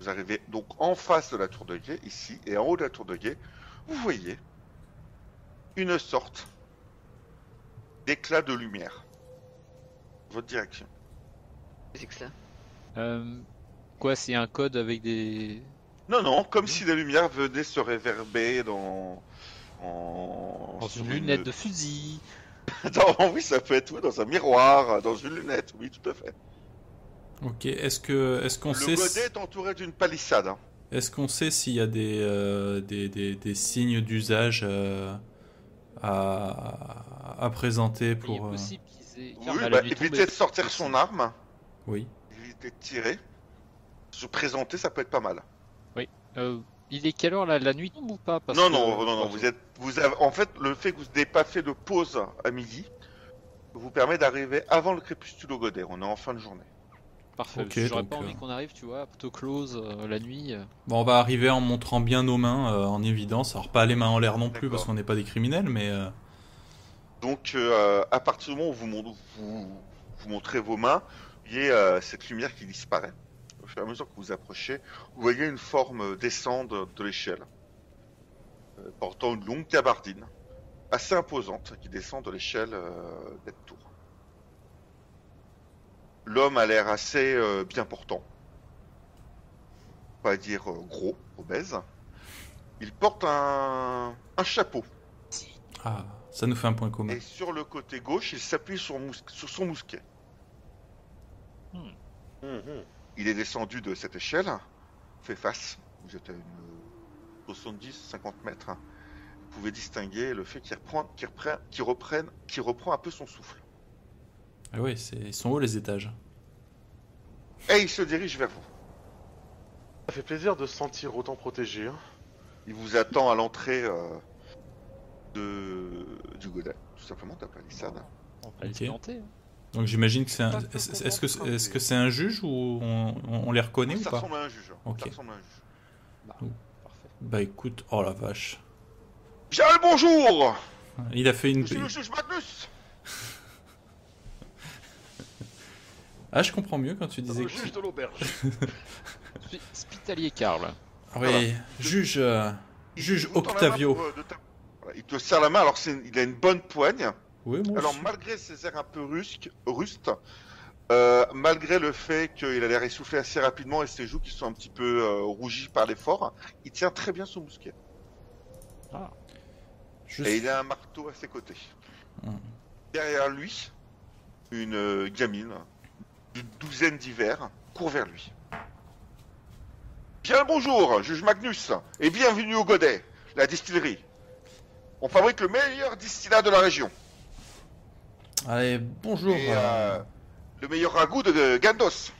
Vous arrivez donc en face de la tour de guet, ici, et en haut de la tour de guet, vous voyez une sorte d'éclat de lumière. Votre direction.
C'est que ça.
Euh, quoi, c'est un code avec des.
Non, non, comme si la lumière venait se réverber dans. En...
Dans
sur
une lunette de fusil
Dans- Oui, ça peut être oui, dans un miroir, dans une lunette, oui, tout à fait.
Ok, est-ce que est-ce qu'on
Le
sait
godet est entouré d'une palissade. hein.
est-ce qu'on sait s'il y a des euh, des, des, des signes d'usage euh, à, à présenter
Il est
pour euh,
possible qu'ils utiliser.
Oui,
Karl va la
bah,
lui
éviter
tomber.
de sortir son arme,
Oui.
éviter de tirer. Se présenter, ça peut être pas mal.
Euh, il est quelle heure là La nuit tombe ou pas Parce
non,
que-
non, non, non, vous êtes, vous avez, en fait, le fait que vous n'ayez pas fait de pause à midi vous permet d'arriver avant le crépuscule au Godet. On est en fin de journée.
Parfait.
Ok,
J'aurais
donc,
pas envie
euh,
qu'on arrive, tu vois, plutôt close euh, la nuit. euh.
Bon, on va arriver en montrant bien nos mains euh, en évidence. Alors, pas les mains en l'air non plus
D'accord.
parce qu'on n'est pas des criminels, mais. euh,
Donc, euh, à partir du moment où vous, mon- vous, vous montrez vos mains, il y a euh, cette lumière qui disparaît. Au fur et à mesure que vous approchez, vous voyez une forme descendre de l'échelle, euh, portant une longue gabardine, assez imposante, qui descend de l'échelle euh, des tours. L'homme a l'air assez euh, bien portant, on va dire euh, gros, obèse. Il porte un- un chapeau.
Ah, ça nous fait un point commun.
Et sur le côté gauche, il s'appuie sur, mous- sur son mousquet. Hum, Il est descendu de cette échelle, fait face. Vous êtes à une 70-50 mètres. hein. Vous pouvez distinguer le fait qu'il reprend, qu'il reprend, qu'il reprenne, qu'il reprend un peu son souffle.
Ah oui, c'est- ils sont hauts les étages.
Et il se dirige vers vous.
Ça fait plaisir de se sentir autant protégé. hein.
Il vous attend à l'entrée euh, de... du Godet, tout simplement, de la palissade.
On va
Ok.
les planter. hein.
Donc j'imagine que c'est un...
Pas que
Est-ce
pour
est-ce que
comprendre,
est-ce
mais-
que c'est un juge ou on, on- on les reconnaît ou
ça
pas
ressemble à un juge.
Ok.
Ça ressemble à un juge.
Parfait.
Bah écoute, oh la vache.
Bien le bonjour
Il a fait une...
Je suis le juge Magnus
Ah, je comprends mieux quand tu disais...
Le
que-
juge Euh, de l'auberge.
Spi- Spitalier Karl.
Ah Oui, juge... euh, Juge
Il vous tend la main
Octavio.
pour, euh, de ta- Voilà, Il te serre la main, alors c'est- il a une bonne poigne.
Oui, moi
Alors
aussi.
malgré ses airs un peu rusques, rustes, euh, malgré le fait qu'il a l'air essoufflé assez rapidement et ses joues qui sont un petit peu euh, rougies par l'effort, il tient très bien son mousquet.
Je
Et
suis-
il a un marteau à ses côtés.
Hmm.
Derrière lui, une euh, gamine d'une douzaine d'hivers court vers lui. Bien le bonjour, juge Magnus, et bienvenue au Godet, la distillerie. On fabrique le meilleur distillat de la région.
Allez, bonjour.
Et,
euh,
euh, le meilleur ragoût de, de Gandos.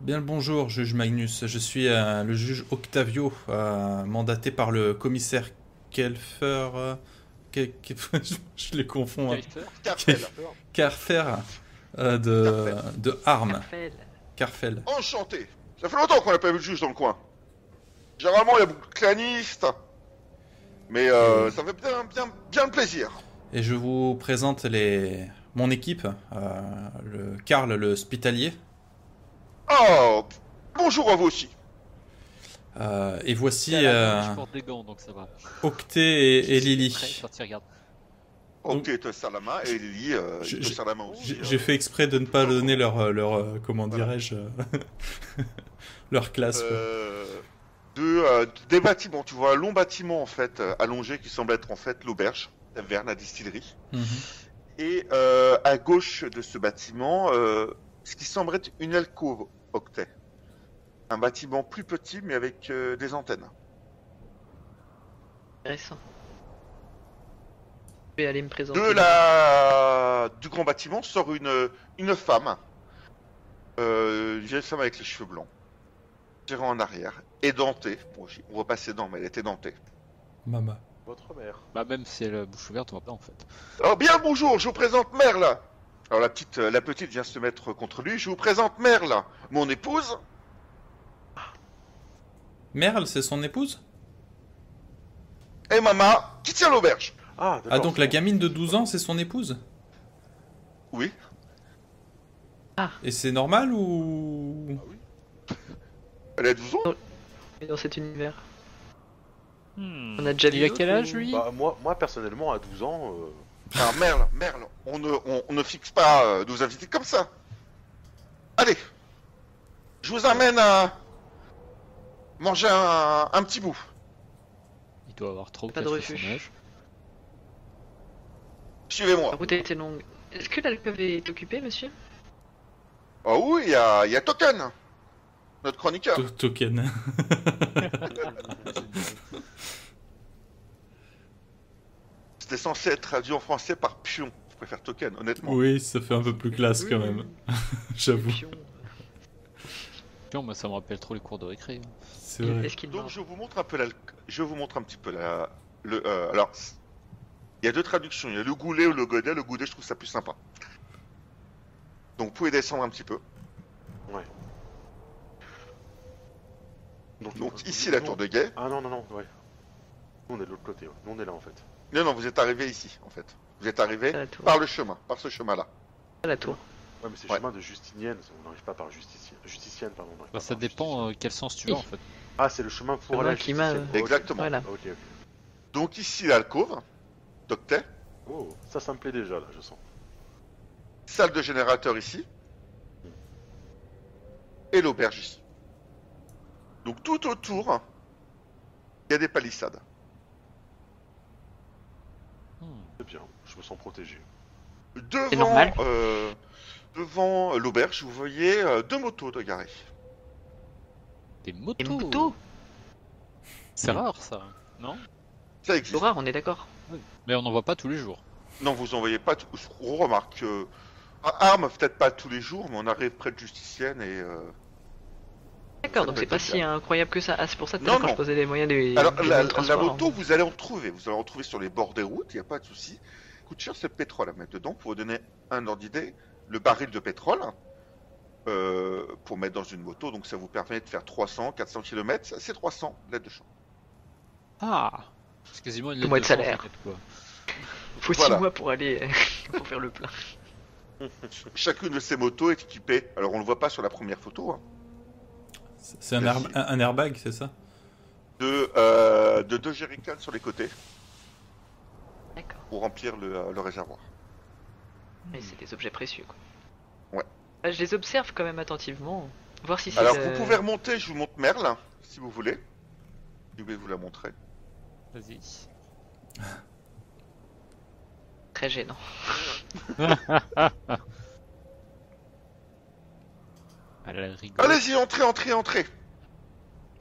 Bien le bonjour, juge Magnus. Je suis euh, le juge Octavio, euh, mandaté par le commissaire Kelfer. euh, Ke- Ke- je- je les confonds. hein.
Kaifer.
Carfel.
Carfer euh, de, de Armes.
Raphaël.
Carfel.
Enchanté. Ça fait longtemps qu'on n'a pas vu de juge dans le coin. Généralement, il y a beaucoup de clanistes. Mais
Hmm.
euh, ça fait bien, bien, bien le plaisir.
Et je vous présente les... mon équipe, euh, le Karl, le Spitalier.
Oh, bonjour à vous aussi.
Euh, et voici
Karl,
euh,
Je porte des gants donc ça va.
Octet et, et
Prêt,
Lily.
sorti, regarde.
Ok,
Donc-
tu te serres la main et Lily euh,
Je-
il te
je-
serre la main aussi.
J'ai j'ai fait exprès de ne pas donner leur, euh, leur euh, comment
Voilà.
dirais-je, euh, leur classe. quoi.
Euh, de, euh, des bâtiments, tu vois, un long bâtiment en fait, euh, allongé qui semble être en fait l'auberge, la taverne, la distillerie.
Mhm.
Et euh, à gauche de ce bâtiment, euh, ce qui semble être une alcôve octet. Un bâtiment plus petit mais avec euh, des antennes.
Intéressant. Je vais aller me présenter.
De la... Du grand bâtiment sort une, une femme. Euh, une vieille femme avec les cheveux blancs. Tirant en arrière. Édentée. Bon, j'ai- on voit pas ses dents mais elle est édentée.
Maman.
Votre mère.
Bah même si elle a la bouche ouverte, on va pas en fait.
Oh bien bonjour, je vous présente Merle. Alors la petite, euh, la petite vient se mettre contre lui. Je vous présente Merle, mon épouse.
Merle, c'est son épouse
Et Mama, qui tient l'auberge.
Ah,
Ah, donc la gamine de 12 ans, c'est son épouse
Oui.
Et c'est normal ou.
Elle a 12 ans.
Mais Dans cet univers.
Hmm.
Mmh.
On a déjà vu
Il a
d'autres
quel âge
ou-
lui
Bah, moi, moi, personnellement, à 12 ans, euh,
Alors Merle, Merle, on ne, on, on ne fixe pas euh, nos invités comme ça. Allez, je vous amène à manger un, un petit bout.
Il doit avoir trop
Pas de refuge. La
Suivez-moi.
route a été longue. Est-ce que l'alcove est occupée, monsieur
Oh oui, il y a, il y a Token, notre chroniqueur.
To- Token.
C'était censé être traduit en français par pion. préfère Token, honnêtement.
Oui, ça fait un peu plus classe quand même, j'avoue.
Pion.
Tiens, moi, ça me rappelle trop les cours de récré. hein.
C'est vrai.
Est-ce qu'il
Donc
mange
je vous montre un peu la... je vous montre un petit peu la le euh, alors c- il y a deux traductions, il y a le goulet ou le godet, le goudet je trouve ça plus sympa. Donc vous pouvez descendre un petit peu.
Donc,
Donc ici la tour de guet.
Ah non, non, non, ouais. Nous on est de l'autre côté, ouais. nous on est là en fait.
Non non, vous êtes arrivé ici en fait. Vous êtes arrivé
à la tour
par le chemin, par ce chemin là.
À la tour.
Ouais, mais c'est
Ouais.
chemin de Justinienne, on n'arrive pas par Justicienne. Justicienne, pardon. on n'arrive
Bah,
pas
ça
par
dépend euh, quel sens tu veux en fait.
Justicienne. Ah, c'est le chemin pour
Chemin
aller à
qui m'a-
Justicienne.
Exactement.
Voilà.
Ok, ok.
Donc ici l'alcôve, d'octet,
Oh, ça, ça me plaît déjà là, je sens.
salle de générateur ici et l'auberge ici. Donc tout autour il y a des palissades.
Hmm.
C'est bien, je me sens protégé.
Devant,
C'est normal.
euh, devant euh, l'auberge, vous voyez euh, deux motos de garées.
Des
Et
motos.
moto
C'est rare ça, non
Ça existe.
Laura, on est d'accord
Mais on n'en voit pas tous les jours.
Non, vous en voyez pas. tout- On remarque. euh, armes, peut-être pas tous les jours, mais on arrive près de Justicienne et. euh,
D'accord,
Ça
donc
peut
c'est
être
pas
le
si
cas.
incroyable que ça. Ah, c'est pour ça que tout à
Non,
l'heure, quand
non.
je posais les moyens du.
Alors,
du
la,
moyen de
la
transport,
moto, vous allez en trouver. Vous allez en trouver sur les bords des routes, il n'y a pas de souci. Coûte cher, c'est le pétrole à mettre dedans. Pour vous donner un ordre d'idée, le baril de pétrole, euh, pour mettre dans une moto, donc ça vous permet de faire 300, 400 km. C'est 300, l'aide de champ.
Ah C'est quasiment une
Le mois de
lettre
salaire.
cent, en fait, quoi.
hein. Faut 6
voilà.
mois pour aller. pour faire le plein.
Chacune de ces motos est équipée. Alors, on le voit pas sur la première photo. hein.
C'est un, air- un- un airbag, c'est ça
de, euh, de deux jerrycans sur les côtés
D'accord.
pour remplir le, euh, le réservoir.
Mais c'est des objets précieux, quoi.
Ouais.
Bah, je les observe quand même attentivement. Voir si c'est.
Alors
de-
vous pouvez remonter, je vous montre Merle, si vous voulez. Je vais vous la montrer.
Vas-y.
Très gênant.
Elle Ah, rigole.
Allez-y, entrez, entrez, entrez.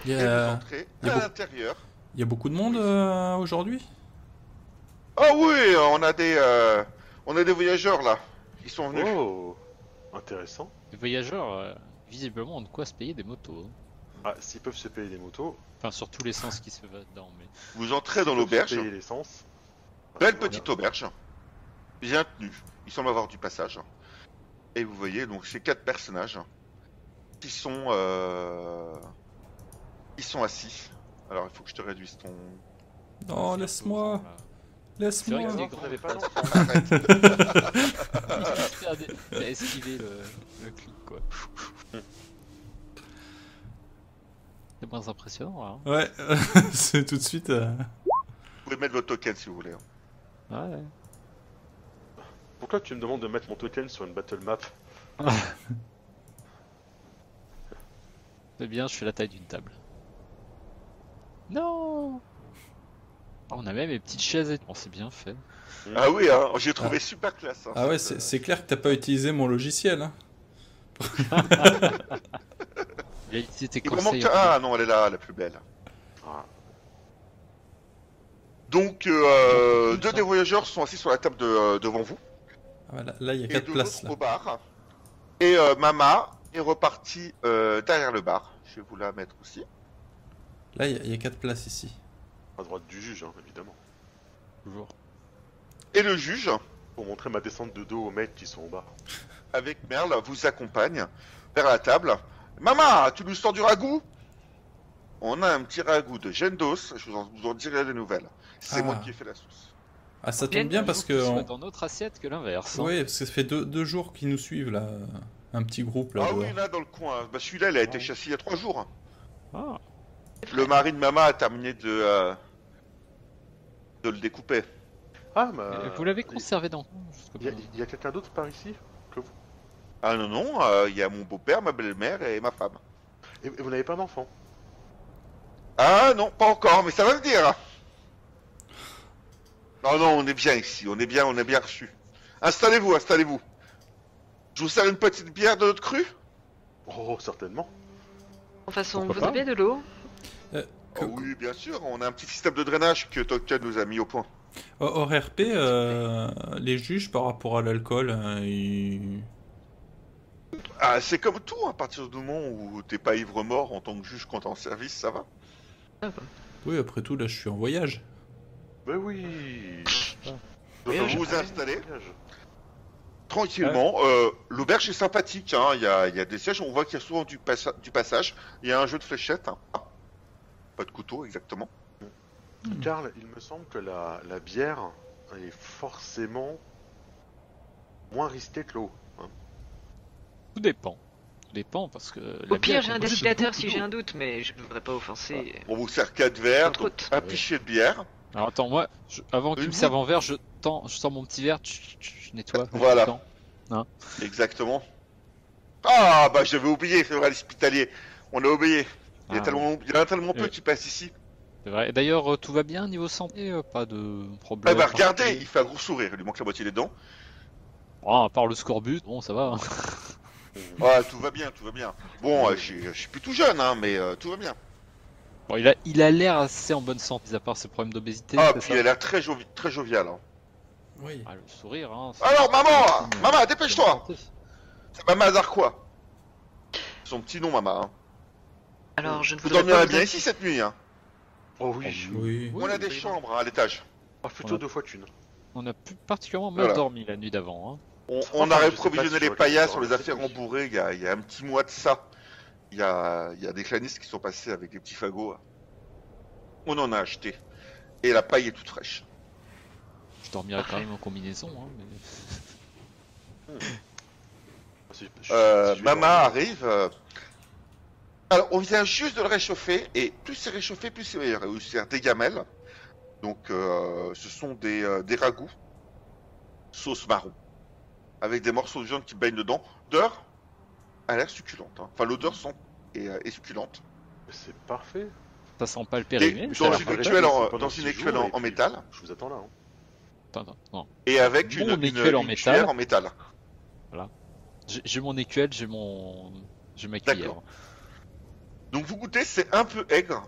Il y
Et vous
a,
entrez
Euh, il y a
à
beaucoup-
l'intérieur.
il y a beaucoup de monde euh, aujourd'hui
Ah oui, on a des euh, on a des voyageurs là. Ils sont venus.
Oh, intéressant.
Les voyageurs, euh, visiblement, ont de quoi se payer des motos. hein.
Ah, s'ils peuvent se payer des motos,
Enfin, sur tous les sens qui se va dedans. Mais...
Vous entrez dans
ils peuvent se
l'auberge,
Payer l'essence.
belle
Voilà.
petite auberge. Bien tenue. Ils semblent avoir du passage. Et vous voyez donc ces quatre personnages qui sont euh, ils sont assis. Alors il faut que je te réduise ton
Non,
C'est
Oh, laisse-moi,
un peu, C'est
laisse-moi.
vrai que
Non,
des
vous
grands
n'avez pas
espaces.
d'enfants.
ça, là. Faire des- T'as esquivé le, le clic, quoi. Mm. C'est moins impressionnant, hein. là.
Ouais, c'est tout de suite. euh,
Vous pouvez mettre votre token si vous voulez. hein.
hein. Ouais.
Pourquoi tu me demandes de mettre mon token sur une battle map
C'est bien, je fais la taille d'une table. Non Ah, On a même les petites chaises et tout. Oh, c'est bien fait.
Ah oui, hein, j'ai trouvé super classe. hein,
Ah ouais, c'est
cette,
c'est clair que t'as pas utilisé mon logiciel. hein.
Il a utilisé tes
euh, Il me
conseils.
manque ah non, elle est là, la plus belle.
Ah.
Donc euh, deux des voyageurs sont assis sur la table de, euh, devant vous
Ah, voilà, là, il y a
et
quatre
deux
places.
autres
Là.
au bar. Et euh, Mama est repartie euh, derrière le bar. Je vais vous la mettre aussi.
Là, il y a- il y, a quatre places ici.
À droite du juge, hein, évidemment.
toujours.
Et le juge,
Pour montrer ma descente de dos aux mecs qui sont en bas.
avec Merle, vous accompagne vers la table. Mama, tu nous sors du ragoût On a un petit ragoût de Gendos. Je vous en, vous en dirai des nouvelles. C'est
Ah.
moi qui ai fait la sauce.
Ah, ça tombe bien parce que.
Toujours
on-
soit dans notre assiette que l'inverse. hein.
Ouais, parce que ça fait deux, deux jours qu'ils nous suivent là. Un petit groupe là.
Ah
dehors.
oui, là dans le coin. Bah, celui-là, il a été
Ouais.
chassé il y a trois jours.
Ah,
Le mari de Mama a terminé de, euh, de le découper.
Ah, bah.
Euh,
Vous l'avez conservé dans jusqu'au
Il y a,
bout.
y a quelqu'un d'autre par ici
Ah non, non, euh, il y a mon beau-père, ma belle-mère et ma femme.
et, et vous n'avez pas d'enfant
Ah non, pas encore, mais ça va venir. hein. Non, non, on est bien ici, on est bien, on est bien reçu. Installez-vous, installez-vous. Je vous sers une petite bière de notre cru
Oh, certainement.
En façon,
Pourquoi
vous
pas
avez de l'eau
Ah Oui, bien sûr, on a un petit système de drainage que Tokken nous a mis au point.
Au RP, euh, les juges par rapport à l'alcool, euh, ils-
Ah, c'est comme tout, hein, à partir du moment où t'es pas ivre-mort en tant que juge quand t'es en service, ça va.
oui, après tout, là, je suis en voyage.
Mais oui
Donc,
Mais
vous
oui,
vous installez
voyage.
tranquillement. Euh, L'auberge est sympathique, hein, il y, a, il y a des sièges, on voit qu'il y a souvent du, passa- du passage. Il y a un jeu de fléchettes. hein. Ah. Pas de couteau, exactement. Hmm.
Karl, il me semble que la, la bière est forcément moins risquée que l'eau. hein.
Tout dépend. Tout dépend parce que.
Au pire, j'ai un défilateur si j'ai un doute, mais je ne voudrais pas offenser.
On vous sert quatre verres,
Entre
donc
autres.
un pichet de bière.
Alors attends, moi, je- avant qu'il
Oui,
me
oui.
serve en verre, je tends, je tends mon petit verre, tch, tch, tch, je nettoie.
Voilà.
je tends.
Exactement. Ah, bah j'avais oublié, c'est vrai, l'hospitalier. On a oublié. Il y, a
Ah,
tellement, il y en a tellement peu
Ouais.
qui passent ici.
c'est vrai. Et D'ailleurs, euh, tout va bien niveau santé, euh, pas de
Ah
problème.
bah regardez, il fait un gros sourire, il lui manque la moitié des dents.
Ah, à part le scorbut, bon, ça va. hein.
Ah, tout va bien, tout va bien. Bon, euh, je suis- je suis plus tout jeune, hein, mais euh, tout va bien.
Bon, il a, il a l'air assez en bonne santé, à part ses problèmes d'obésité.
Ah,
c'est
puis
ça
il a l'air très, jovi- très jovial. hein.
Oui.
Ah, le sourire, hein. c'est-
Alors, maman
c'est-
Maman, dépêche-toi C'est Maman Zarquois. Son petit nom, Maman. hein.
Alors, je ne
Vous
voudrais pas.
dormirez
vous
bien ici cette nuit. hein.
Oh
Ah,
oui,
Oui.
Oui,
On a
oui,
des
oui.
chambres hein, à l'étage.
Ah, plutôt
Ouais.
deux fois qu'une.
On a plus particulièrement mal
Voilà.
dormi la nuit d'avant. hein.
On,
Enfin,
on
je
a
sais
réprovisionné
pas si
les
je
paillasses, on
regarde
les a fait
dans la série.
rembourrer il y, a, il y a un petit mois de ça. Il y a, il y a des clanistes qui sont passés avec des petits fagots. hein. On en a acheté. Et la paille est toute fraîche.
Je dormirai quand même en combinaison. hein, mais-
Si- si-
Euh,
si Ah, je vais
Mama
dormir.
arrive. euh, Alors, on vient juste de le réchauffer, et plus c'est réchauffé, plus c'est meilleur. Et aussi, c'est des gamelles. Donc, euh, ce sont des, euh, des ragoûts, sauce marron, avec des morceaux de viande qui baignent dedans. L'odeur a l'air succulente. hein. Enfin, l'odeur sent est, euh, est succulente.
C'est parfait.
Ça sent pas le
Et
périmé.
dans
ça a
une
l'air
actuelle en,
réglé, c'est
dans
pendant
une
six
actuelle
jours,
en,
et
en
puis-
métal,
Je vous attends là. hein.
Attends, attends, non.
et avec
Bon,
une, une,
écuelle en
une
métal.
cuillère en métal.
J'ai- J'ai mon écuelle, j'ai mon. hein. J'ai ma cuillère.
D'accord. Donc, vous goûtez, c'est un peu aigre.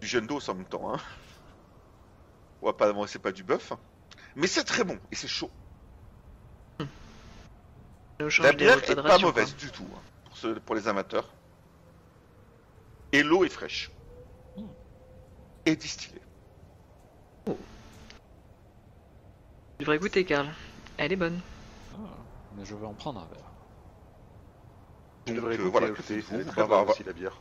Du jeune d'eau en même temps. Hein. On va pas avancer, pas du bœuf. hein. Mais c'est très bon, et c'est chaud.
donner au change
La
des
bière
repas
est
de
pas
ration, quoi.
mauvaise du tout hein, pour, ceux- pour les amateurs. Et l'eau est fraîche.
Hmm.
Et distillée.
Tu devrais goûter, Karl. Elle est bonne.
Ah, mais je vais en prendre un verre.
Je
Donc,
devrais
euh,
goûter,
voilà,
écoutez,
vous-
c'est
vous-
très
bah, bah,
bon aussi la bière.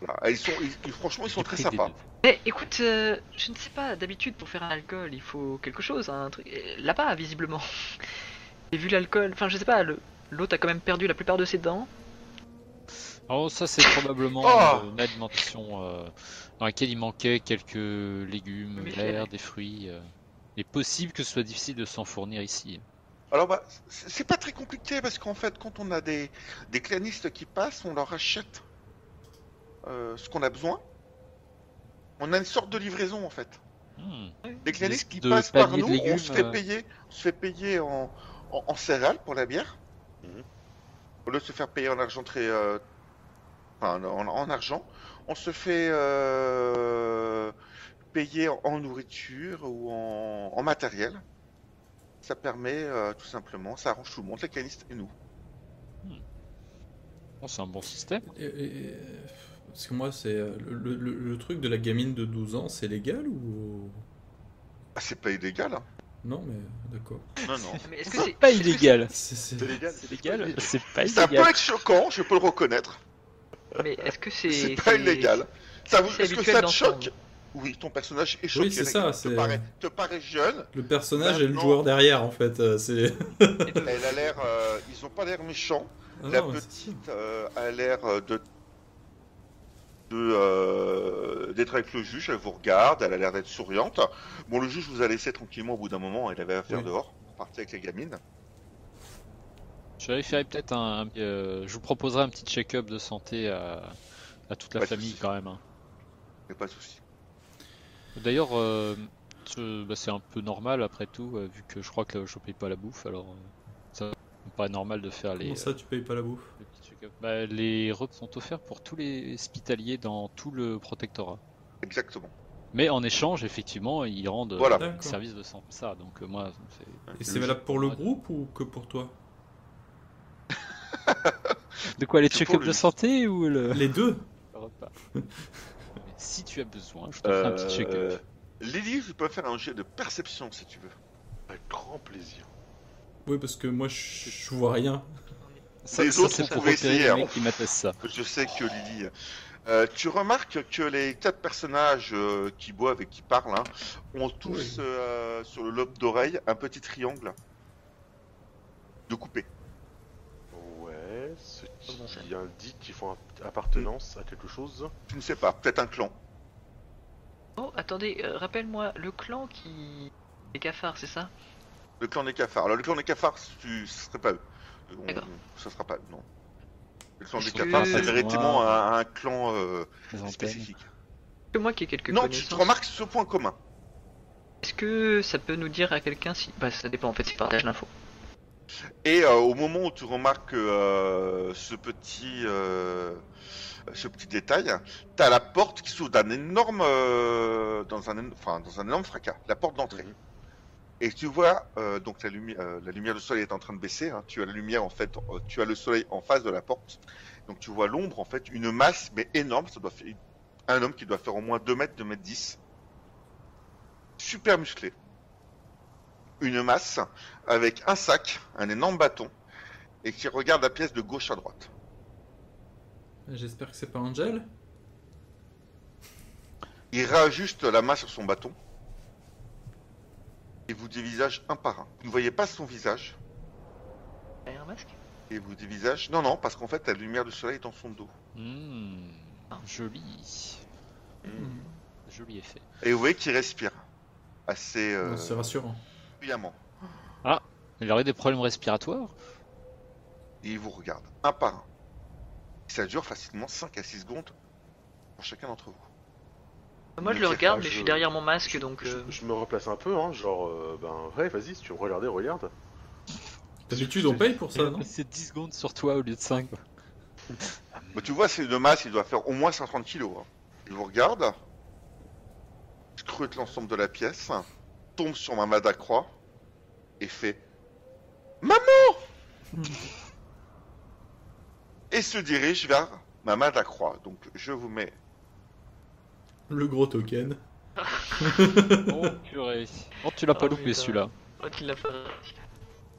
Voilà. Et Ils sont, ils- ils- franchement, Oh, ils sont
J'ai
très
pris des
sympas.
deux.
Mais écoute, euh, je ne sais pas, d'habitude, pour faire un alcool, il faut quelque chose, hein, un truc. Et Là-bas, visiblement. J'ai vu l'alcool, enfin, je sais pas, le- l'autre a quand même perdu la plupart de ses dents.
Alors ça c'est probablement
Oh
euh, une alimentation euh, dans laquelle il manquait quelques légumes,
Mais
l'air,
c'est-
des fruits. euh. Il est possible que ce soit difficile de s'en fournir ici.
Alors, bah, c'est c'est pas très compliqué parce qu'en fait, quand on a des, des clanistes qui passent, on leur achète euh, ce qu'on a besoin. On a une sorte de livraison en fait.
Hmm.
Des
Liste
clanistes qui
de
passent par
paniers de
nous, on se
légumes,
fait
euh.
payer, on se fait payer en, en, en céréales pour la bière.
Mhm.
Au lieu de se faire payer en argent très, euh, enfin, en, en argent, on se fait euh, payer en, en nourriture ou en, en matériel. Ça permet euh, tout simplement, ça arrange tout le monde, les clanistes et nous.
Bon, Oh, c'est un bon système.
Et- et- Parce que moi, c'est euh, le, le- le truc de la gamine de 12 ans, c'est légal ou
Ah, c'est pas illégal, hein.
non Mais d'accord.
Non, non.
Mais est-ce que c'est.
Pas
est-ce que
illégal.
C'est- c'est-
C'est légal
C'est légal. C'est pas
ça peut
illégal.
être choquant, je peux le reconnaître.
c'est- Mais est-ce que c'est.
C'est pas illégal. Ça vous,
c'est
est-ce que
habituel
ça te
dans hein. ce
choque
monde.
Oui, ton personnage est choqué.
c'est
mec.
ça,
Te
c'est-
paraît, te paraît jeune.
Le personnage et le
Maintenant-
joueur derrière, en fait, euh, c'est.
Elle a l'air. euh, ils ont pas l'air méchants.
Ah
la
non, mais c'est-
petite euh, a l'air euh, de. de, euh, d'être avec le juge. Elle vous regarde. Elle a l'air d'être souriante. Bon, le juge vous a laissé tranquillement au bout d'un moment. Elle avait affaire
Oui.
dehors. Partie avec les gamines.
Je vais faire peut-être un. euh, je vous proposerai un petit check-up de santé à, à toute la
Pas de
famille
souci.
quand même. hein.
Mais pas de souci.
D'ailleurs, euh, ce- bah, c'est un peu normal après tout, euh, vu que je crois que je paye pas la bouffe, alors euh, ça c'est pas normal de faire les,
Comment ça, tu payes pas la bouffe
euh, les petits check-up. Bah, les repas sont offerts pour tous les hospitaliers dans tout le protectorat.
Exactement.
Mais en échange, effectivement, ils rendent euh,
Voilà.
D'accord.
service de sang- ça. Donc euh, moi, c'est-
Et c'est valable pour le groupe ou que pour toi
de quoi les
C'est pour
check-ups
lui.
de santé ou le,
Les deux
le repas Mais Si tu as besoin, je te ferai un petit check-up.
Euh,
Lily, je peux faire un jet de perception si tu veux.
Avec grand plaisir.
Oui, parce que moi, je je vois rien.
Ça,
les
ça,
autres,
c'est
on
pour
pourrait
repérer
essayer,
les
hein.
mecs qui m'attestent ça.
Je sais que Lily. euh, tu remarques que les quatre personnages euh, qui boivent et qui parlent hein, ont tous
Oui.
euh, sur le lobe d'oreille un petit triangle de coupé.
Ouais, ce
bon
qui indique qu'ils font appartenance à quelque chose.
Tu ne sais pas, peut-être un clan.
Oh, attendez, euh, rappelle-moi, le clan qui. Les cafards, c'est ça
Le clan des cafards. Alors, le clan des cafards, tu... ce serait pas eux. Euh, on-
D'accord.
Ça sera pas non. Le clan
Je
des
trouve
cafards,
que-
c'est véritablement
Ouais.
un, un clan euh,
Les antennes.
spécifique.
Que moi qui ai quelques
Non, tu
connaissances.
te remarques ce point commun.
Est-ce que ça peut nous dire à quelqu'un si. Bah, ça dépend en fait s'il partage l'info.
Et euh, au moment où tu remarques euh, ce petit euh, ce petit détail, t'as la porte qui s'ouvre d'un énorme euh, dans un éno- enfin dans un énorme fracas, la porte d'entrée.
Mhm.
Et tu vois euh, donc la lumière la lumière du soleil est en train de baisser. hein. tu as la lumière en fait, euh, tu as le soleil en face de la porte. Donc tu vois l'ombre en fait, une masse mais énorme. Ça doit faire un homme qui doit faire au moins 2 mètres, 2 mètres 10. Super musclé. Une masse avec un sac, un énorme bâton, et qui regarde la pièce de gauche à droite.
J'espère que c'est pas Angel.
Il réajuste la main sur son bâton et vous dévisage un par un. Vous ne voyez pas son visage
T'as un masque
et vous dévisage. Non, non, parce qu'en fait, la lumière du soleil est dans son dos.
Hmm, joli. Joli effet.
Et vous voyez qu'il respire assez euh,
Non, C'est rassurant.
bruyamment.
Il aurait des problèmes respiratoires
Et il vous regarde un par un. Ça dure facilement 5 à 6 secondes pour chacun d'entre vous.
Euh, Moi je
Je
le
sais
regarde,
pas,
mais je
je-
suis derrière mon masque donc.
Je,
euh,
je me replace un peu, hein, genre, euh, ben ouais, vas-y, si tu veux me regarder, regarde.
D'habitude, on paye pour ça, non
C'est 10 secondes sur toi au lieu de 5.
Mais tu vois, c'est de masse, il doit faire au moins 130 kilos. hein. Il vous regarde, scrute l'ensemble de la pièce, tombe sur ma madacroix et fait Maman Et se dirige vers ma madacroix. Donc je vous mets.
Le gros token.
Oh purée. Oh tu l'as pas
Ah,
loupé
putain.
celui-là.
Oh, tu l'as pas.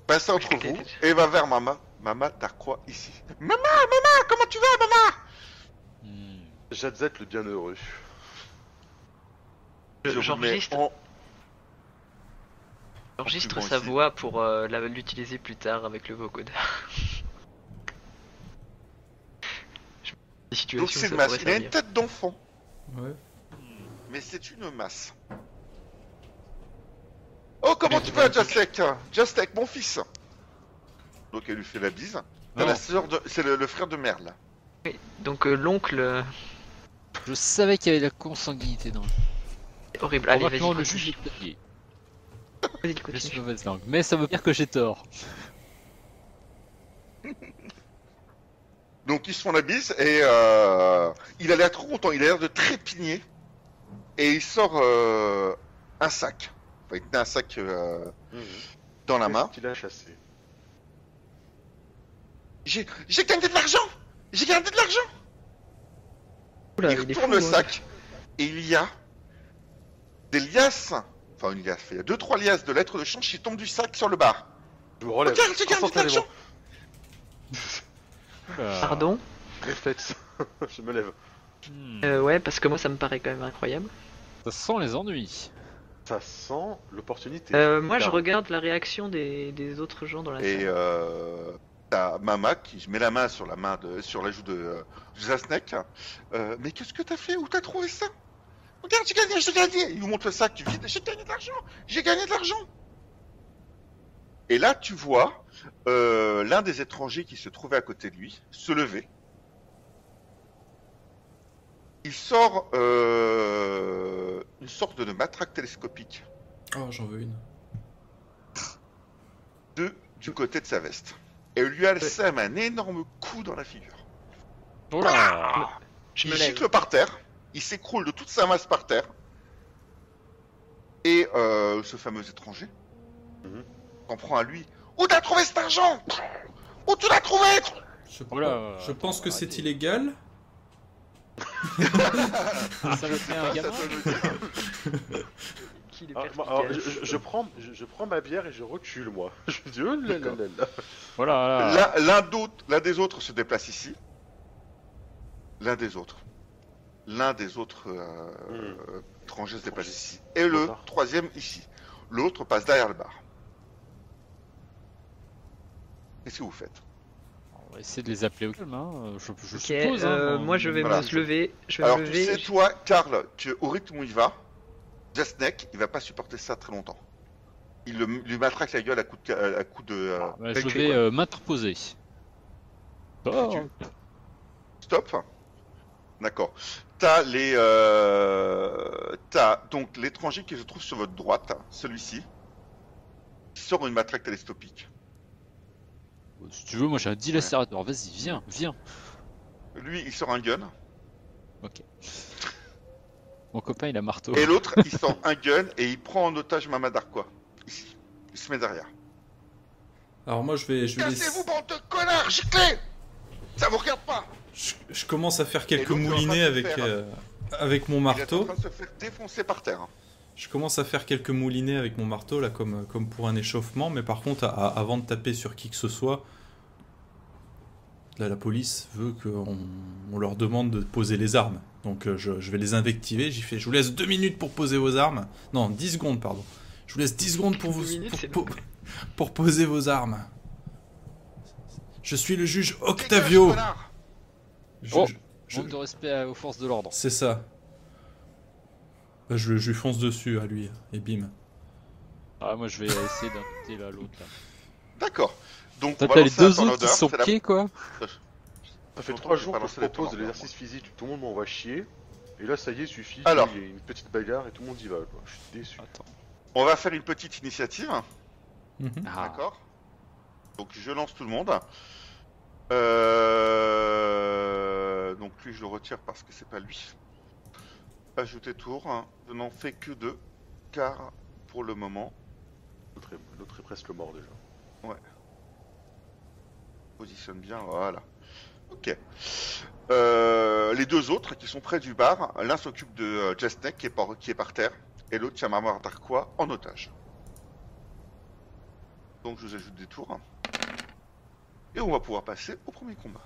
Passe entre vous et va vers Mama. Mama Dacroix ici. Maman, maman, comment tu vas, maman
Hmm.
Jadzette le bienheureux.
Je vous mets
J'enregistre
en-
j'enregistre
plus grand
sa
ici.
voix pour euh, la- l'utiliser plus tard avec le vocoder. Je- Des situations
Donc c'est
où
une
ça
masse.
pourrait
Il a une
servir.
tête d'enfant,
Ouais.
mais c'est une masse. Oh, comment tu vas, Jastek Jastek, mon fils Donc elle lui fait la bise. T'as
Non,
la sœur de... C'est le, le frère de Merle.
Donc euh, l'oncle. euh,
je savais qu'il y avait de la consanguinité dans le
est Horrible,
Bon,
allez vas-y.
maintenant, le
continue.
juge est plié.
Vas-y,
Je
continue.
suis mauvaise langue. Mais ça veut dire que j'ai tort.
Donc ils se font la bise et euh, il a l'air trop content, il a l'air de trépigner. Et il sort euh, un sac. Enfin, il tenait un sac euh, dans la main.
Qu'il a chassé.
J'ai j'ai gagné de l'argent J'ai gagné de l'argent
Oula,
il
il est
retourne
fou,
le
hein.
sac et il y a des liasses, enfin une liasse, il y a deux trois liasses de lettres de change qui tombent du sac sur le bar.
Je me relève.
Regarde, regarde,
instantanément.
hein.
Pardon
Réflexe. je me lève.
Hmm.
Euh, Ouais, parce que moi ça me paraît quand même incroyable.
Ça sent les ennuis.
Ça sent l'opportunité.
Euh, moi, je
Putain.
regarde la réaction des, des autres gens dans la
Et
salle.
euh, t'as Mama qui met la main sur la main de, sur la joue de euh, Zasnek. Euh, mais qu'est-ce que t'as fait Où t'as trouvé ça Regarde, j'ai gagné, j'ai gagné Il vous montre le sac tu vide. J'ai gagné de l'argent J'ai gagné de l'argent Et là, tu vois euh, l'un des étrangers qui se trouvait à côté de lui se lever. Il sort euh, une sorte de matraque télescopique
Oh, j'en veux une.
de, du côté de sa veste. Et lui alcème un énorme coup dans la figure.
Oh là
Je me
il
lève.
gicle par terre, il s'écroule de toute sa masse par terre, et euh, ce fameux étranger.
Mhm.
T'en prends à lui. Où t'as trouvé cet argent Où tu l'as trouvé
Je,
Voilà.
je pense que c'est
Arrêtez.
illégal.
Ça le fait un gamin
Qui les
Ah,
perd,
moi,
qui
alors,
gagne.
je, je- je prends, je, je prends ma bière et je recule, moi. Je me dis, oh là là là là.
Voilà.
L'un- L'un d'autre- l'un des autres se déplace ici. L'un des autres. L'un des autres euh, euh, étrangers se déplace ici. Et le
Bâtard.
troisième ici. L'autre passe derrière le bar. Qu'est-ce que vous faites
On va essayer de les appeler au calme, hein. Je, je
Ok,
suppose. hein,
euh,
dans-
moi je vais
Voilà.
me se lever. Je vais
Alors
me
tu
lever.
sais, toi, Karl, que au rythme où il va, Jasnek, il va pas supporter ça très longtemps. Il le- lui matraque la gueule à coup de... ca- À coup de euh,
Bah, je
pelleté,
vais
quoi.
euh, m'interposer. Oh.
Stop. D'accord. T'as les, euh, t'as donc l'étranger qui se trouve sur votre droite, hein, celui-ci, qui sort une matraque télescopique.
Oh. Si tu veux, moi j'ai un dilacérateur. Vas-y, viens, viens.
Lui, il sort un gun,
Ok. Mon copain il a marteau.
et l'autre, il sort un gun et il prend en otage Mamadar quoi. Ici, il se met derrière.
Alors moi je vais, je, vais laisser-
Cassez-vous, bande de connards, giclez Ça vous regarde pas.
je, je commence à faire quelques
l'autre est en train de
moulinets
se
avec
faire,
euh, avec mon
Il est en
marteau.
train de se faire défoncer par terre. hein.
Je commence à faire quelques moulinets avec mon marteau là comme euh, comme pour un échauffement, mais par contre à- à- avant de taper sur qui que ce soit, là la police veut qu'on on leur demande de poser les armes. Donc euh, je, je vais les invectiver. J'y fais, je vous laisse deux minutes pour poser vos armes. Non, 10 secondes pardon. Je vous laisse 10 secondes pour vous
Deux minutes, c'est
pour, pour- pour poser vos armes. Je suis le juge
Dégage,
Octavio.
connard
Je-
Oh.
je- je-
Manque de respect à- aux forces de l'ordre.
c'est ça. Bah, Je, je lui fonce dessus à lui, et bim.
Ah, moi je vais essayer d'inviter là, l'autre. là.
D'accord. Donc on
T'as
va
t'as les
lancer un
deux autres qui
turnover,
sont
c'est la-
pieds quoi.
Ça fait
Surtout,
trois
j'ai
jours
pas
qu'on
lancé
se
les
propose de
tournois,
l'exercice physique, tout le monde m'envoie chier. Et là, ça y est, suffit.
Alors.
Il y a une petite bagarre et tout le monde y va. Quoi. Je suis déçu.
Attends.
On va faire une petite initiative.
Mhm.
Ah.
D'accord. Donc je lance tout le monde. Euh, Donc lui je le retire parce que c'est pas lui. Ajouter tour. hein. Je n'en fais que deux. Car pour le moment,
L'autre est, l'autre est presque mort déjà.
positionne bien. Voilà. Ok. Euh, les deux autres qui sont près du bar, l'un s'occupe de euh, Jasnek qui est par, qui est par terre et l'autre tient Marmar Darquois en otage. Donc je vous ajoute des tours. Et on va pouvoir passer au premier combat.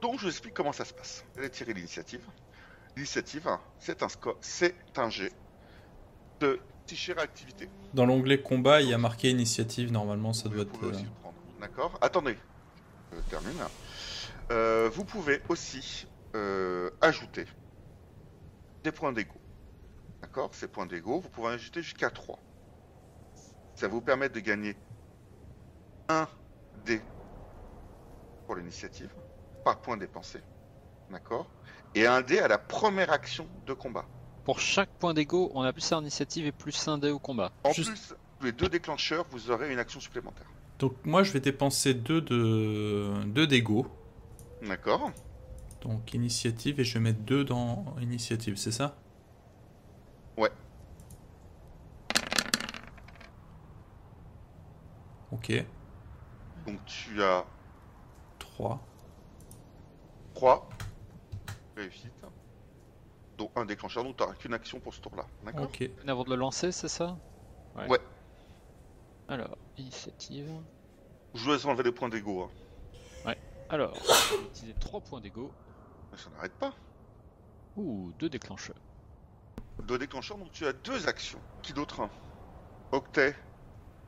Donc je vous explique comment ça se passe. Vous allez tirer l'initiative. L'initiative, hein, c'est un score, c'est un jet de t-shirt activité.
Dans l'onglet combat, il y a marqué initiative, normalement ça doit
Vous
être... euh,
pouvez aussi le prendre. D'accord. Attendez. Je termine. Euh, vous pouvez aussi euh, ajouter des points d'ego. D'accord Ces points d'ego, vous pouvez en ajouter jusqu'à 3. Ça vous permet de gagner 1 dé pour l'initiative, par point dépensé. D'accord Et un dé à la première action de combat.
Pour chaque point d'ego, on a plus un initiative et plus un dé au combat.
En
Juste-
plus, les deux déclencheurs, vous aurez une action supplémentaire.
Donc moi je vais dépenser 2 de... deux d'ego,
D'accord
donc initiative, et je vais mettre 2 dans initiative, c'est ça
Ouais.
Ok,
Donc tu as
3.
3 réussites, dont un déclencheur, donc tu n'auras qu'une action pour ce tour-là. D'accord
Ok.
Une Avant de le lancer, c'est ça
Ouais.
Alors, initiative.
Je vous laisse enlever les points d'ego. Hein.
Alors, je vais utiliser 3 points d'ego.
Mais Ça n'arrête pas.
Ouh, deux déclencheurs.
Deux déclencheurs, donc tu as deux actions. Qui d'autre hein Octet.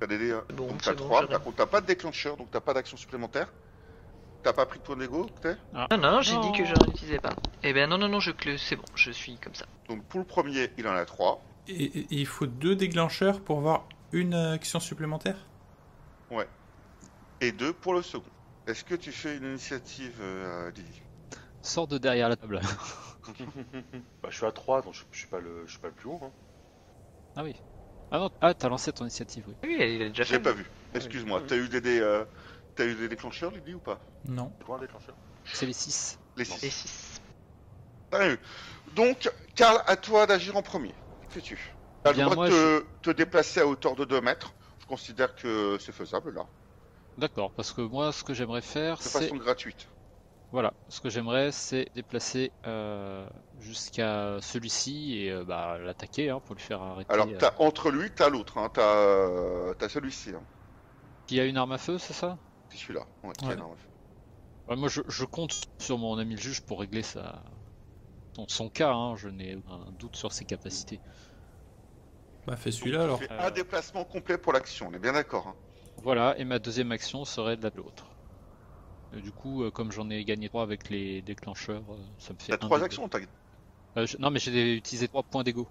T'as des... hein.
Bon,
donc
c'est
t'as
bon,
3,
j'arrive.
par contre t'as pas de déclencheur, donc t'as pas d'action supplémentaire. T'as pas pris de points d'ego, Octet
Non, non, j'ai dit
Non.
que je n'utilisais pas. Eh ben non, non, non, je clé, c'est bon, je suis comme ça.
Donc pour le premier, il en a 3.
Et, et- et il faut 2 déclencheurs pour avoir une action supplémentaire
Et 2 pour le second. Est-ce que tu fais une initiative, euh, Lily
Sors de derrière la table.
Bah, je suis à 3, donc je, je suis pas le, je suis pas le plus haut. Hein.
Ah oui. Ah non, ah, t'as lancé ton initiative, oui.
Oui, il a déjà
J'ai
fait.
pas vu.
Ah
Excuse-moi. T'as eu des, dés, euh, t'as eu des déclencheurs, Lily, ou pas
Non.
C'est loin le déclencheur.
C'est les 6.
Les
Non.
six.
Et 6.
T'as rien eu. Donc, Karl, à toi d'agir en premier. que tu as le
Bien,
droit
moi,
de te, te déplacer à hauteur de 2 mètres. Je considère que c'est faisable là,
D'accord, parce que moi, ce que j'aimerais faire,
de
c'est
façon gratuite.
Voilà, ce que j'aimerais, c'est déplacer euh, jusqu'à celui-ci et euh, bah, l'attaquer hein, pour lui faire arrêter.
Alors
euh.
t'as entre lui, t'as l'autre, hein. t'as euh, t'as celui-ci, hein.
Qui a une arme à feu, c'est ça
C'est celui-là. Ouais, qui a
Ouais.
l'arme.
Ouais, Moi, je, je compte sur mon ami le juge pour régler sa... son, son cas. hein, Je n'ai un doute sur ses capacités.
Bah fais celui-là alors.
Tu fais
Euh.
un déplacement complet pour l'action, on est bien d'accord. hein.
Voilà, et ma deuxième action serait de la- l'autre. Et Du coup, euh, comme j'en ai gagné trois avec les déclencheurs, euh, ça me fait.
T'as
un
trois
des
actions, t'as
deux. Euh, je- Non, mais j'ai utilisé trois points d'ego.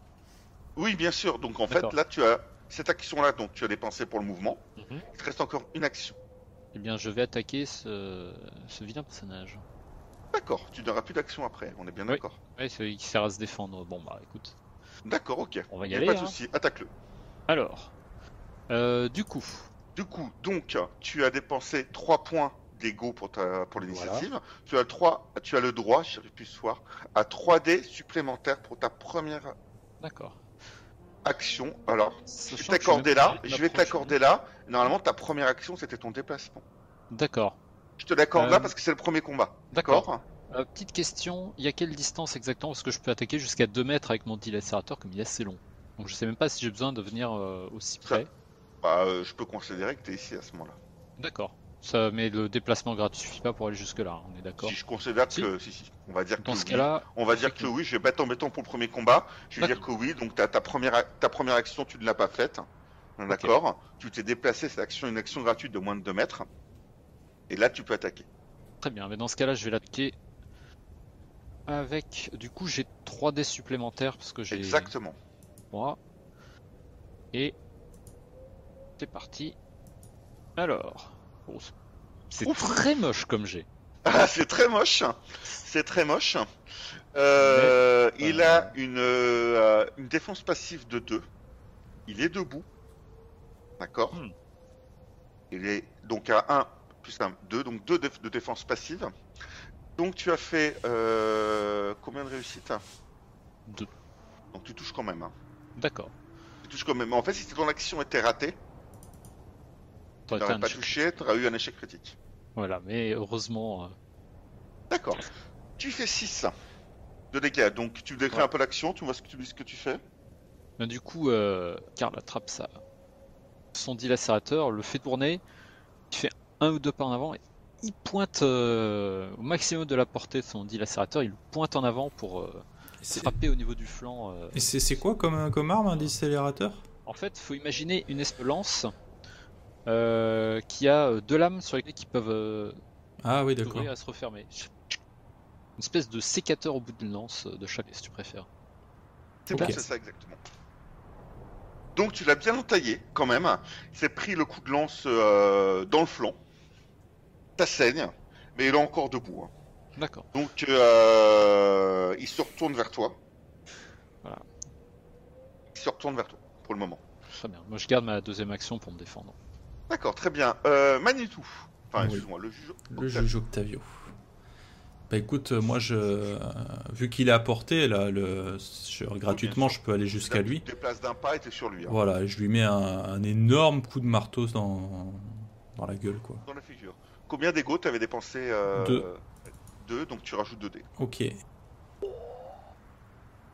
Oui, bien sûr. Donc en fait,
D'accord.
là, tu as cette action-là, donc tu as dépensé pour le mouvement.
Mhm.
Il te reste encore une action.
Eh bien, je vais attaquer ce, ce vilain personnage.
D'accord, tu n'auras plus d'action après, on est bien
Oui.
d'accord.
Ouais, c'est- il sert à se défendre. Bon, bah écoute,
D'accord, ok.
on va y
Y a
aller.
pas de
hein.
souci, attaque-le.
Alors, euh, du coup,
Du coup, donc, tu as dépensé 3 points d'ego pour, ta... pour l'initiative. Tu, as le trois- tu as le droit, je plus ce soir, à 3 dés supplémentaires pour ta première
d'accord.
action. Alors,
Sachant
je
que
vais t'accorder
même
là,
pas
je vais
m'approcher.
t'accorder là. Normalement, ta première action, c'était ton déplacement.
D'accord.
Je te l'accorde
Euh,
là parce que c'est le premier combat.
D'accord.
D'accord
Euh, petite question, il y a quelle distance exactement Parce que je peux attaquer jusqu'à 2 mètres avec mon dilacérateur comme il est assez long. Donc je sais même pas si j'ai besoin de venir euh, aussi près.
bah, euh, Je peux considérer que tu es ici à ce moment-là.
D'accord. Ça, mais le déplacement gratuit suffit pas pour aller jusque là, on est d'accord.
Si je considère
Si.
que si, si. on va dire que
Dans ce
oui.
cas-là,
on va dire que oui, je vais battre en mettant pour le premier combat. Je vais dire que oui, donc ta, ta première a- ta première action, tu ne l'as pas faite. Hein, D'accord Tu t'es déplacé, cette action, une action gratuite de moins de 2 mètres. Et là, tu peux attaquer.
très bien. Mais dans ce cas-là, je vais l'attaquer avec. Du coup, j'ai 3 dés supplémentaires parce que j'ai
Exactement.
moi. Et c'est parti. Alors, oh, c'est- c'est
Ouf.
très moche comme j'ai.
Ah, c'est très moche. C'est très moche. Euh,
Mais,
il
euh,
a une, euh, une défense passive de 2. Il est debout. D'accord
Hmm.
Il est donc à 1 plus 1, 2. Donc 2 de, de défense passive. Donc tu as fait euh, combien de réussites
Deux.
Donc tu touches quand même. hein.
D'accord.
Tu touches quand même. En fait, si ton action était ratée,
Ça
tu
aurait été
n'aurais
un
pas
échec.
touché, tu aurais eu un échec critique.
Voilà, mais heureusement. euh,
D'accord. Tu fais 6 de dégâts. Donc tu décris
Ouais.
un peu l'action, tu vois ce que tu, ce que tu fais.
ben, du coup, euh, Karl attrape sa... son dilacérateur, le fait tourner, il fait un ou deux pas en avant et il pointe euh, au maximum de la portée de son dilacérateur, il le pointe en avant pour euh,
C'est-
frapper au niveau du flanc. euh,
Et c'est c'est quoi comme, comme arme un décélérateur
En fait, faut imaginer une espèce de lance euh, qui a euh, deux lames sur lesquelles qui peuvent euh,
Ah oui d'accord.
s'ouvrir et se refermer. Une espèce de sécateur au bout d'une lance euh, de chaque, si tu préfères.
C'est
Ok.
bon, c'est ça exactement. Donc tu l'as bien entaillé quand même. Il s'est pris le coup de lance euh, dans le flanc. Ça saigne, mais il est encore debout. hein.
D'accord.
Donc euh, il se retourne vers toi.
Voilà.
Il se retourne vers toi pour le moment.
Très bien. Moi, je garde ma deuxième action pour me défendre.
D'accord, très bien. Euh, Manitou. Enfin,
Oui.
excuse-moi, le juge.
Le juge Octavio. Bah écoute, euh, moi je, euh, vu qu'il est à portée là, le, je- gratuitement, je peux aller jusqu'à lui.
Tu te déplaces d'un pas et t'es sur lui. hein,
Voilà, je lui mets un, un énorme coup de marteau dans, dans la gueule quoi.
Dans la figure. Combien d'ego t'avais dépensé euh,
Deux.
deux, donc tu rajoutes 2 dés.
Ok.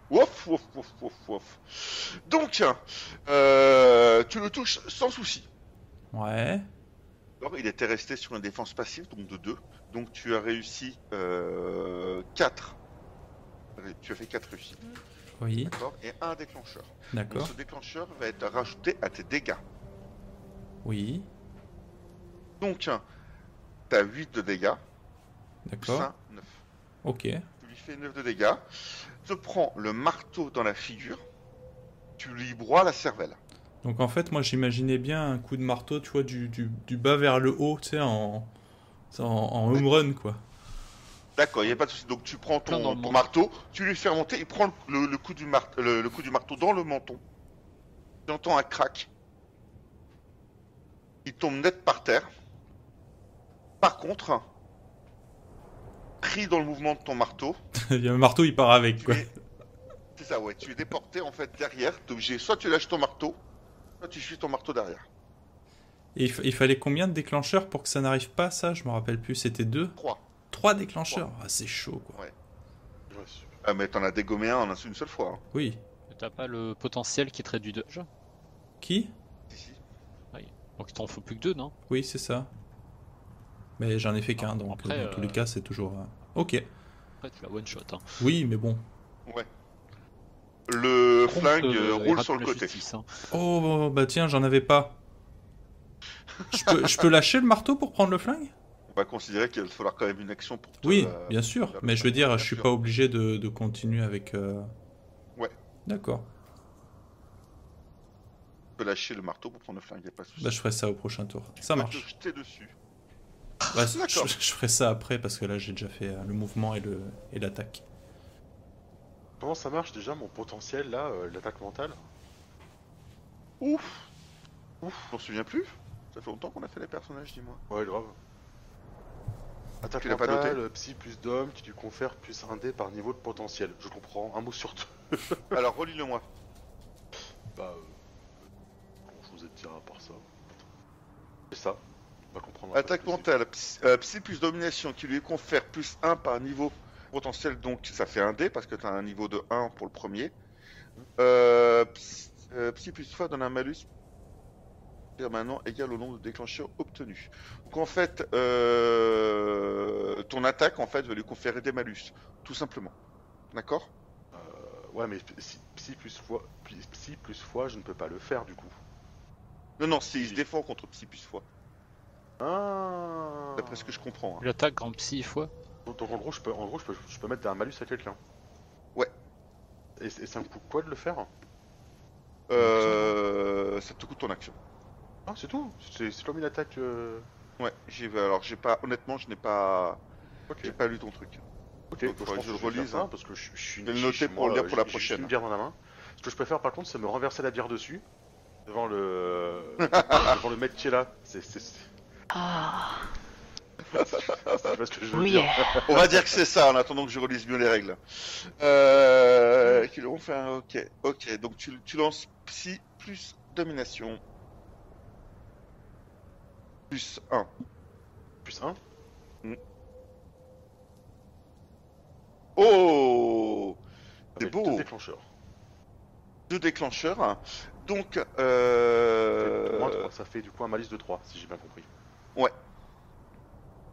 Ouf, ouf, ouf, ouf, ouf. Donc, euh, tu le touches sans souci.
Ouais.
Alors, il était resté sur une défense passive, donc de 2. Donc, tu as réussi 4. Tu as fait 4 réussites,
Oui.
d'accord Et un déclencheur. Donc,
D'accord.
ce déclencheur va être rajouté à tes dégâts.
Oui.
Donc, tu as 8 de dégâts, plus
D'accord.
1, 9.
Ok.
Tu lui fais 9 de dégâts. Te prends le marteau dans la figure. Tu lui broies la cervelle.
Donc en fait, moi j'imaginais bien un coup de marteau, tu vois, du, du, du bas vers le haut, tu sais, en, en, en home run quoi.
D'accord, il n'y a pas de souci. Donc tu prends
Plein dans
ton,
le
ton
menton.
marteau, tu lui fais remonter, il prend le, le- le coup, du mar- le, le coup du marteau dans le menton. Tu entends un crack. Il tombe net par terre. Par contre, pris dans le mouvement de ton marteau,
Il y a un marteau, il part avec
tu
quoi.
es C'est ça, ouais. Tu es déporté en fait derrière. T'es obligé. Soit tu lâches ton marteau, soit tu suis ton marteau derrière.
Et il, fa- il fallait combien de déclencheurs pour que ça n'arrive pas, ça Je me rappelle plus, c'était deux
Trois.
Trois déclencheurs Ah, c'est chaud, quoi.
Ouais, c'est-
Ah, mais t'en as dégommé un en un- une seule fois. hein.
Oui.
T'as pas le potentiel qui te réduit de jeu
Qui
Donc il t'en faut plus que deux, non
Oui, c'est ça. Mais j'en ai fait qu'un,
Ah,
donc
après,
dans tous les
euh,
cas, c'est toujours... euh, Ok.
Après tu la one shot. Hein.
Oui, mais bon.
Le
Prompte,
flingue euh,
euh,
roule
et
sur le
rappel
côté.
justice, hein.
Oh, bah tiens, j'en avais pas. Je peux, je peux lâcher le marteau pour prendre le flingue
On va considérer qu'il va te falloir quand même une action pour. te euh,
Oui,
la-
bien sûr.
la-
Mais je veux dire, je suis
bien sûr.
pas obligé de, de continuer avec... euh,
Ouais.
D'accord.
Tu peux lâcher le marteau pour prendre le flingue. Y a pas de souci.
Bah, je ferai ça au prochain tour. Ça
Tu peux
marche.
Te jeter dessus.
Ouais, je,
D'accord.
je ferai ça après parce que là j'ai déjà fait euh, le mouvement et le et l'attaque.
Comment ça marche déjà mon potentiel là, euh, l'attaque mentale
Ouf. Ouf. Je m'en souviens plus. Ça fait longtemps qu'on a fait les personnages, dis-moi.
Ouais, grave. Attaque
Tu l'as pas
mentale,
noté
euh, psy plus d'homme, tu lui confères plus un dé par niveau de potentiel. Je comprends, un mot sur deux.
Alors relis-le-moi.
Bah, euh, grand chose à te dire à part ça. C'est ça, on va comprendre.
Attaque
Possible.
mentale, psy, euh, psy plus domination qui lui confère plus 1 par niveau potentiel, donc ça fait un dé parce que tu as un niveau de 1 pour le premier. Euh, psy, euh, psy plus foi donne un malus permanent égal au nombre de déclencheurs obtenus. Donc en fait, euh, ton attaque en fait va lui conférer des malus, tout simplement. D'accord
Euh, Ouais, mais psy, psy plus fois, psy plus fois, je ne peux pas le faire du coup.
Non, non, c'est il se défend contre psy plus foi,
Ah
d'après ce que je comprends. hein.
L'attaque grand psy fois.
Donc donc, en gros, je peux, en gros, je peux, je peux mettre un malus à quelqu'un.
Ouais.
Et, et ça me coûte quoi de le faire
Euh, ça te coûte ton action.
Ah, c'est tout C'est c'est comme une attaque. euh,
Ouais, j'ai alors j'ai pas honnêtement, je n'ai pas
Ok.
j'ai pas lu ton truc.
Ok,
Donc,
bah,
faudrait
je,
que je
le
le
relise
relise, hein.
parce que je, je suis
Je vais le
niché
noter
chez
pour
moi,
le lire
euh,
pour la
j'ai- j'ai juste
prochaine.
une bière dans la main. Ce que je préfère par contre, c'est me renverser la bière dessus devant le devant le mec qui est là. C'est c'est c'est-
Ah,
c'est pas ce que je veux
oui.
dire.
On va dire que c'est ça en attendant que je relise mieux les règles. Euh, qu'ils ont fait un- OK. OK, donc tu, tu lances psy plus domination plus 1.
Plus 1
Oh C'est beau.
Deux déclencheurs.
Deux déclencheurs. Donc euh,
Moins trois, ça fait du coup un malus de 3 si j'ai bien compris.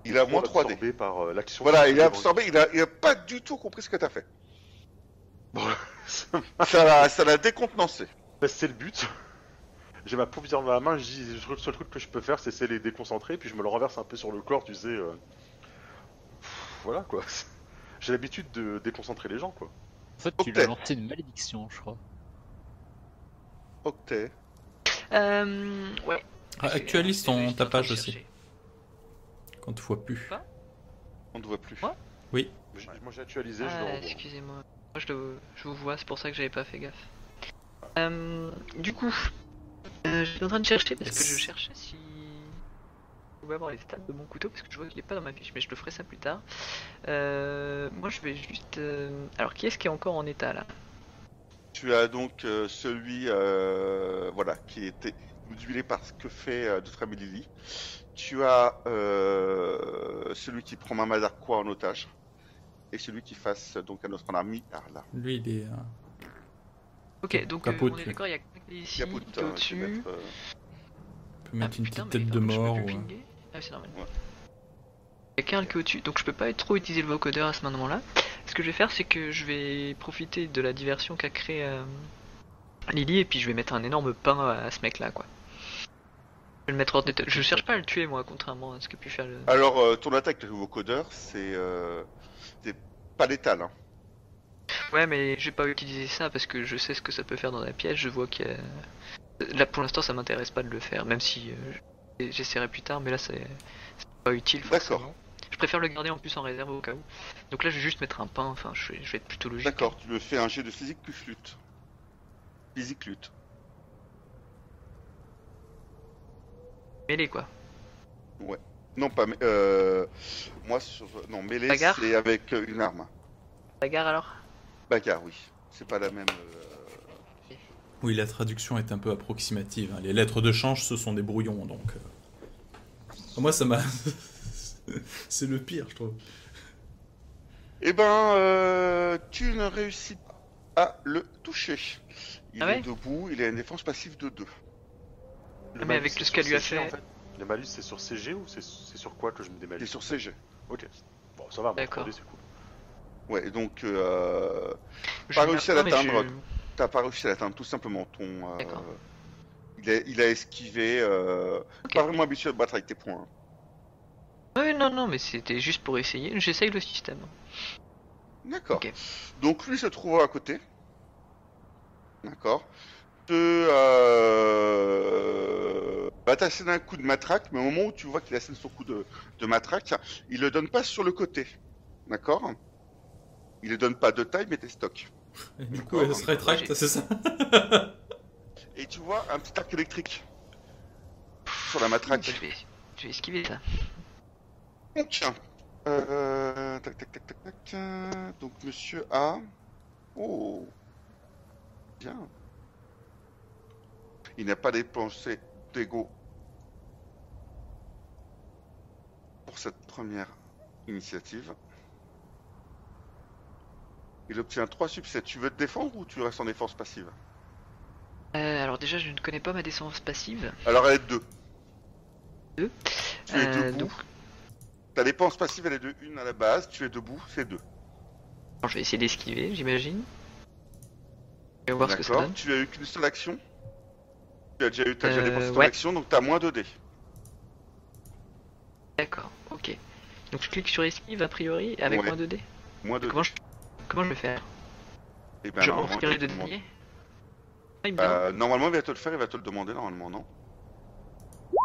il a moins
Trop
3D.
absorbé par euh, l'action.
Voilà,
qui
il a
est
absorbé, il a, il a pas du tout compris ce que t'as fait.
devant-
Ça l'a ça l'a décontenancé.
Bah, c'est le but. J'ai ma paupière dans la main, je dis, le seul truc que je peux faire, c'est essayer de les déconcentrer, puis je me le renverse un peu sur le corps, tu sais. euh, pff, Voilà quoi. J'ai l'habitude de déconcentrer les gens quoi.
En fait tu
Octet.
lui as lancé une malédiction je crois.
Octet.
Euh, ouais.
Ah, actualise
Je
ton
suis en train de
tapage aussi
chercher.
quand tu vois plus.
On ne voit plus.
Ouais.
J'ai- Moi j'ai actualisé, je le
Ah,
renvoie.
excusez-moi. Moi, je, le- je vous vois, c'est pour ça que j'avais pas fait gaffe. Euh, du coup, euh, je suis en train de chercher parce que je cherchais si. Je pouvais avoir les stats de mon couteau parce que je vois qu'il est pas dans ma fiche, mais je le ferai ça plus tard. Euh, moi, je vais juste. euh, Alors, qui est-ce qui est encore en état là
Tu as donc euh, celui euh, voilà, qui était modulé par ce que fait euh, Dothraki Lily. Tu as euh, celui qui prend Mamadar quoi en otage. Et celui qui fasse euh, donc un autre en armée Arla.
Lui il est. euh,
Ok, donc euh,
Capote.
on est d'accord, il y a quelqu'un qui est ici,
Caput,
qui est
euh,
au-dessus.
tu peux mettre, euh,
peut mettre une
Ah, putain,
petite
mais
tête de
attends, je peux
mort.
plus
ou, euh,
pinguer Ah, c'est normal.
Ouais.
Quelqu'un qui est au-dessus, donc je peux pas être trop utiliser le vocodeur à ce moment-là. Ce que je vais faire, c'est que je vais profiter de la diversion qu'a créé euh, Lily et puis je vais mettre un énorme pain à, à ce mec-là, quoi. Je vais le mettre hors de tête. Je cherche pas à le tuer, moi, contrairement à ce que pu faire le.
Alors euh, ton attaque de nouveau codeur, c'est euh, c'est pas létal. Hein.
Ouais, mais j'ai pas utilisé ça parce que je sais ce que ça peut faire dans la pièce. Je vois que euh, là, pour l'instant, ça m'intéresse pas de le faire, même si euh, j'essaierai plus tard. Mais là, c'est c'est pas utile. forcément.
D'accord.
Je préfère le garder en plus en réserve au cas où. Donc là, je vais juste mettre un pain. Enfin, je vais, je vais être plutôt logique.
D'accord. Tu me fais un jet de physique plus lutte. Physique lutte.
Mêlé quoi.
Non pas. mais, Euh, moi sur non mêlée
Bagarre
c'est avec euh, une arme.
Bagarre alors
Bagarre oui. C'est pas la même. euh,
Oui, la traduction est un peu approximative. hein. Les lettres de change, ce sont des brouillons, donc. euh. Moi, ça m'a. C'est le pire, je trouve.
Eh ben, euh, tu ne réussis pas à le toucher. Il
Ah ouais
est debout, il a une défense passive de 2.
Le
mais
malus,
avec
c'est
tout ce
sur
qu'elle lui a
CG, en
fait.
fait Le malus, c'est sur CG ou c'est c'est sur quoi que je me
Il est
démalise
sur CG.
Ok. Bon, ça va, mon
D'accord.
3D, c'est cool.
Ouais, et donc euh,
Je
Pas
me-
réussi à
non, mais
l'atteindre.
je-
t'as pas réussi à l'atteindre, tout simplement. Ton, euh,
D'accord.
il, a, il a esquivé. euh,
Ok.
Pas vraiment habitué à te battre avec tes points. hein.
Ouais, non, non, mais c'était juste pour essayer. J'essaye le système.
D'accord.
Ok.
Donc lui se trouve à côté. D'accord. Te euh, va t'asséner un coup de matraque, mais au moment où tu vois qu'il assène son coup de, de matraque, il le donne pas sur le côté. D'accord Il le donne pas de taille, mais des stocks.
Et du coup,
D'accord,
elle se rétracte,
j'ai-
c'est ça
Et tu vois un petit arc électrique sur la matraque.
Je vais, je vais esquiver ça.
Donc, euh, tac, tac, tac, tac, tac. euh, Donc, monsieur A. Oh. Bien. Il n'a pas dépensé d'ego pour cette première initiative. Il obtient 3 succès. Tu veux te défendre ou tu restes en défense passive
Euh, alors déjà, je ne connais pas ma défense passive.
Alors, elle est 2.
Deux.
Tu es
Euh,
debout.
donc-
Ta dépense passive, elle est de 1 à la base. Tu es debout, c'est 2.
Alors, je vais essayer d'esquiver, j'imagine. Et on va voir ce que ça
D'accord,
donne.
tu as eu qu'une seule action. Tu as déjà eu ta déjà
Euh,
dépensé ton
ouais.
action, donc t'as moins 2 dés.
D'accord, ok. Donc je clique sur esquive a priori avec
Ouais. Euh.
moins 2D.
Moins 2 dés.
Comment je, comment je vais faire
Eh ben,
Je
normalement,
retire les
il te
deux
demande-
deniers Ah, il me lance-
Euh, normalement, il va te le faire, il va te le demander normalement, non Bah.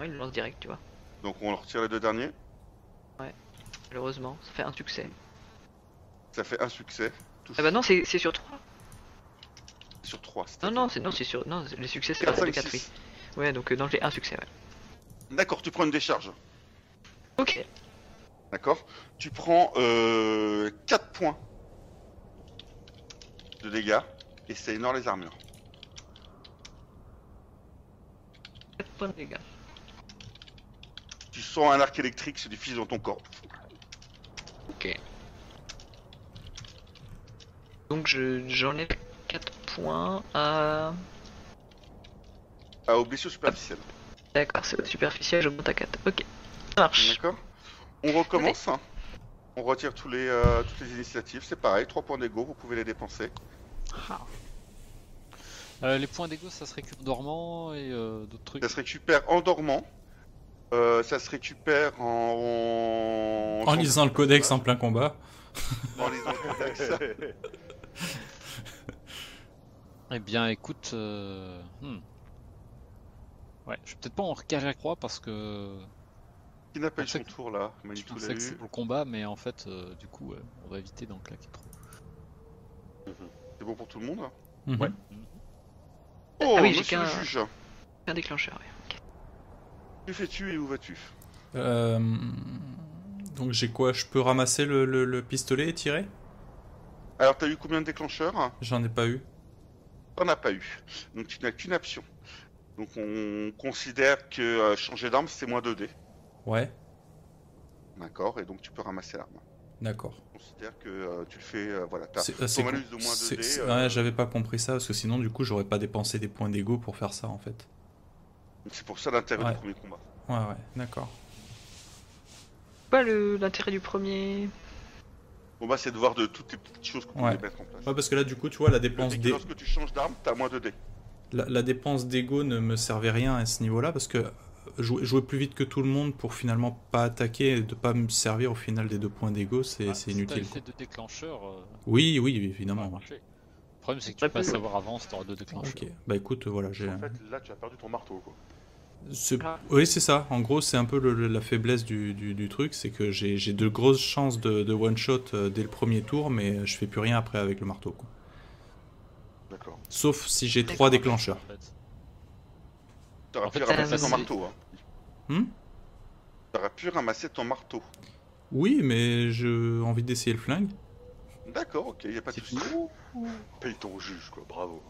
ouais, il me lance direct, tu vois.
Donc on leur retire les deux derniers.
Malheureusement, ça fait un succès.
Ça fait un succès. Touche
Ah bah non, c'est c'est sur 3.
sur 3.
Non, non, c'est non, c'est sur. Non, les succès c'est
Quatre,
sur
cinq,
4, 4 oui.
six.
Ouais, donc euh, non, j'ai un succès, ouais.
D'accord, tu prends une décharge.
Ok.
D'accord Tu prends euh, 4 points de dégâts et c'est énorme les armures.
4 points de dégâts.
Tu sens un arc électrique se diffuse dans ton corps.
Donc je- j'enlève 4 points à.
Ah, aux blessures superficielles.
D'accord, c'est superficiel, j'augmente à 4. Ok. Ça marche.
D'accord. On recommence. hein. On retire tous les, euh, toutes les initiatives. C'est pareil, 3 points d'ego, vous pouvez les dépenser.
Euh, les points d'ego, ça se récupère dormant et euh, d'autres trucs.
Ça se récupère en dormant. Euh, ça se récupère en...
En lisant le codex hein. en plein combat.
En lisant le codex.
Eh bien, écoute. euh, hmm. Ouais, je vais peut-être pas en recaler la croix parce que
Qui n'a pas eu
Je pensais
son tour là
je
Manitou l'a
pensais que c'est
eu.
pour le combat, mais en fait, euh, du coup, ouais, on va éviter d'en claquer trop.
C'est bon pour tout le monde hein.
Mhm.
Ouais.
Oh,
Ah oui, j'ai
monsieur le
qu'un-
juge
Un déclencheur, ouais.
Que fais-tu et où vas-tu
Euh, Donc, j'ai quoi Je peux ramasser le, le- le pistolet et tirer
Alors, t'as eu combien de déclencheurs
J'en ai pas eu.
T'en as pas eu. Donc, tu n'as qu'une action. Donc, on considère que euh, changer d'arme, c'est moins 2 dés.
Ouais,
D'accord Et donc, tu peux ramasser l'arme.
d'accord.
On considère que euh, tu le fais... euh, voilà, t'as-
C'est- euh, c'est
malus
con-
de moins deux
c'est-
dés,
c'est-
euh,
Ouais, j'avais pas compris ça, parce que sinon, du coup, j'aurais pas dépensé des points d'ego pour faire ça, en fait.
C'est pour ça l'intérêt
Ouais.
du premier combat.
Ouais, ouais, d'accord.
Pas le- l'intérêt du premier.
Bon bah c'est de voir de toutes les petites choses qu'on peut
Ouais.
mettre en place.
Ouais, parce que là, du coup, tu vois, la
Le fait
dépense
que
des...
Lorsque tu changes d'arme, t'as moins de dés.
La, la dépense d'ego ne me servait rien à ce niveau-là parce que jouer, jouer plus vite que tout le monde pour finalement pas attaquer et de pas me servir au final des deux points d'ego, c'est
Ah,
c'est
si t'avais
inutile. quoi.
fait deux déclencheurs, euh,
Oui, oui,
ça aurait
évidemment. ouais.
marché. Le problème, c'est que tu
Très
peux pas
peu, ouais.
savoir avant si t'auras deux déclencheurs.
Ok, bah écoute, voilà, j'ai.
En fait, là, tu as perdu ton marteau, quoi.
ce- Oui, c'est ça. En gros, c'est un peu le- le- la faiblesse du, du- du truc, c'est que j'ai j'ai de grosses chances de, de one shot euh, dès le premier tour, mais je fais plus rien après avec le marteau. quoi.
D'accord.
Sauf si j'ai trois déclencheurs.
En fait.
T'aurais
En
pu
fait,
ramasser ton
c'est-
marteau. Hein.
Hmm
T'aurais pu ramasser ton marteau.
oui, mais j'ai envie d'essayer le flingue.
D'accord, ok, y a pas de
C'est
souci.
tout.
Paye ton juge, quoi, bravo.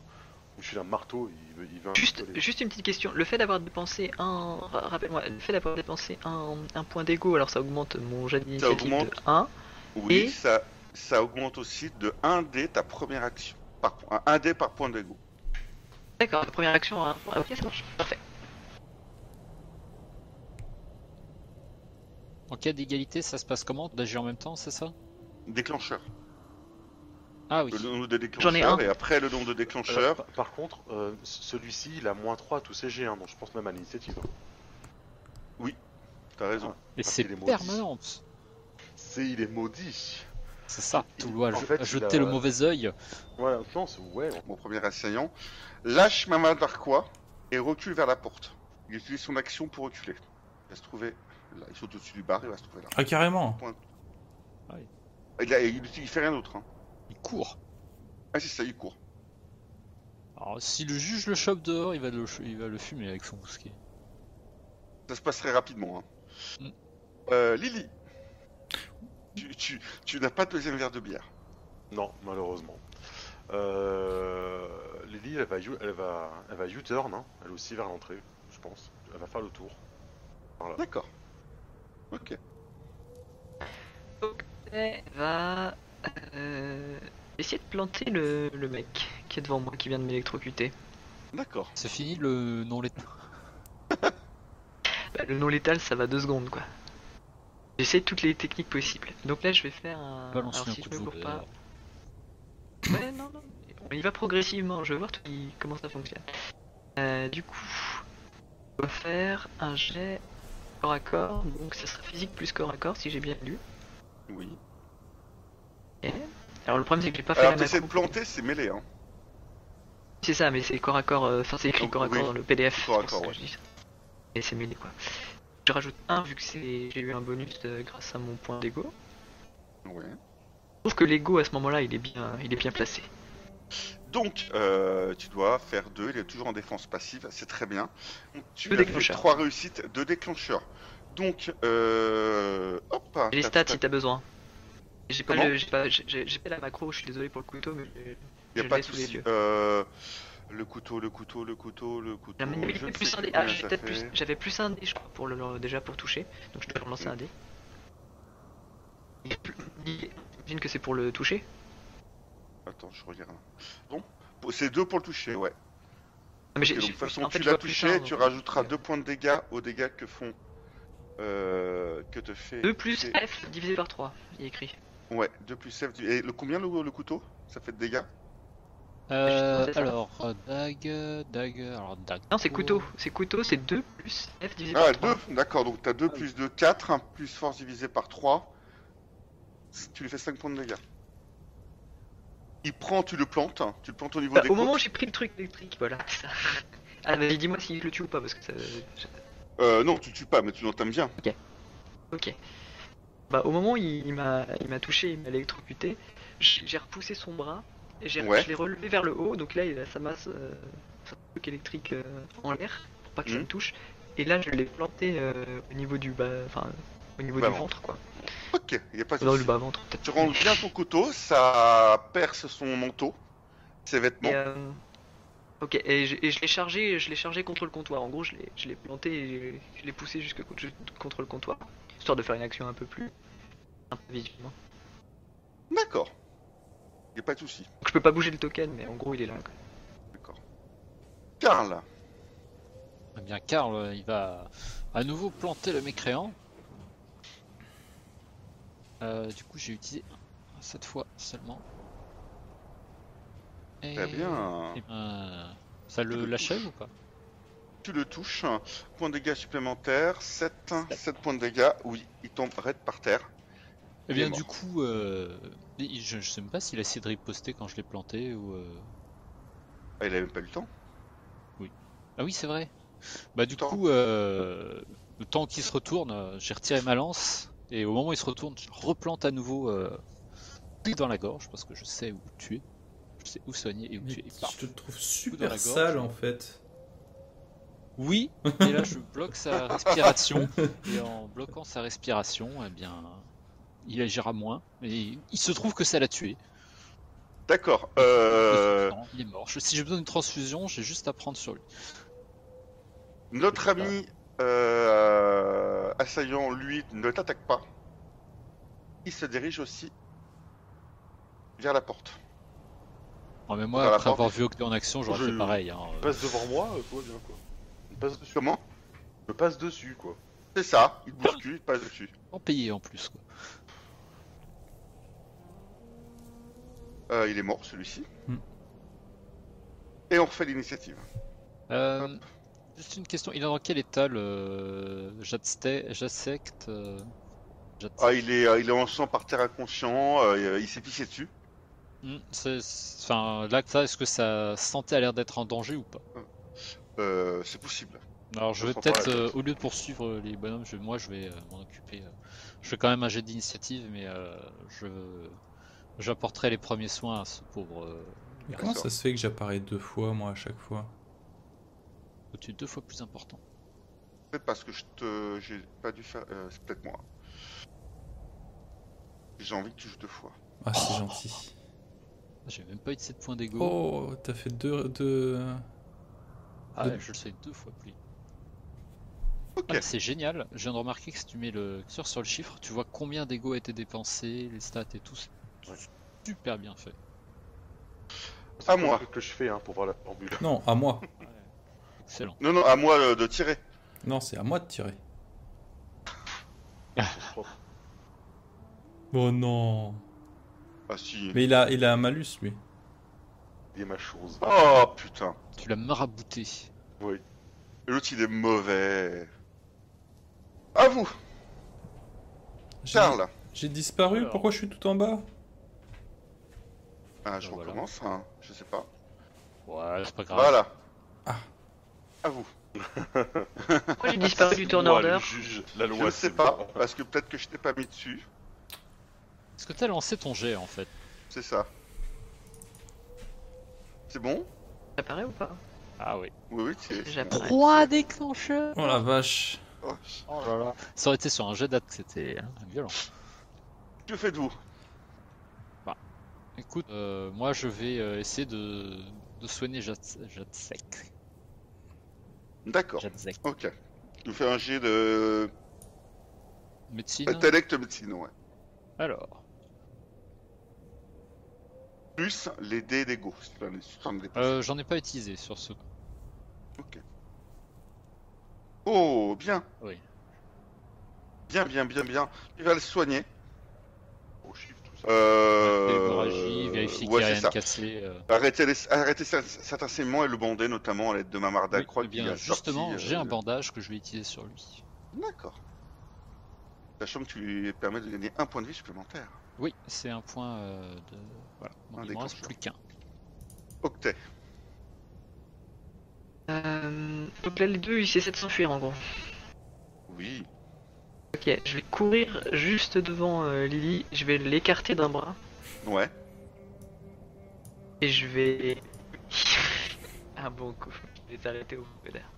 Il me file un marteau, il veut, il veut
Juste,
installer.
juste une petite question. Le fait d'avoir dépensé un, ra- rappelle-moi, le fait d'avoir dépensé un, un point d'ego, alors ça augmente mon jet d'initiative de
augmente.
1.
Oui,
Et
ça, ça augmente aussi de 1 dé ta première action. Par, point- un dé par point d'ego.
D'accord, la première action, hein. Ah, ok, ça marche, parfait.
En cas d'égalité, ça se passe comment D'agir en même temps, c'est ça
Déclencheur.
Ah oui.
Le nombre de
J'en ai un.
déclencheurs et après le nombre de
Alors,
déclencheurs.
par- par contre, euh, c- celui-ci, il a moins 3 à tous ses G1, donc je pense même à l'initiative. hein.
T'as raison.
Et
parce
c'est
qu'il est maudit.
permanent.
C'est, il est maudit.
C'est ça.
Il-
Tout doit
en fait, il
jeter
a-
le mauvais œil.
Ouais, non, c'est ouais. bon.
Mon premier assaillant. Lâche ma main d'Arquois et recule vers la porte. Il utilise son action pour reculer. Il va se trouver là. Ils sont au-dessus du bar, il va se trouver là.
Ah, carrément.
Il, a- il, il fait rien d'autre. hein.
Il court.
Ah, si, ça, il court.
Alors, si le juge le chope dehors, il va le, il va le fumer avec son mousquet.
Ça se passe très rapidement. hein.
Mm.
Euh, Lily, tu, tu- tu n'as pas de deuxième verre de bière.
Non, malheureusement. Euh, Lily, elle va, you- elle va, elle va U-turn, hein, elle aussi vers l'entrée, je pense. Elle va faire le tour.
D'accord. Ok.
Elle va Eh ben, euh, essayer de planter le, le mec qui est devant moi, qui vient de m'électrocuter.
D'accord.
C'est fini le non létal.
Bah, le non létal, ça va deux secondes, quoi. J'essaie toutes les techniques possibles. Donc là, je vais faire un.
Balancer
Ah, alors,
un
si
coup
je
de euh,
me
vous.
gourre pas. Ouais, non, non. On y va progressivement. Je vais voir tout- comment ça fonctionne. Euh, du coup, on va faire un jet corps à corps. Donc ça sera physique plus corps à corps, si j'ai bien lu.
Oui.
Ok. Alors le problème, c'est que j'ai pas fait
Alors,
la
t'essaies de
macro.
planter, c'est mêlé. Hein.
C'est ça, mais c'est corps à corps, euh, enfin c'est écrit
Donc,
corps à
oui,
corps dans le PDF.
corps à
c'est pour
corps,
ça que je dis ça. Et c'est mêlé quoi. Je rajoute 1 vu que c'est- j'ai eu un bonus euh, grâce à mon point d'ego.
Ouais.
Je trouve que l'ego à ce moment-là il est bien il est bien placé.
Donc, euh, tu dois faire deux. Il est toujours en défense passive. C'est très bien. Donc, tu
Deux
as fait
déclencheurs.
trois réussites, deux déclencheurs. Donc, euh... hop.
J'ai les
t'as-
stats
t'as-
si t'as besoin. J'ai pas,
Comment
le- j'ai pas, j'ai- j'ai- j'ai pas la macro, je suis désolé pour le couteau, mais j'ai-
y a
je
pas
l'ai
de
sous les
souci.
yeux.
Euh, Le couteau, le couteau, le couteau, le couteau.
j'avais
je ne
plus
sais
un dé.
plus
Ah,
combien
j'ai
ça
peut-être
fait.
plus- j'avais plus un dé je crois pour le- le, déjà pour toucher, donc je dois relancer un dé. Il y a plus- il- J'imagine que c'est pour le toucher.
Attends, je regarde. Bon, Pour- c'est deux pour le toucher, ouais.
Ah, mais j'ai-
Ok, donc,
j'ai-
de toute façon,
en fait,
tu
je
l'as
vois plus
touché,
un,
tu
donc- euh,
rajouteras
ok.
deux points de dégâts aux dégâts que font. Euh, que te fait.
2 plus
c'est-
F divisé par 3, il est écrit.
Ouais, 2 plus F. Et le combien le, le couteau Ça fait de dégâts
Euh,
c'est ça.
alors, euh, dague, dague, alors dague.
Non, c'est couteau. C'est couteau, c'est 2 plus F divisé
Ah,
par ah 3.
2 D'accord, donc t'as 2 plus 2, 4, 1 plus force divisé par 3. Tu lui fais 5 points de dégâts. Il prend, tu le plantes, hein, tu le plantes au niveau
Bah,
des
au moment où
côtes.
j'ai pris le truc électrique, voilà, c'est ça. Ah, vas-y, dis-moi si je le tue ou pas, parce que ça. je-
Euh, non, tu le tues pas, mais tu l'entames bien.
Ok. Bah, au moment où il, il m'a il m'a touché, il m'a électrocuté, j'ai j'ai repoussé son bras, et j'ai
Ouais.
je l'ai relevé vers le haut, donc là, il a sa masse, euh, son truc électrique euh, en l'air, pour pas que ça
Mhm.
me touche. Et là, je l'ai planté euh, au niveau du bas. Enfin, au niveau
Bas
du
ventre.
ventre, quoi.
Ok, il a pas de
Dans le
souci.
bas ventre, peut-être.
Tu rentres bien ton couteau, ça perce son manteau, ses vêtements.
Et, euh, Ok, et je, et je l'ai chargé, je l'ai chargé contre le comptoir. En gros, je l'ai, je l'ai planté, et je l'ai poussé jusque co- ju- contre le comptoir, histoire de faire une action un peu plus, un peu visuellement. euh,
D'accord. Il a pas de souci.
Donc je peux pas bouger le token, mais en gros, il est là. quoi.
D'accord. Karl,
Eh bien, Karl, euh, il va à nouveau planter le mécréant. Euh, du coup, j'ai utilisé cette fois seulement. Et...
très bien.
eh ben, ça le l'achève ou pas
Tu le touches. Point de dégâts supplémentaire, 7. 7 points de dégâts. Oui, il tombe raide par terre.
Eh
Il est
bien,
mort.
du coup, euh, il- je, je sais même pas s'il a essayé de riposter quand je l'ai planté ou. euh,
Ah, il a même pas eu le temps.
Ah oui, c'est vrai. Bah du
Temps.
coup, euh, le temps qu'il se retourne, euh, j'ai retiré ma lance et au moment où il se retourne, je replante à nouveau euh, pile dans la gorge parce que je sais où tuer, je sais où soigner et où
Mais
tuer. Et paf.
Je te trouve
dans la
super
gorge.
sale en fait.
Oui, et là je bloque sa respiration et en bloquant sa respiration, eh bien, il agira moins. Et il se trouve que ça l'a tué.
D'accord. Euh,
Non, il est mort. Je- si j'ai besoin d'une transfusion, j'ai juste à prendre sur lui.
notre ami euh, assaillant, lui, ne t'attaque pas. Il se dirige aussi vers la porte.
Non, mais moi,
Par
après
rapport-
avoir vu Octet en action, j'aurais
Je-
fait pareil. hein.
Il passe devant moi, euh, tout va bien quoi. Il passe dessus.
Comment
Je passe dessus quoi.
C'est ça, il bouscule, il passe dessus.
Sans payer en plus. Quoi.
Euh, il est mort celui-ci.
Hmm.
Et on refait l'initiative.
Euh, juste une question. Il est dans quel état le Jadste- Jacect euh, Jadse-
Ah, il est, euh, il est en sang par terre inconscient, euh, il s'est pissé dessus.
Hmm, c'est- c'est- Enfin, là, ça, est-ce que sa santé a l'air d'être en danger ou pas
Euh, c'est possible.
Alors, je
Ça
vais
sent pas la
peut-être, euh,
tête.
au lieu de poursuivre euh, les bonhommes, je- moi, je vais euh, m'en occuper. euh. Je fais quand même un jet d'initiative, mais euh, je j'apporterai les premiers soins à ce pauvre. euh,
Mais comment
D'accord.
ça se fait que j'apparais deux fois, moi, à chaque fois
tu es deux fois plus important.
Peut-être parce que je te, j'ai pas dû faire. euh, c'est peut-être moi. J'ai envie que tu joues deux fois.
Ah, c'est gentil.
J'ai même pas eu de 7 points d'ego.
Oh, t'as fait deux... deux...
Ah
de-
ouais, je le sais deux fois plus.
Ok.
Ah, c'est génial, je viens de remarquer que si tu mets le curseur sur le chiffre, tu vois combien d'ego a été dépensé, les stats et tout. C'est
Ouais.
Super bien fait.
C'est
À
pas
moi.
un truc que je fais hein, pour voir la ambulance.
Non, à moi.
Excellent.
Non, non, à moi euh, de tirer.
Non, c'est à moi de tirer.
je crois.
Oh non.
Ah si.
Mais il a, il a un malus, lui.
Il est ma chose.
Oh putain.
Tu l'as marabouté.
Et L'autre il est mauvais. À vous,
J'ai-
Charles.
J'ai disparu,
Alors.
pourquoi je suis tout en bas
Ah, je
Ah, voilà.
recommence, hein, je sais pas.
Ouais, c'est pas grave.
Voilà.
Ah.
À vous.
Pourquoi j'ai disparu du turn
Moi, le
order
juge, la
Je
loi,
ne sais
c'est
pas,
moi.
parce que peut-être que je t'ai pas mis dessus.
Est-ce que t'as lancé ton jet en fait
C'est ça. C'est bon
Ça paraît ou pas
Ah oui.
Oui, oui, c'est. c'est bon.
J'apprends.
Trois déclencheurs
Oh la vache.
Oh,
Oh là là. Ça aurait été sur un jet d'acte, c'était hein, violent.
Que faites vous
Écoute, euh, moi je vais euh, essayer de, de soigner Jats- Jatsek.
D'accord.
Jatsek.
Ok. Tu fais un jet de.
Médecine
Intellect médecine, ouais.
Alors.
Plus les dés d'ego. si tu en as- si tu en as dépassé.
Euh, J'en ai pas utilisé sur ce.
Oh, bien.
Oui.
Bien, bien, bien, bien. Tu vas le soigner.
Au chiffre, tout ça.
Euh...
Hémorragie, vérifier
ouais,
qu'il n'y
c'est
a rien de
ça.
cassé. euh.
Arrêtez, les... Arrêtez cet- cet assaillement et le bander, notamment à l'aide de ma marde à
Oui,
croix
eh
qui
bien,
a sorti,
justement,
euh,
j'ai un bandage que je vais utiliser sur lui.
D'accord. Sachant que tu lui permets de gagner un point de vie supplémentaire.
Oui, c'est un point euh, de. Voilà,
Un
donc il m'en reste
déclencheur.
plus qu'un.
Octet.
Euh, Donc là, les deux, ils essaient de s'enfuir en gros.
Oui.
Ok, je vais courir juste devant euh, Lily, je vais l'écarter d'un bras
Ouais.
et je vais. Un bon coup, je vais t'arrêter au bout d'air.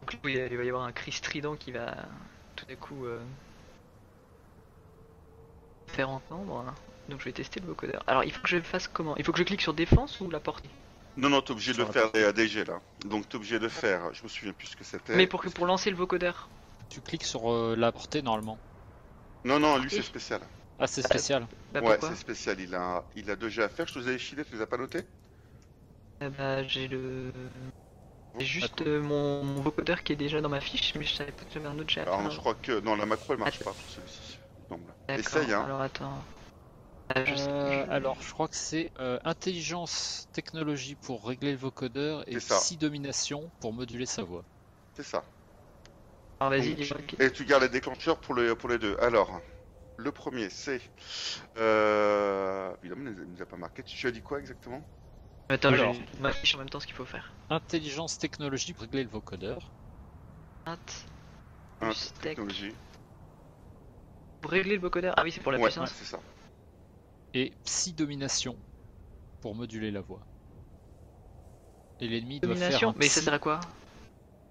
Donc là, oui, il va y avoir un cri strident qui va tout d'un coup euh, faire entendre. Donc je vais tester le vocoder. Alors il faut que je fasse comment Il faut que je clique sur défense ou la portée
Non, non, t'es obligé de
Sur
le
la
faire les ADG là. Donc t'es obligé de faire. Je me souviens plus ce que c'était.
Mais pour que pour lancer le vocoder.
Tu cliques sur euh, la portée normalement.
Non, non, lui c'est spécial.
Ah, c'est spécial.
Bah
ouais,
pourquoi
c'est spécial. Il a, il a deux jets à faire. Je te les avais filés, tu les as pas notés
Ah Bah j'ai le. J'ai juste
Attends.
euh, mon, mon vocodeur qui est déjà dans ma fiche, mais je savais pas que j'avais un autre chat.
Alors, je crois que. Non, la macro elle marche
Attends.
pas pour celui-ci. il me semble. Essaye, hein.
Alors attends. Ah, je sais-
Euh,
je-
alors, je crois que c'est euh, intelligence, technologie pour régler le vocodeur et
C'est ça.
psy domination pour moduler sa voix.
C'est ça.
Alors vas-y,
donc,
dis-moi. ok.
Et tu gardes les déclencheurs pour, le, pour les deux. Alors, le premier c'est. Euh. Il ne nous a pas marqué. Tu tu as dit quoi exactement
Attends,
alors.
j'ai ma fiche en même temps ce qu'il faut faire.
Intelligence, technologie pour régler le vocodeur.
Int,
Hein,
Plus tech.
Technologie.
Pour régler le vocodeur. Ah oui, c'est pour la
Ouais,
puissance.
c'est ça.
et psy domination pour moduler la voix. Et l'ennemi doit faire
Domination
un
Mais ça
psy-
sert à quoi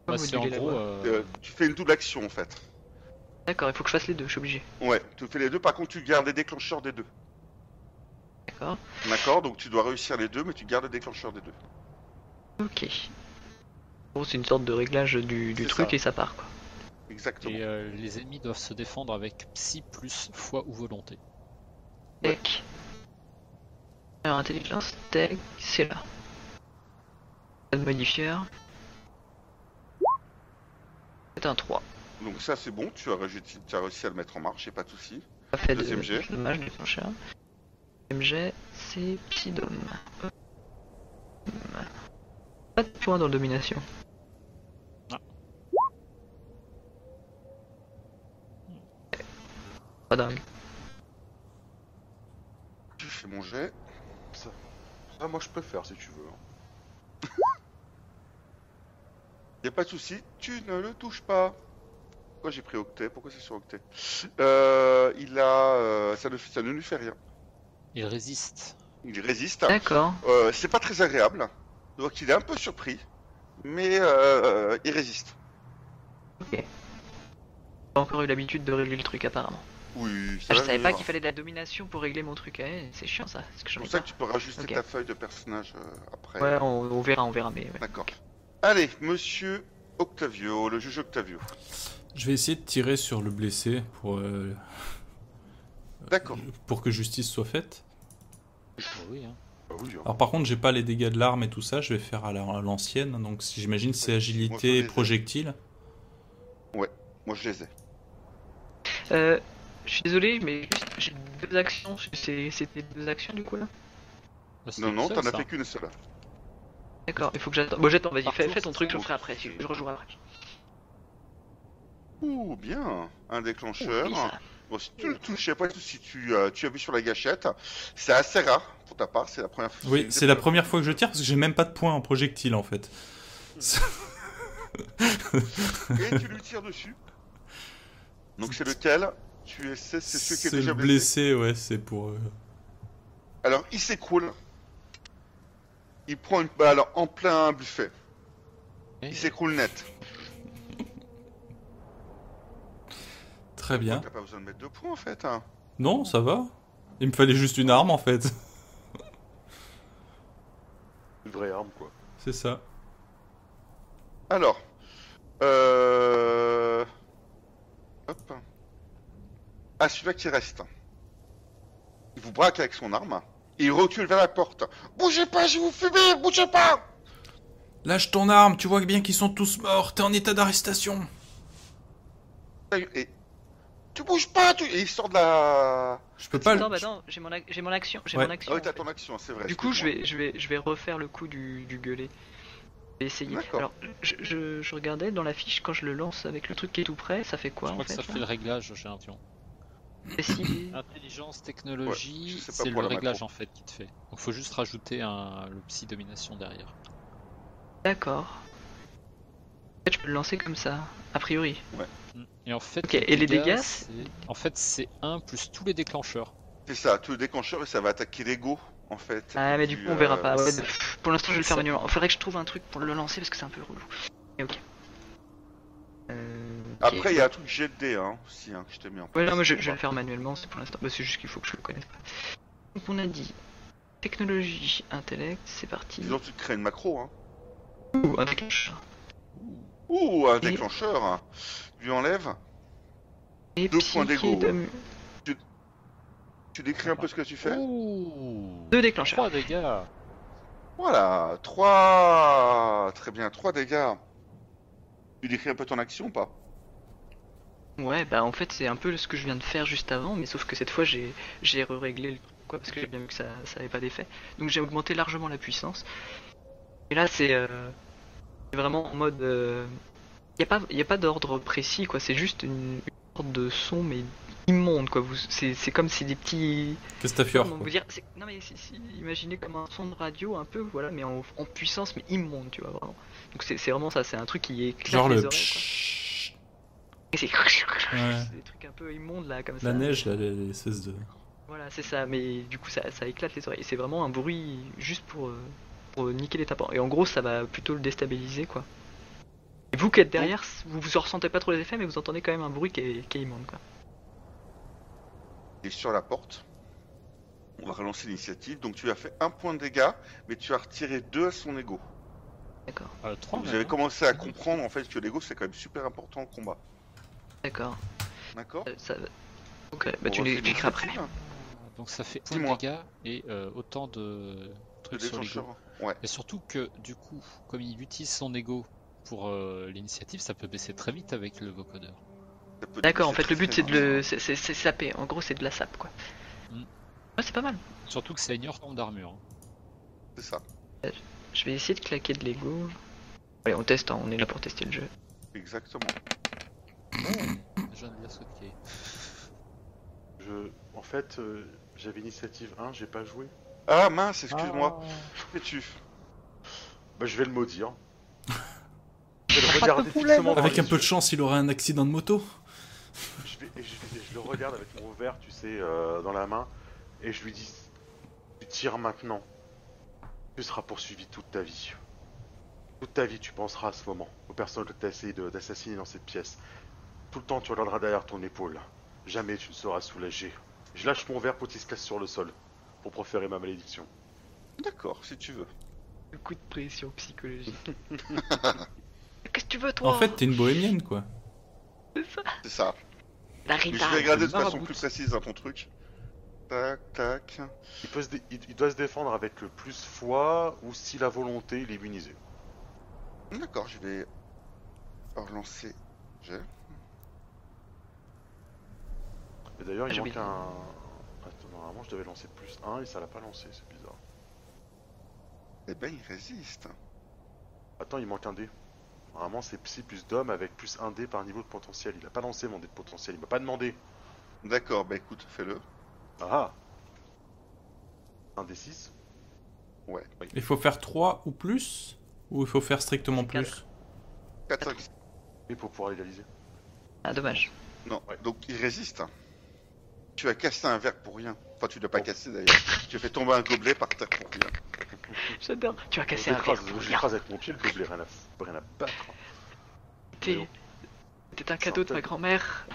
bah,
Pas
c'est en
moduler la
gros,
voix.
euh,
Euh, tu fais une double action en fait.
D'accord, il faut que je fasse les deux, je suis obligé.
Ouais, tu fais les deux. Par contre, tu gardes les déclencheurs des deux.
D'accord.
D'accord, donc tu dois réussir les deux, mais tu gardes les déclencheurs des deux.
Ok. Bon, c'est une sorte de réglage du, du
C'est
truc
ça.
et ça part quoi.
Exactement.
Et euh, les ennemis doivent se défendre avec psy plus foi ou volonté.
Tech. Alors intelligence, tech, c'est là. Pas de modifieur. C'est un 3.
Donc ça, c'est bon. Tu as, réussi, tu as réussi à le mettre en marche, et pas de souci.
Pas fait
Deuxième
de,
jet.
de dommage de son chat. Deuxième jet, c'est Psydome. Pas de points dans le domination.
Ah.
Pas dingue.
Tu fais mon jet.
Ah, moi je peux faire si tu veux. hein.
Y a pas de souci, tu ne le touches pas. Pourquoi j'ai pris octet Pourquoi c'est sur octet Euh, Il a, euh, ça, ne, ça ne lui fait rien.
Il résiste.
Il résiste.
D'accord.
Euh, c'est pas très agréable. Donc il est un peu surpris, mais euh, il résiste.
J'ai encore eu l'habitude de régler le truc apparemment.
Oui.
Ah,
ça
je
va
savais pas
venir.
qu'il fallait de la domination pour régler mon truc. Eh, c'est chiant ça. C'est ce que
C'est
j'en ai
pour ça
pas.
que tu peux rajouter
Ok.
ta feuille de personnage euh, après.
Ouais, on, on verra, on verra, mais ouais.
D'accord. Allez, Monsieur Octavio, le juge Octavio.
Je vais essayer de tirer sur le blessé pour, euh,
D'accord.
Euh,
pour que justice soit faite.
oui, hein.
Bah oui, hein.
Alors par contre, j'ai pas les dégâts de l'arme et tout ça, je vais faire à la- à l'ancienne, donc si j'imagine c'est
Moi, je les
agilité
ai.
projectile.
Moi je les ai.
Euh, je suis désolé, mais juste, j'ai deux actions. C'est- C'était deux actions du coup là
Bah, c'est
Non,
une
non,
seule,
t'en as
ça.
fait qu'une seule.
D'accord, il faut que j'attende. Bon, j'attends, vas-y,
Par
fais,
contre,
fais ton truc, je le
faut-
ferai après. Je je rejouerai après.
Ouh, bien. Un déclencheur.
Oh, Oui, ça.
Bon, si tu le touches, y a pas de souci, tu, euh, tu as vu sur la gâchette. C'est assez rare pour ta part, c'est la première fois.
Oui, c'est la première fois que je tire parce que j'ai même pas de points en projectile en fait.
Et tu lui tires dessus. Donc c'est lequel Tu essaies, c'est celui qui est
C'est
déjà
le
blessé.
blessé, ouais, c'est pour. euh,
Alors il s'écroule. Il prend une balle en plein buffet.
Eh,
Il s'écroule net.
Très bien.
Oh, T'as pas besoin de mettre deux points en fait. hein.
Non, ça va. Il me fallait juste une arme en fait.
Une vraie arme quoi.
C'est ça.
Alors. Euh... Hop. Ah, celui-là qui reste. Il vous braque avec son arme. Et il recule vers la porte. Bougez pas, je vais vous fumer, bougez pas
Lâche ton arme, tu vois bien qu'ils sont tous morts, t'es en état d'arrestation.
Et... Tu bouges pas, tu... Et il sort de la...
Je peux
Attends,
pas.
bah non, j'ai mon, ac- j'ai mon action. J'ai
Ouais.
mon action.
Ah oui, t'as
en fait.
ton action, c'est vrai.
Du coup, je
excuse-moi.
vais, je vais, je vais refaire le coup du, du gueuler. Je vais essayer.
D'accord.
Alors, je, je, je regardais dans la fiche quand je le lance avec le truc qui est tout près, ça fait
je
quoi en
crois que
fait,
ça fait le réglage, j'ai l'impression.
là Précis.
Intelligence, technologie,
Ouais, je sais pas
c'est
pour
le
la
réglage
macro.
en fait qui te fait. Donc faut juste rajouter un, le psy domination derrière.
D'accord. En fait, je peux le lancer comme ça, a priori.
Et en fait,
Ok, et les dégâts,
c'est- En fait, c'est 1 plus tous les déclencheurs.
C'est ça, tu le déclencheur et ça va attaquer l'ego, en fait.
Ah, mais du coup, on
euh,
verra pas. Ouais,
c'est-
pff, pour l'instant, je vais le faire
ça-
manuellement. Faudrait que je trouve un truc pour le lancer parce que c'est un peu relou. Mais ok. Euh, ok.
Après, il y a un truc jet de dés, hein, aussi, hein, que je t'ai mis en place.
Ouais, non, mais je, je vais le faire manuellement, c'est pour l'instant. Bah, c'est juste qu'il faut que je le connaisse pas. Donc, on a dit technologie, intellect, c'est parti.
Disons, tu te crées une macro, hein.
Ouh, un déclencheur.
Ouh, un déclencheur hein. Tu lui enlèves.
Et
Deux
psy
points
qui est
d'ego.
dom-
Tu décris un peu ce que tu fais.
Ouh
Deux déclencheurs.
3 dégâts
Voilà, 3. Très bien, 3 dégâts. Tu décris un peu ton action ou pas
Ouais, bah en fait, c'est un peu ce que je viens de faire juste avant, mais sauf que cette fois, j'ai j'ai réglé le truc, quoi, parce que j'ai bien vu que ça, ça avait pas d'effet. Donc, j'ai augmenté largement la puissance. Et là, c'est euh, c'est vraiment en mode. Il a pas, y a pas d'ordre précis, quoi, c'est juste une, une sorte de son, mais immonde, quoi. vous- C'est c'est comme si des petits.
Castafiore.
Comment vous dire c'est- Non mais si- si- imaginez comme un son de radio un peu, voilà, mais en, en puissance, mais immonde, tu vois, vraiment. Donc c'est c'est vraiment ça, c'est un truc qui éclate
Genre
les
le.
oreilles, quoi.
pshhh.
Et c'est...
Ouais.
c'est des trucs un peu immondes, là, comme ça.
La neige, là, les espèces de.
Voilà, c'est ça, mais du coup, ça, ça éclate les oreilles. C'est vraiment un bruit juste pour, euh, pour niquer les tapants. Et en gros, ça va plutôt le déstabiliser, quoi.
Et vous qui êtes derrière, vous vous en ressentez pas trop les effets, mais vous entendez quand même un bruit qui est, qui est immonde. Quoi.
Il est sur la porte. On va relancer l'initiative. Donc tu as fait un point de dégâts, mais tu as retiré deux à son ego.
Euh,
Oh,
trois,
bah
Vous
même,
avez
hein.
commencé à comprendre en fait que l'ego c'est quand même super important au combat.
D'accord.
D'accord
Euh, ça va. Ok, bah
On
tu
refait
l'expliqueras après.
l'initiative.
Donc ça fait un
Dis-moi.
dégât et euh, autant
Le
de trucs sur l'ego.
déclencheur. Ouais.
Et surtout que du coup, comme il utilise son ego pour euh, l'initiative, ça peut baisser très vite avec le vocodeur.
Ça peut
D'accord, en
déclencher
fait le but
très,
c'est
très
de
vite.
le. c'est- C'est c'est saper, en gros c'est de la sape quoi.
Mm.
Ouais, c'est pas mal.
Surtout que ça ignore forme d'armure. hein.
C'est ça.
Je vais essayer de claquer de l'ego. Allez, on teste, hein, on est là pour tester le jeu.
Exactement.
hein. Je viens de dire ce qui est.
Je... En fait, euh, j'avais initiative 1, j'ai pas joué.
Ah mince, excuse-moi. tu
Bah, je vais le maudire. Je vais le regarder
problème.
Oh,
fixement dans
Avec
les
un peu Ah, de
yeux.
chance, il aura un accident de moto.
Je, vais- et je vais- je le regarde avec mon verre, tu sais, euh, dans la main, et je lui dis Tu tires maintenant. Tu seras poursuivi toute ta vie. Toute ta vie, tu penseras à ce moment, aux personnes que tu as essayé de- d'assassiner dans cette pièce. Tout le temps, tu regarderas derrière ton épaule. Jamais tu ne seras soulagé. Je lâche mon verre pour qu'il se casse sur le sol, pour proférer ma malédiction.
D'accord, si tu veux.
Le coup de pression psychologique.
Qu'est-ce que tu veux toi
En fait, t'es une bohémienne, quoi.
C'est ça.
La
Mais
Rita
je vais regarder de
marabout.
façon plus précise dans ton truc. Tac, tac.
Il, peut se dé- il- il doit se défendre avec le plus foi, ou si la volonté, il est immunisé.
D'accord, je vais relancer. J'ai.
Et d'ailleurs,
Ah,
il
j'ai
manque
oublié.
un. Attends, normalement, je devais lancer plus 1 et ça l'a pas lancé, c'est bizarre.
Eh ben, il résiste.
Attends, il manque un dé. Normalement, c'est psy plus d'homme avec plus un dé par niveau de potentiel. Il a pas lancé mon dé de potentiel, il m'a pas demandé.
D'accord, bah écoute, fais-le.
Ah ah. Un dé 6
Il faut faire 3 ou plus Ou il faut faire strictement plus
4, 5,
Et pour pouvoir l'égaliser.
Ah dommage.
Non,
Ouais.
donc il résiste. Tu as cassé un verre pour rien. Enfin, tu l'as pas cassé d'ailleurs. Tu as fait tomber un gobelet par terre pour rien.
J'adore. Tu as cassé un verre hein.
J'écrase
pour rien.
j'écrase avec mon pied le gobelet, rien à, f- rien à battre. hein.
T'es- C'était un cadeau de ma grand-mère.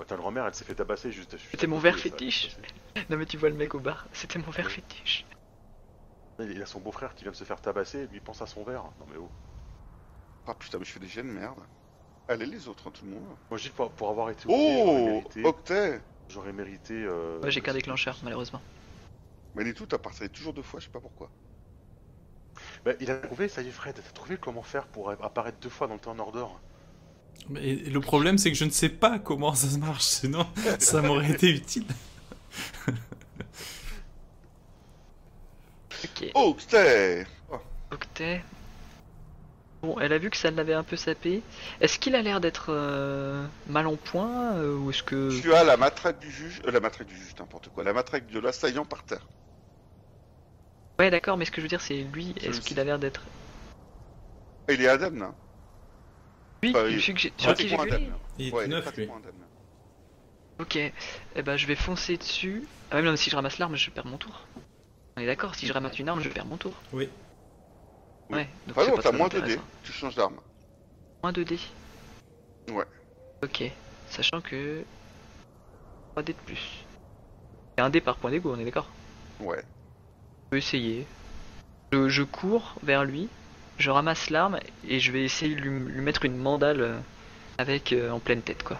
Bah, ta grand-mère, elle s'est fait tabasser juste. juste
C'était
à
mon
côté,
verre
ça,
fétiche.
ça, c'est-
Non mais tu vois le mec au bar. C'était mon verre fétiche.
Il il a son beau-frère qui vient de se faire tabasser, lui il pense à son verre. Non mais oh.
Ah putain, mais je fais des jets de merde. Allez, les autres, hein, tout le monde.
Moi, je dis pour, pour avoir été. au pied, j'aurais
Oh
mérité-
Octet
J'aurais mérité. euh,
Moi j'ai
que-
qu'un déclencheur malheureusement.
Mais les tout, t'as partagé toujours deux fois, je sais pas pourquoi.
Bah, il a trouvé, ça y est, Fred, t'as trouvé comment faire pour apparaître deux fois dans le temps en order.
Mais le problème, c'est que je ne sais pas comment ça se marche, sinon ça m'aurait été utile.
Ok.
Octet
Octet. Bon, elle a vu que ça l'avait un peu sapé. Est-ce qu'il a l'air d'être euh, mal en point euh, ou est-ce que
Tu as la matraque du juge. euh, la matraque du juge, n'importe quoi. La matraque de l'assaillant par terre.
Ouais, d'accord, mais ce que je veux dire c'est lui,
Je
est-ce
le
qu'il a l'air d'être
Ah, il est indemne, hein.
lui
Bah,
celui
il-
que j'ai- sur qui j'ai
Pratiquement
gueulé
indemne.
Il est
Ouais,
tout
il est
neuf, lui.
pratiquement indemne.
Ok, eh ben je vais foncer dessus. Ah même non, mais si je ramasse l'arme, je perds mon tour. On est d'accord, si je ramasse une arme, je perds mon tour.
Oui.
Oui.
Ouais, donc
Enfin,
c'est
non,
pas
t'as
très
moins de dés.
intéressant.
Tu changes d'arme.
Moins 2 dés.
Ouais.
Ok, sachant que 3 dés de plus. Et un dé par point d'ego, on est d'accord.
Ouais.
Je peux essayer. Je, je cours vers lui, je ramasse l'arme et je vais essayer de lui, lui mettre une mandale euh, avec euh, en pleine tête quoi.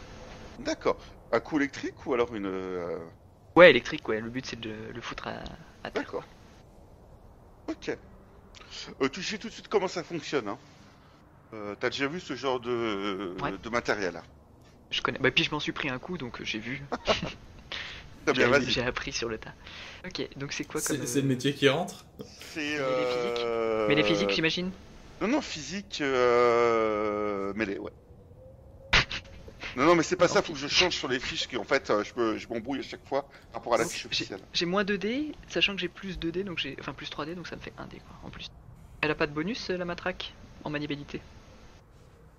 D'accord. Un coup électrique ou alors une. euh,
Ouais, électrique, ouais, le but c'est de le foutre à, à terre.
D'accord. Ok. Euh, tu sais tout de suite comment ça fonctionne. Hein. Euh, T'as déjà vu ce genre de,
Ouais.
de matériel hein. là
Je connais. Bah, puis je m'en suis pris un coup donc euh, j'ai vu.
T'as bien,
J'ai-
Ah, vas-y.
J'ai appris sur le tas. Ok, donc c'est quoi comme.
C'est
euh,
c'est le métier qui rentre
C'est.
physique.
Euh...
Mais les physiques, j'imagine
Non, non, physique. Euh... Mêlée, ouais. Non, non, mais c'est pas ça, faut que je change sur les fiches, qu'en fait, euh, je, me- je m'embrouille à chaque fois par rapport à la
Donc,
fiche officielle.
J'ai moins 2D, sachant que j'ai plus 2D, donc j'ai. Enfin, plus 3D, donc ça me fait 1D quoi, en plus. Elle a pas de bonus euh, la matraque en maniabilité.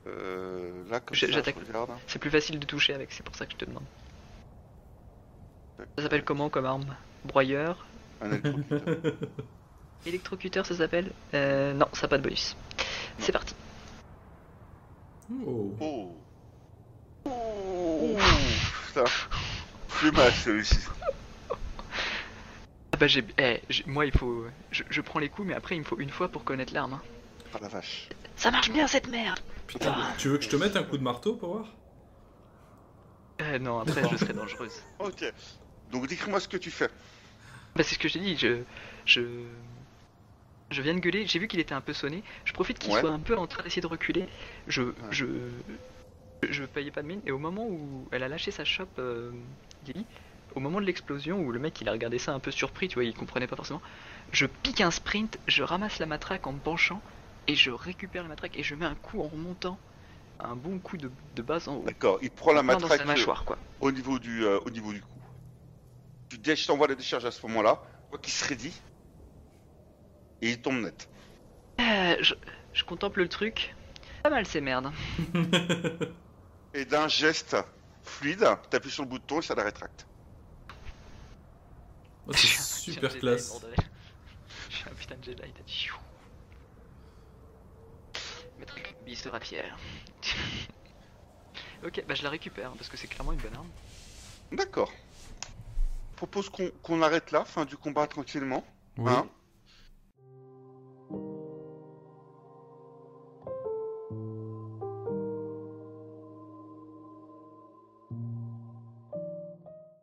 Euh, là, comme
Je-
ça, je
j'attaque.
regarde. hein.
C'est plus facile de toucher avec, c'est pour ça que je te demande.
Tac,
Ça s'appelle comment comme arme Broyeur
Un électrocuteur.
Électrocuteur ça s'appelle Euh. Non, ça a pas de bonus. C'est parti.
Oh.
Oh. Oh. Putain. C'est mal celui-ci.
Ah bah j'ai... eh, j'ai- moi il faut... Je, je prends les coups mais après il me faut une fois pour connaître l'arme. hein.
Ah la vache.
Ça marche bien cette merde
Putain, tu veux que je te mette un coup de marteau pour voir
Euh non, après
Non.
je serais dangereuse.
Ok. Donc décris-moi ce que tu fais.
Bah c'est ce que j'ai dit, je... Je... Je viens de gueuler, j'ai vu qu'il était un peu sonné, je profite qu'il
Ouais.
soit un peu en train d'essayer de reculer, je... Je... Je payais pas de mine, et au moment où elle a lâché sa chope, euh, Lily, au moment de l'explosion, où le mec il a regardé ça un peu surpris, tu vois, il comprenait pas forcément, je pique un sprint, je ramasse la matraque en me penchant, et je récupère la matraque, et je mets un coup en remontant, un bon coup de, de base en haut.
D'accord. Il prend la
plein dans
matraque euh,
sa mâchoire quoi.
au niveau du euh, au niveau du cou. Tu dé- je t'envoie la décharge à ce moment-là. Quoi qu'il se raidit. Et il tombe net.
Euh, je, je contemple le truc. Pas mal ces merdes.
Et d'un geste fluide, t'appuies sur le bouton et ça la rétracte.
Oh,
Je
C'est
suis un putain de
super
Jedi,
classe.
bordel. Je suis un putain de Jedi, t'as dit. Chou. Maître Kirby sera fier. ok, bah je la récupère parce que c'est clairement une bonne arme.
D'accord. Propose qu'on qu'on arrête là, fin du combat tranquillement.
Oui.
Hein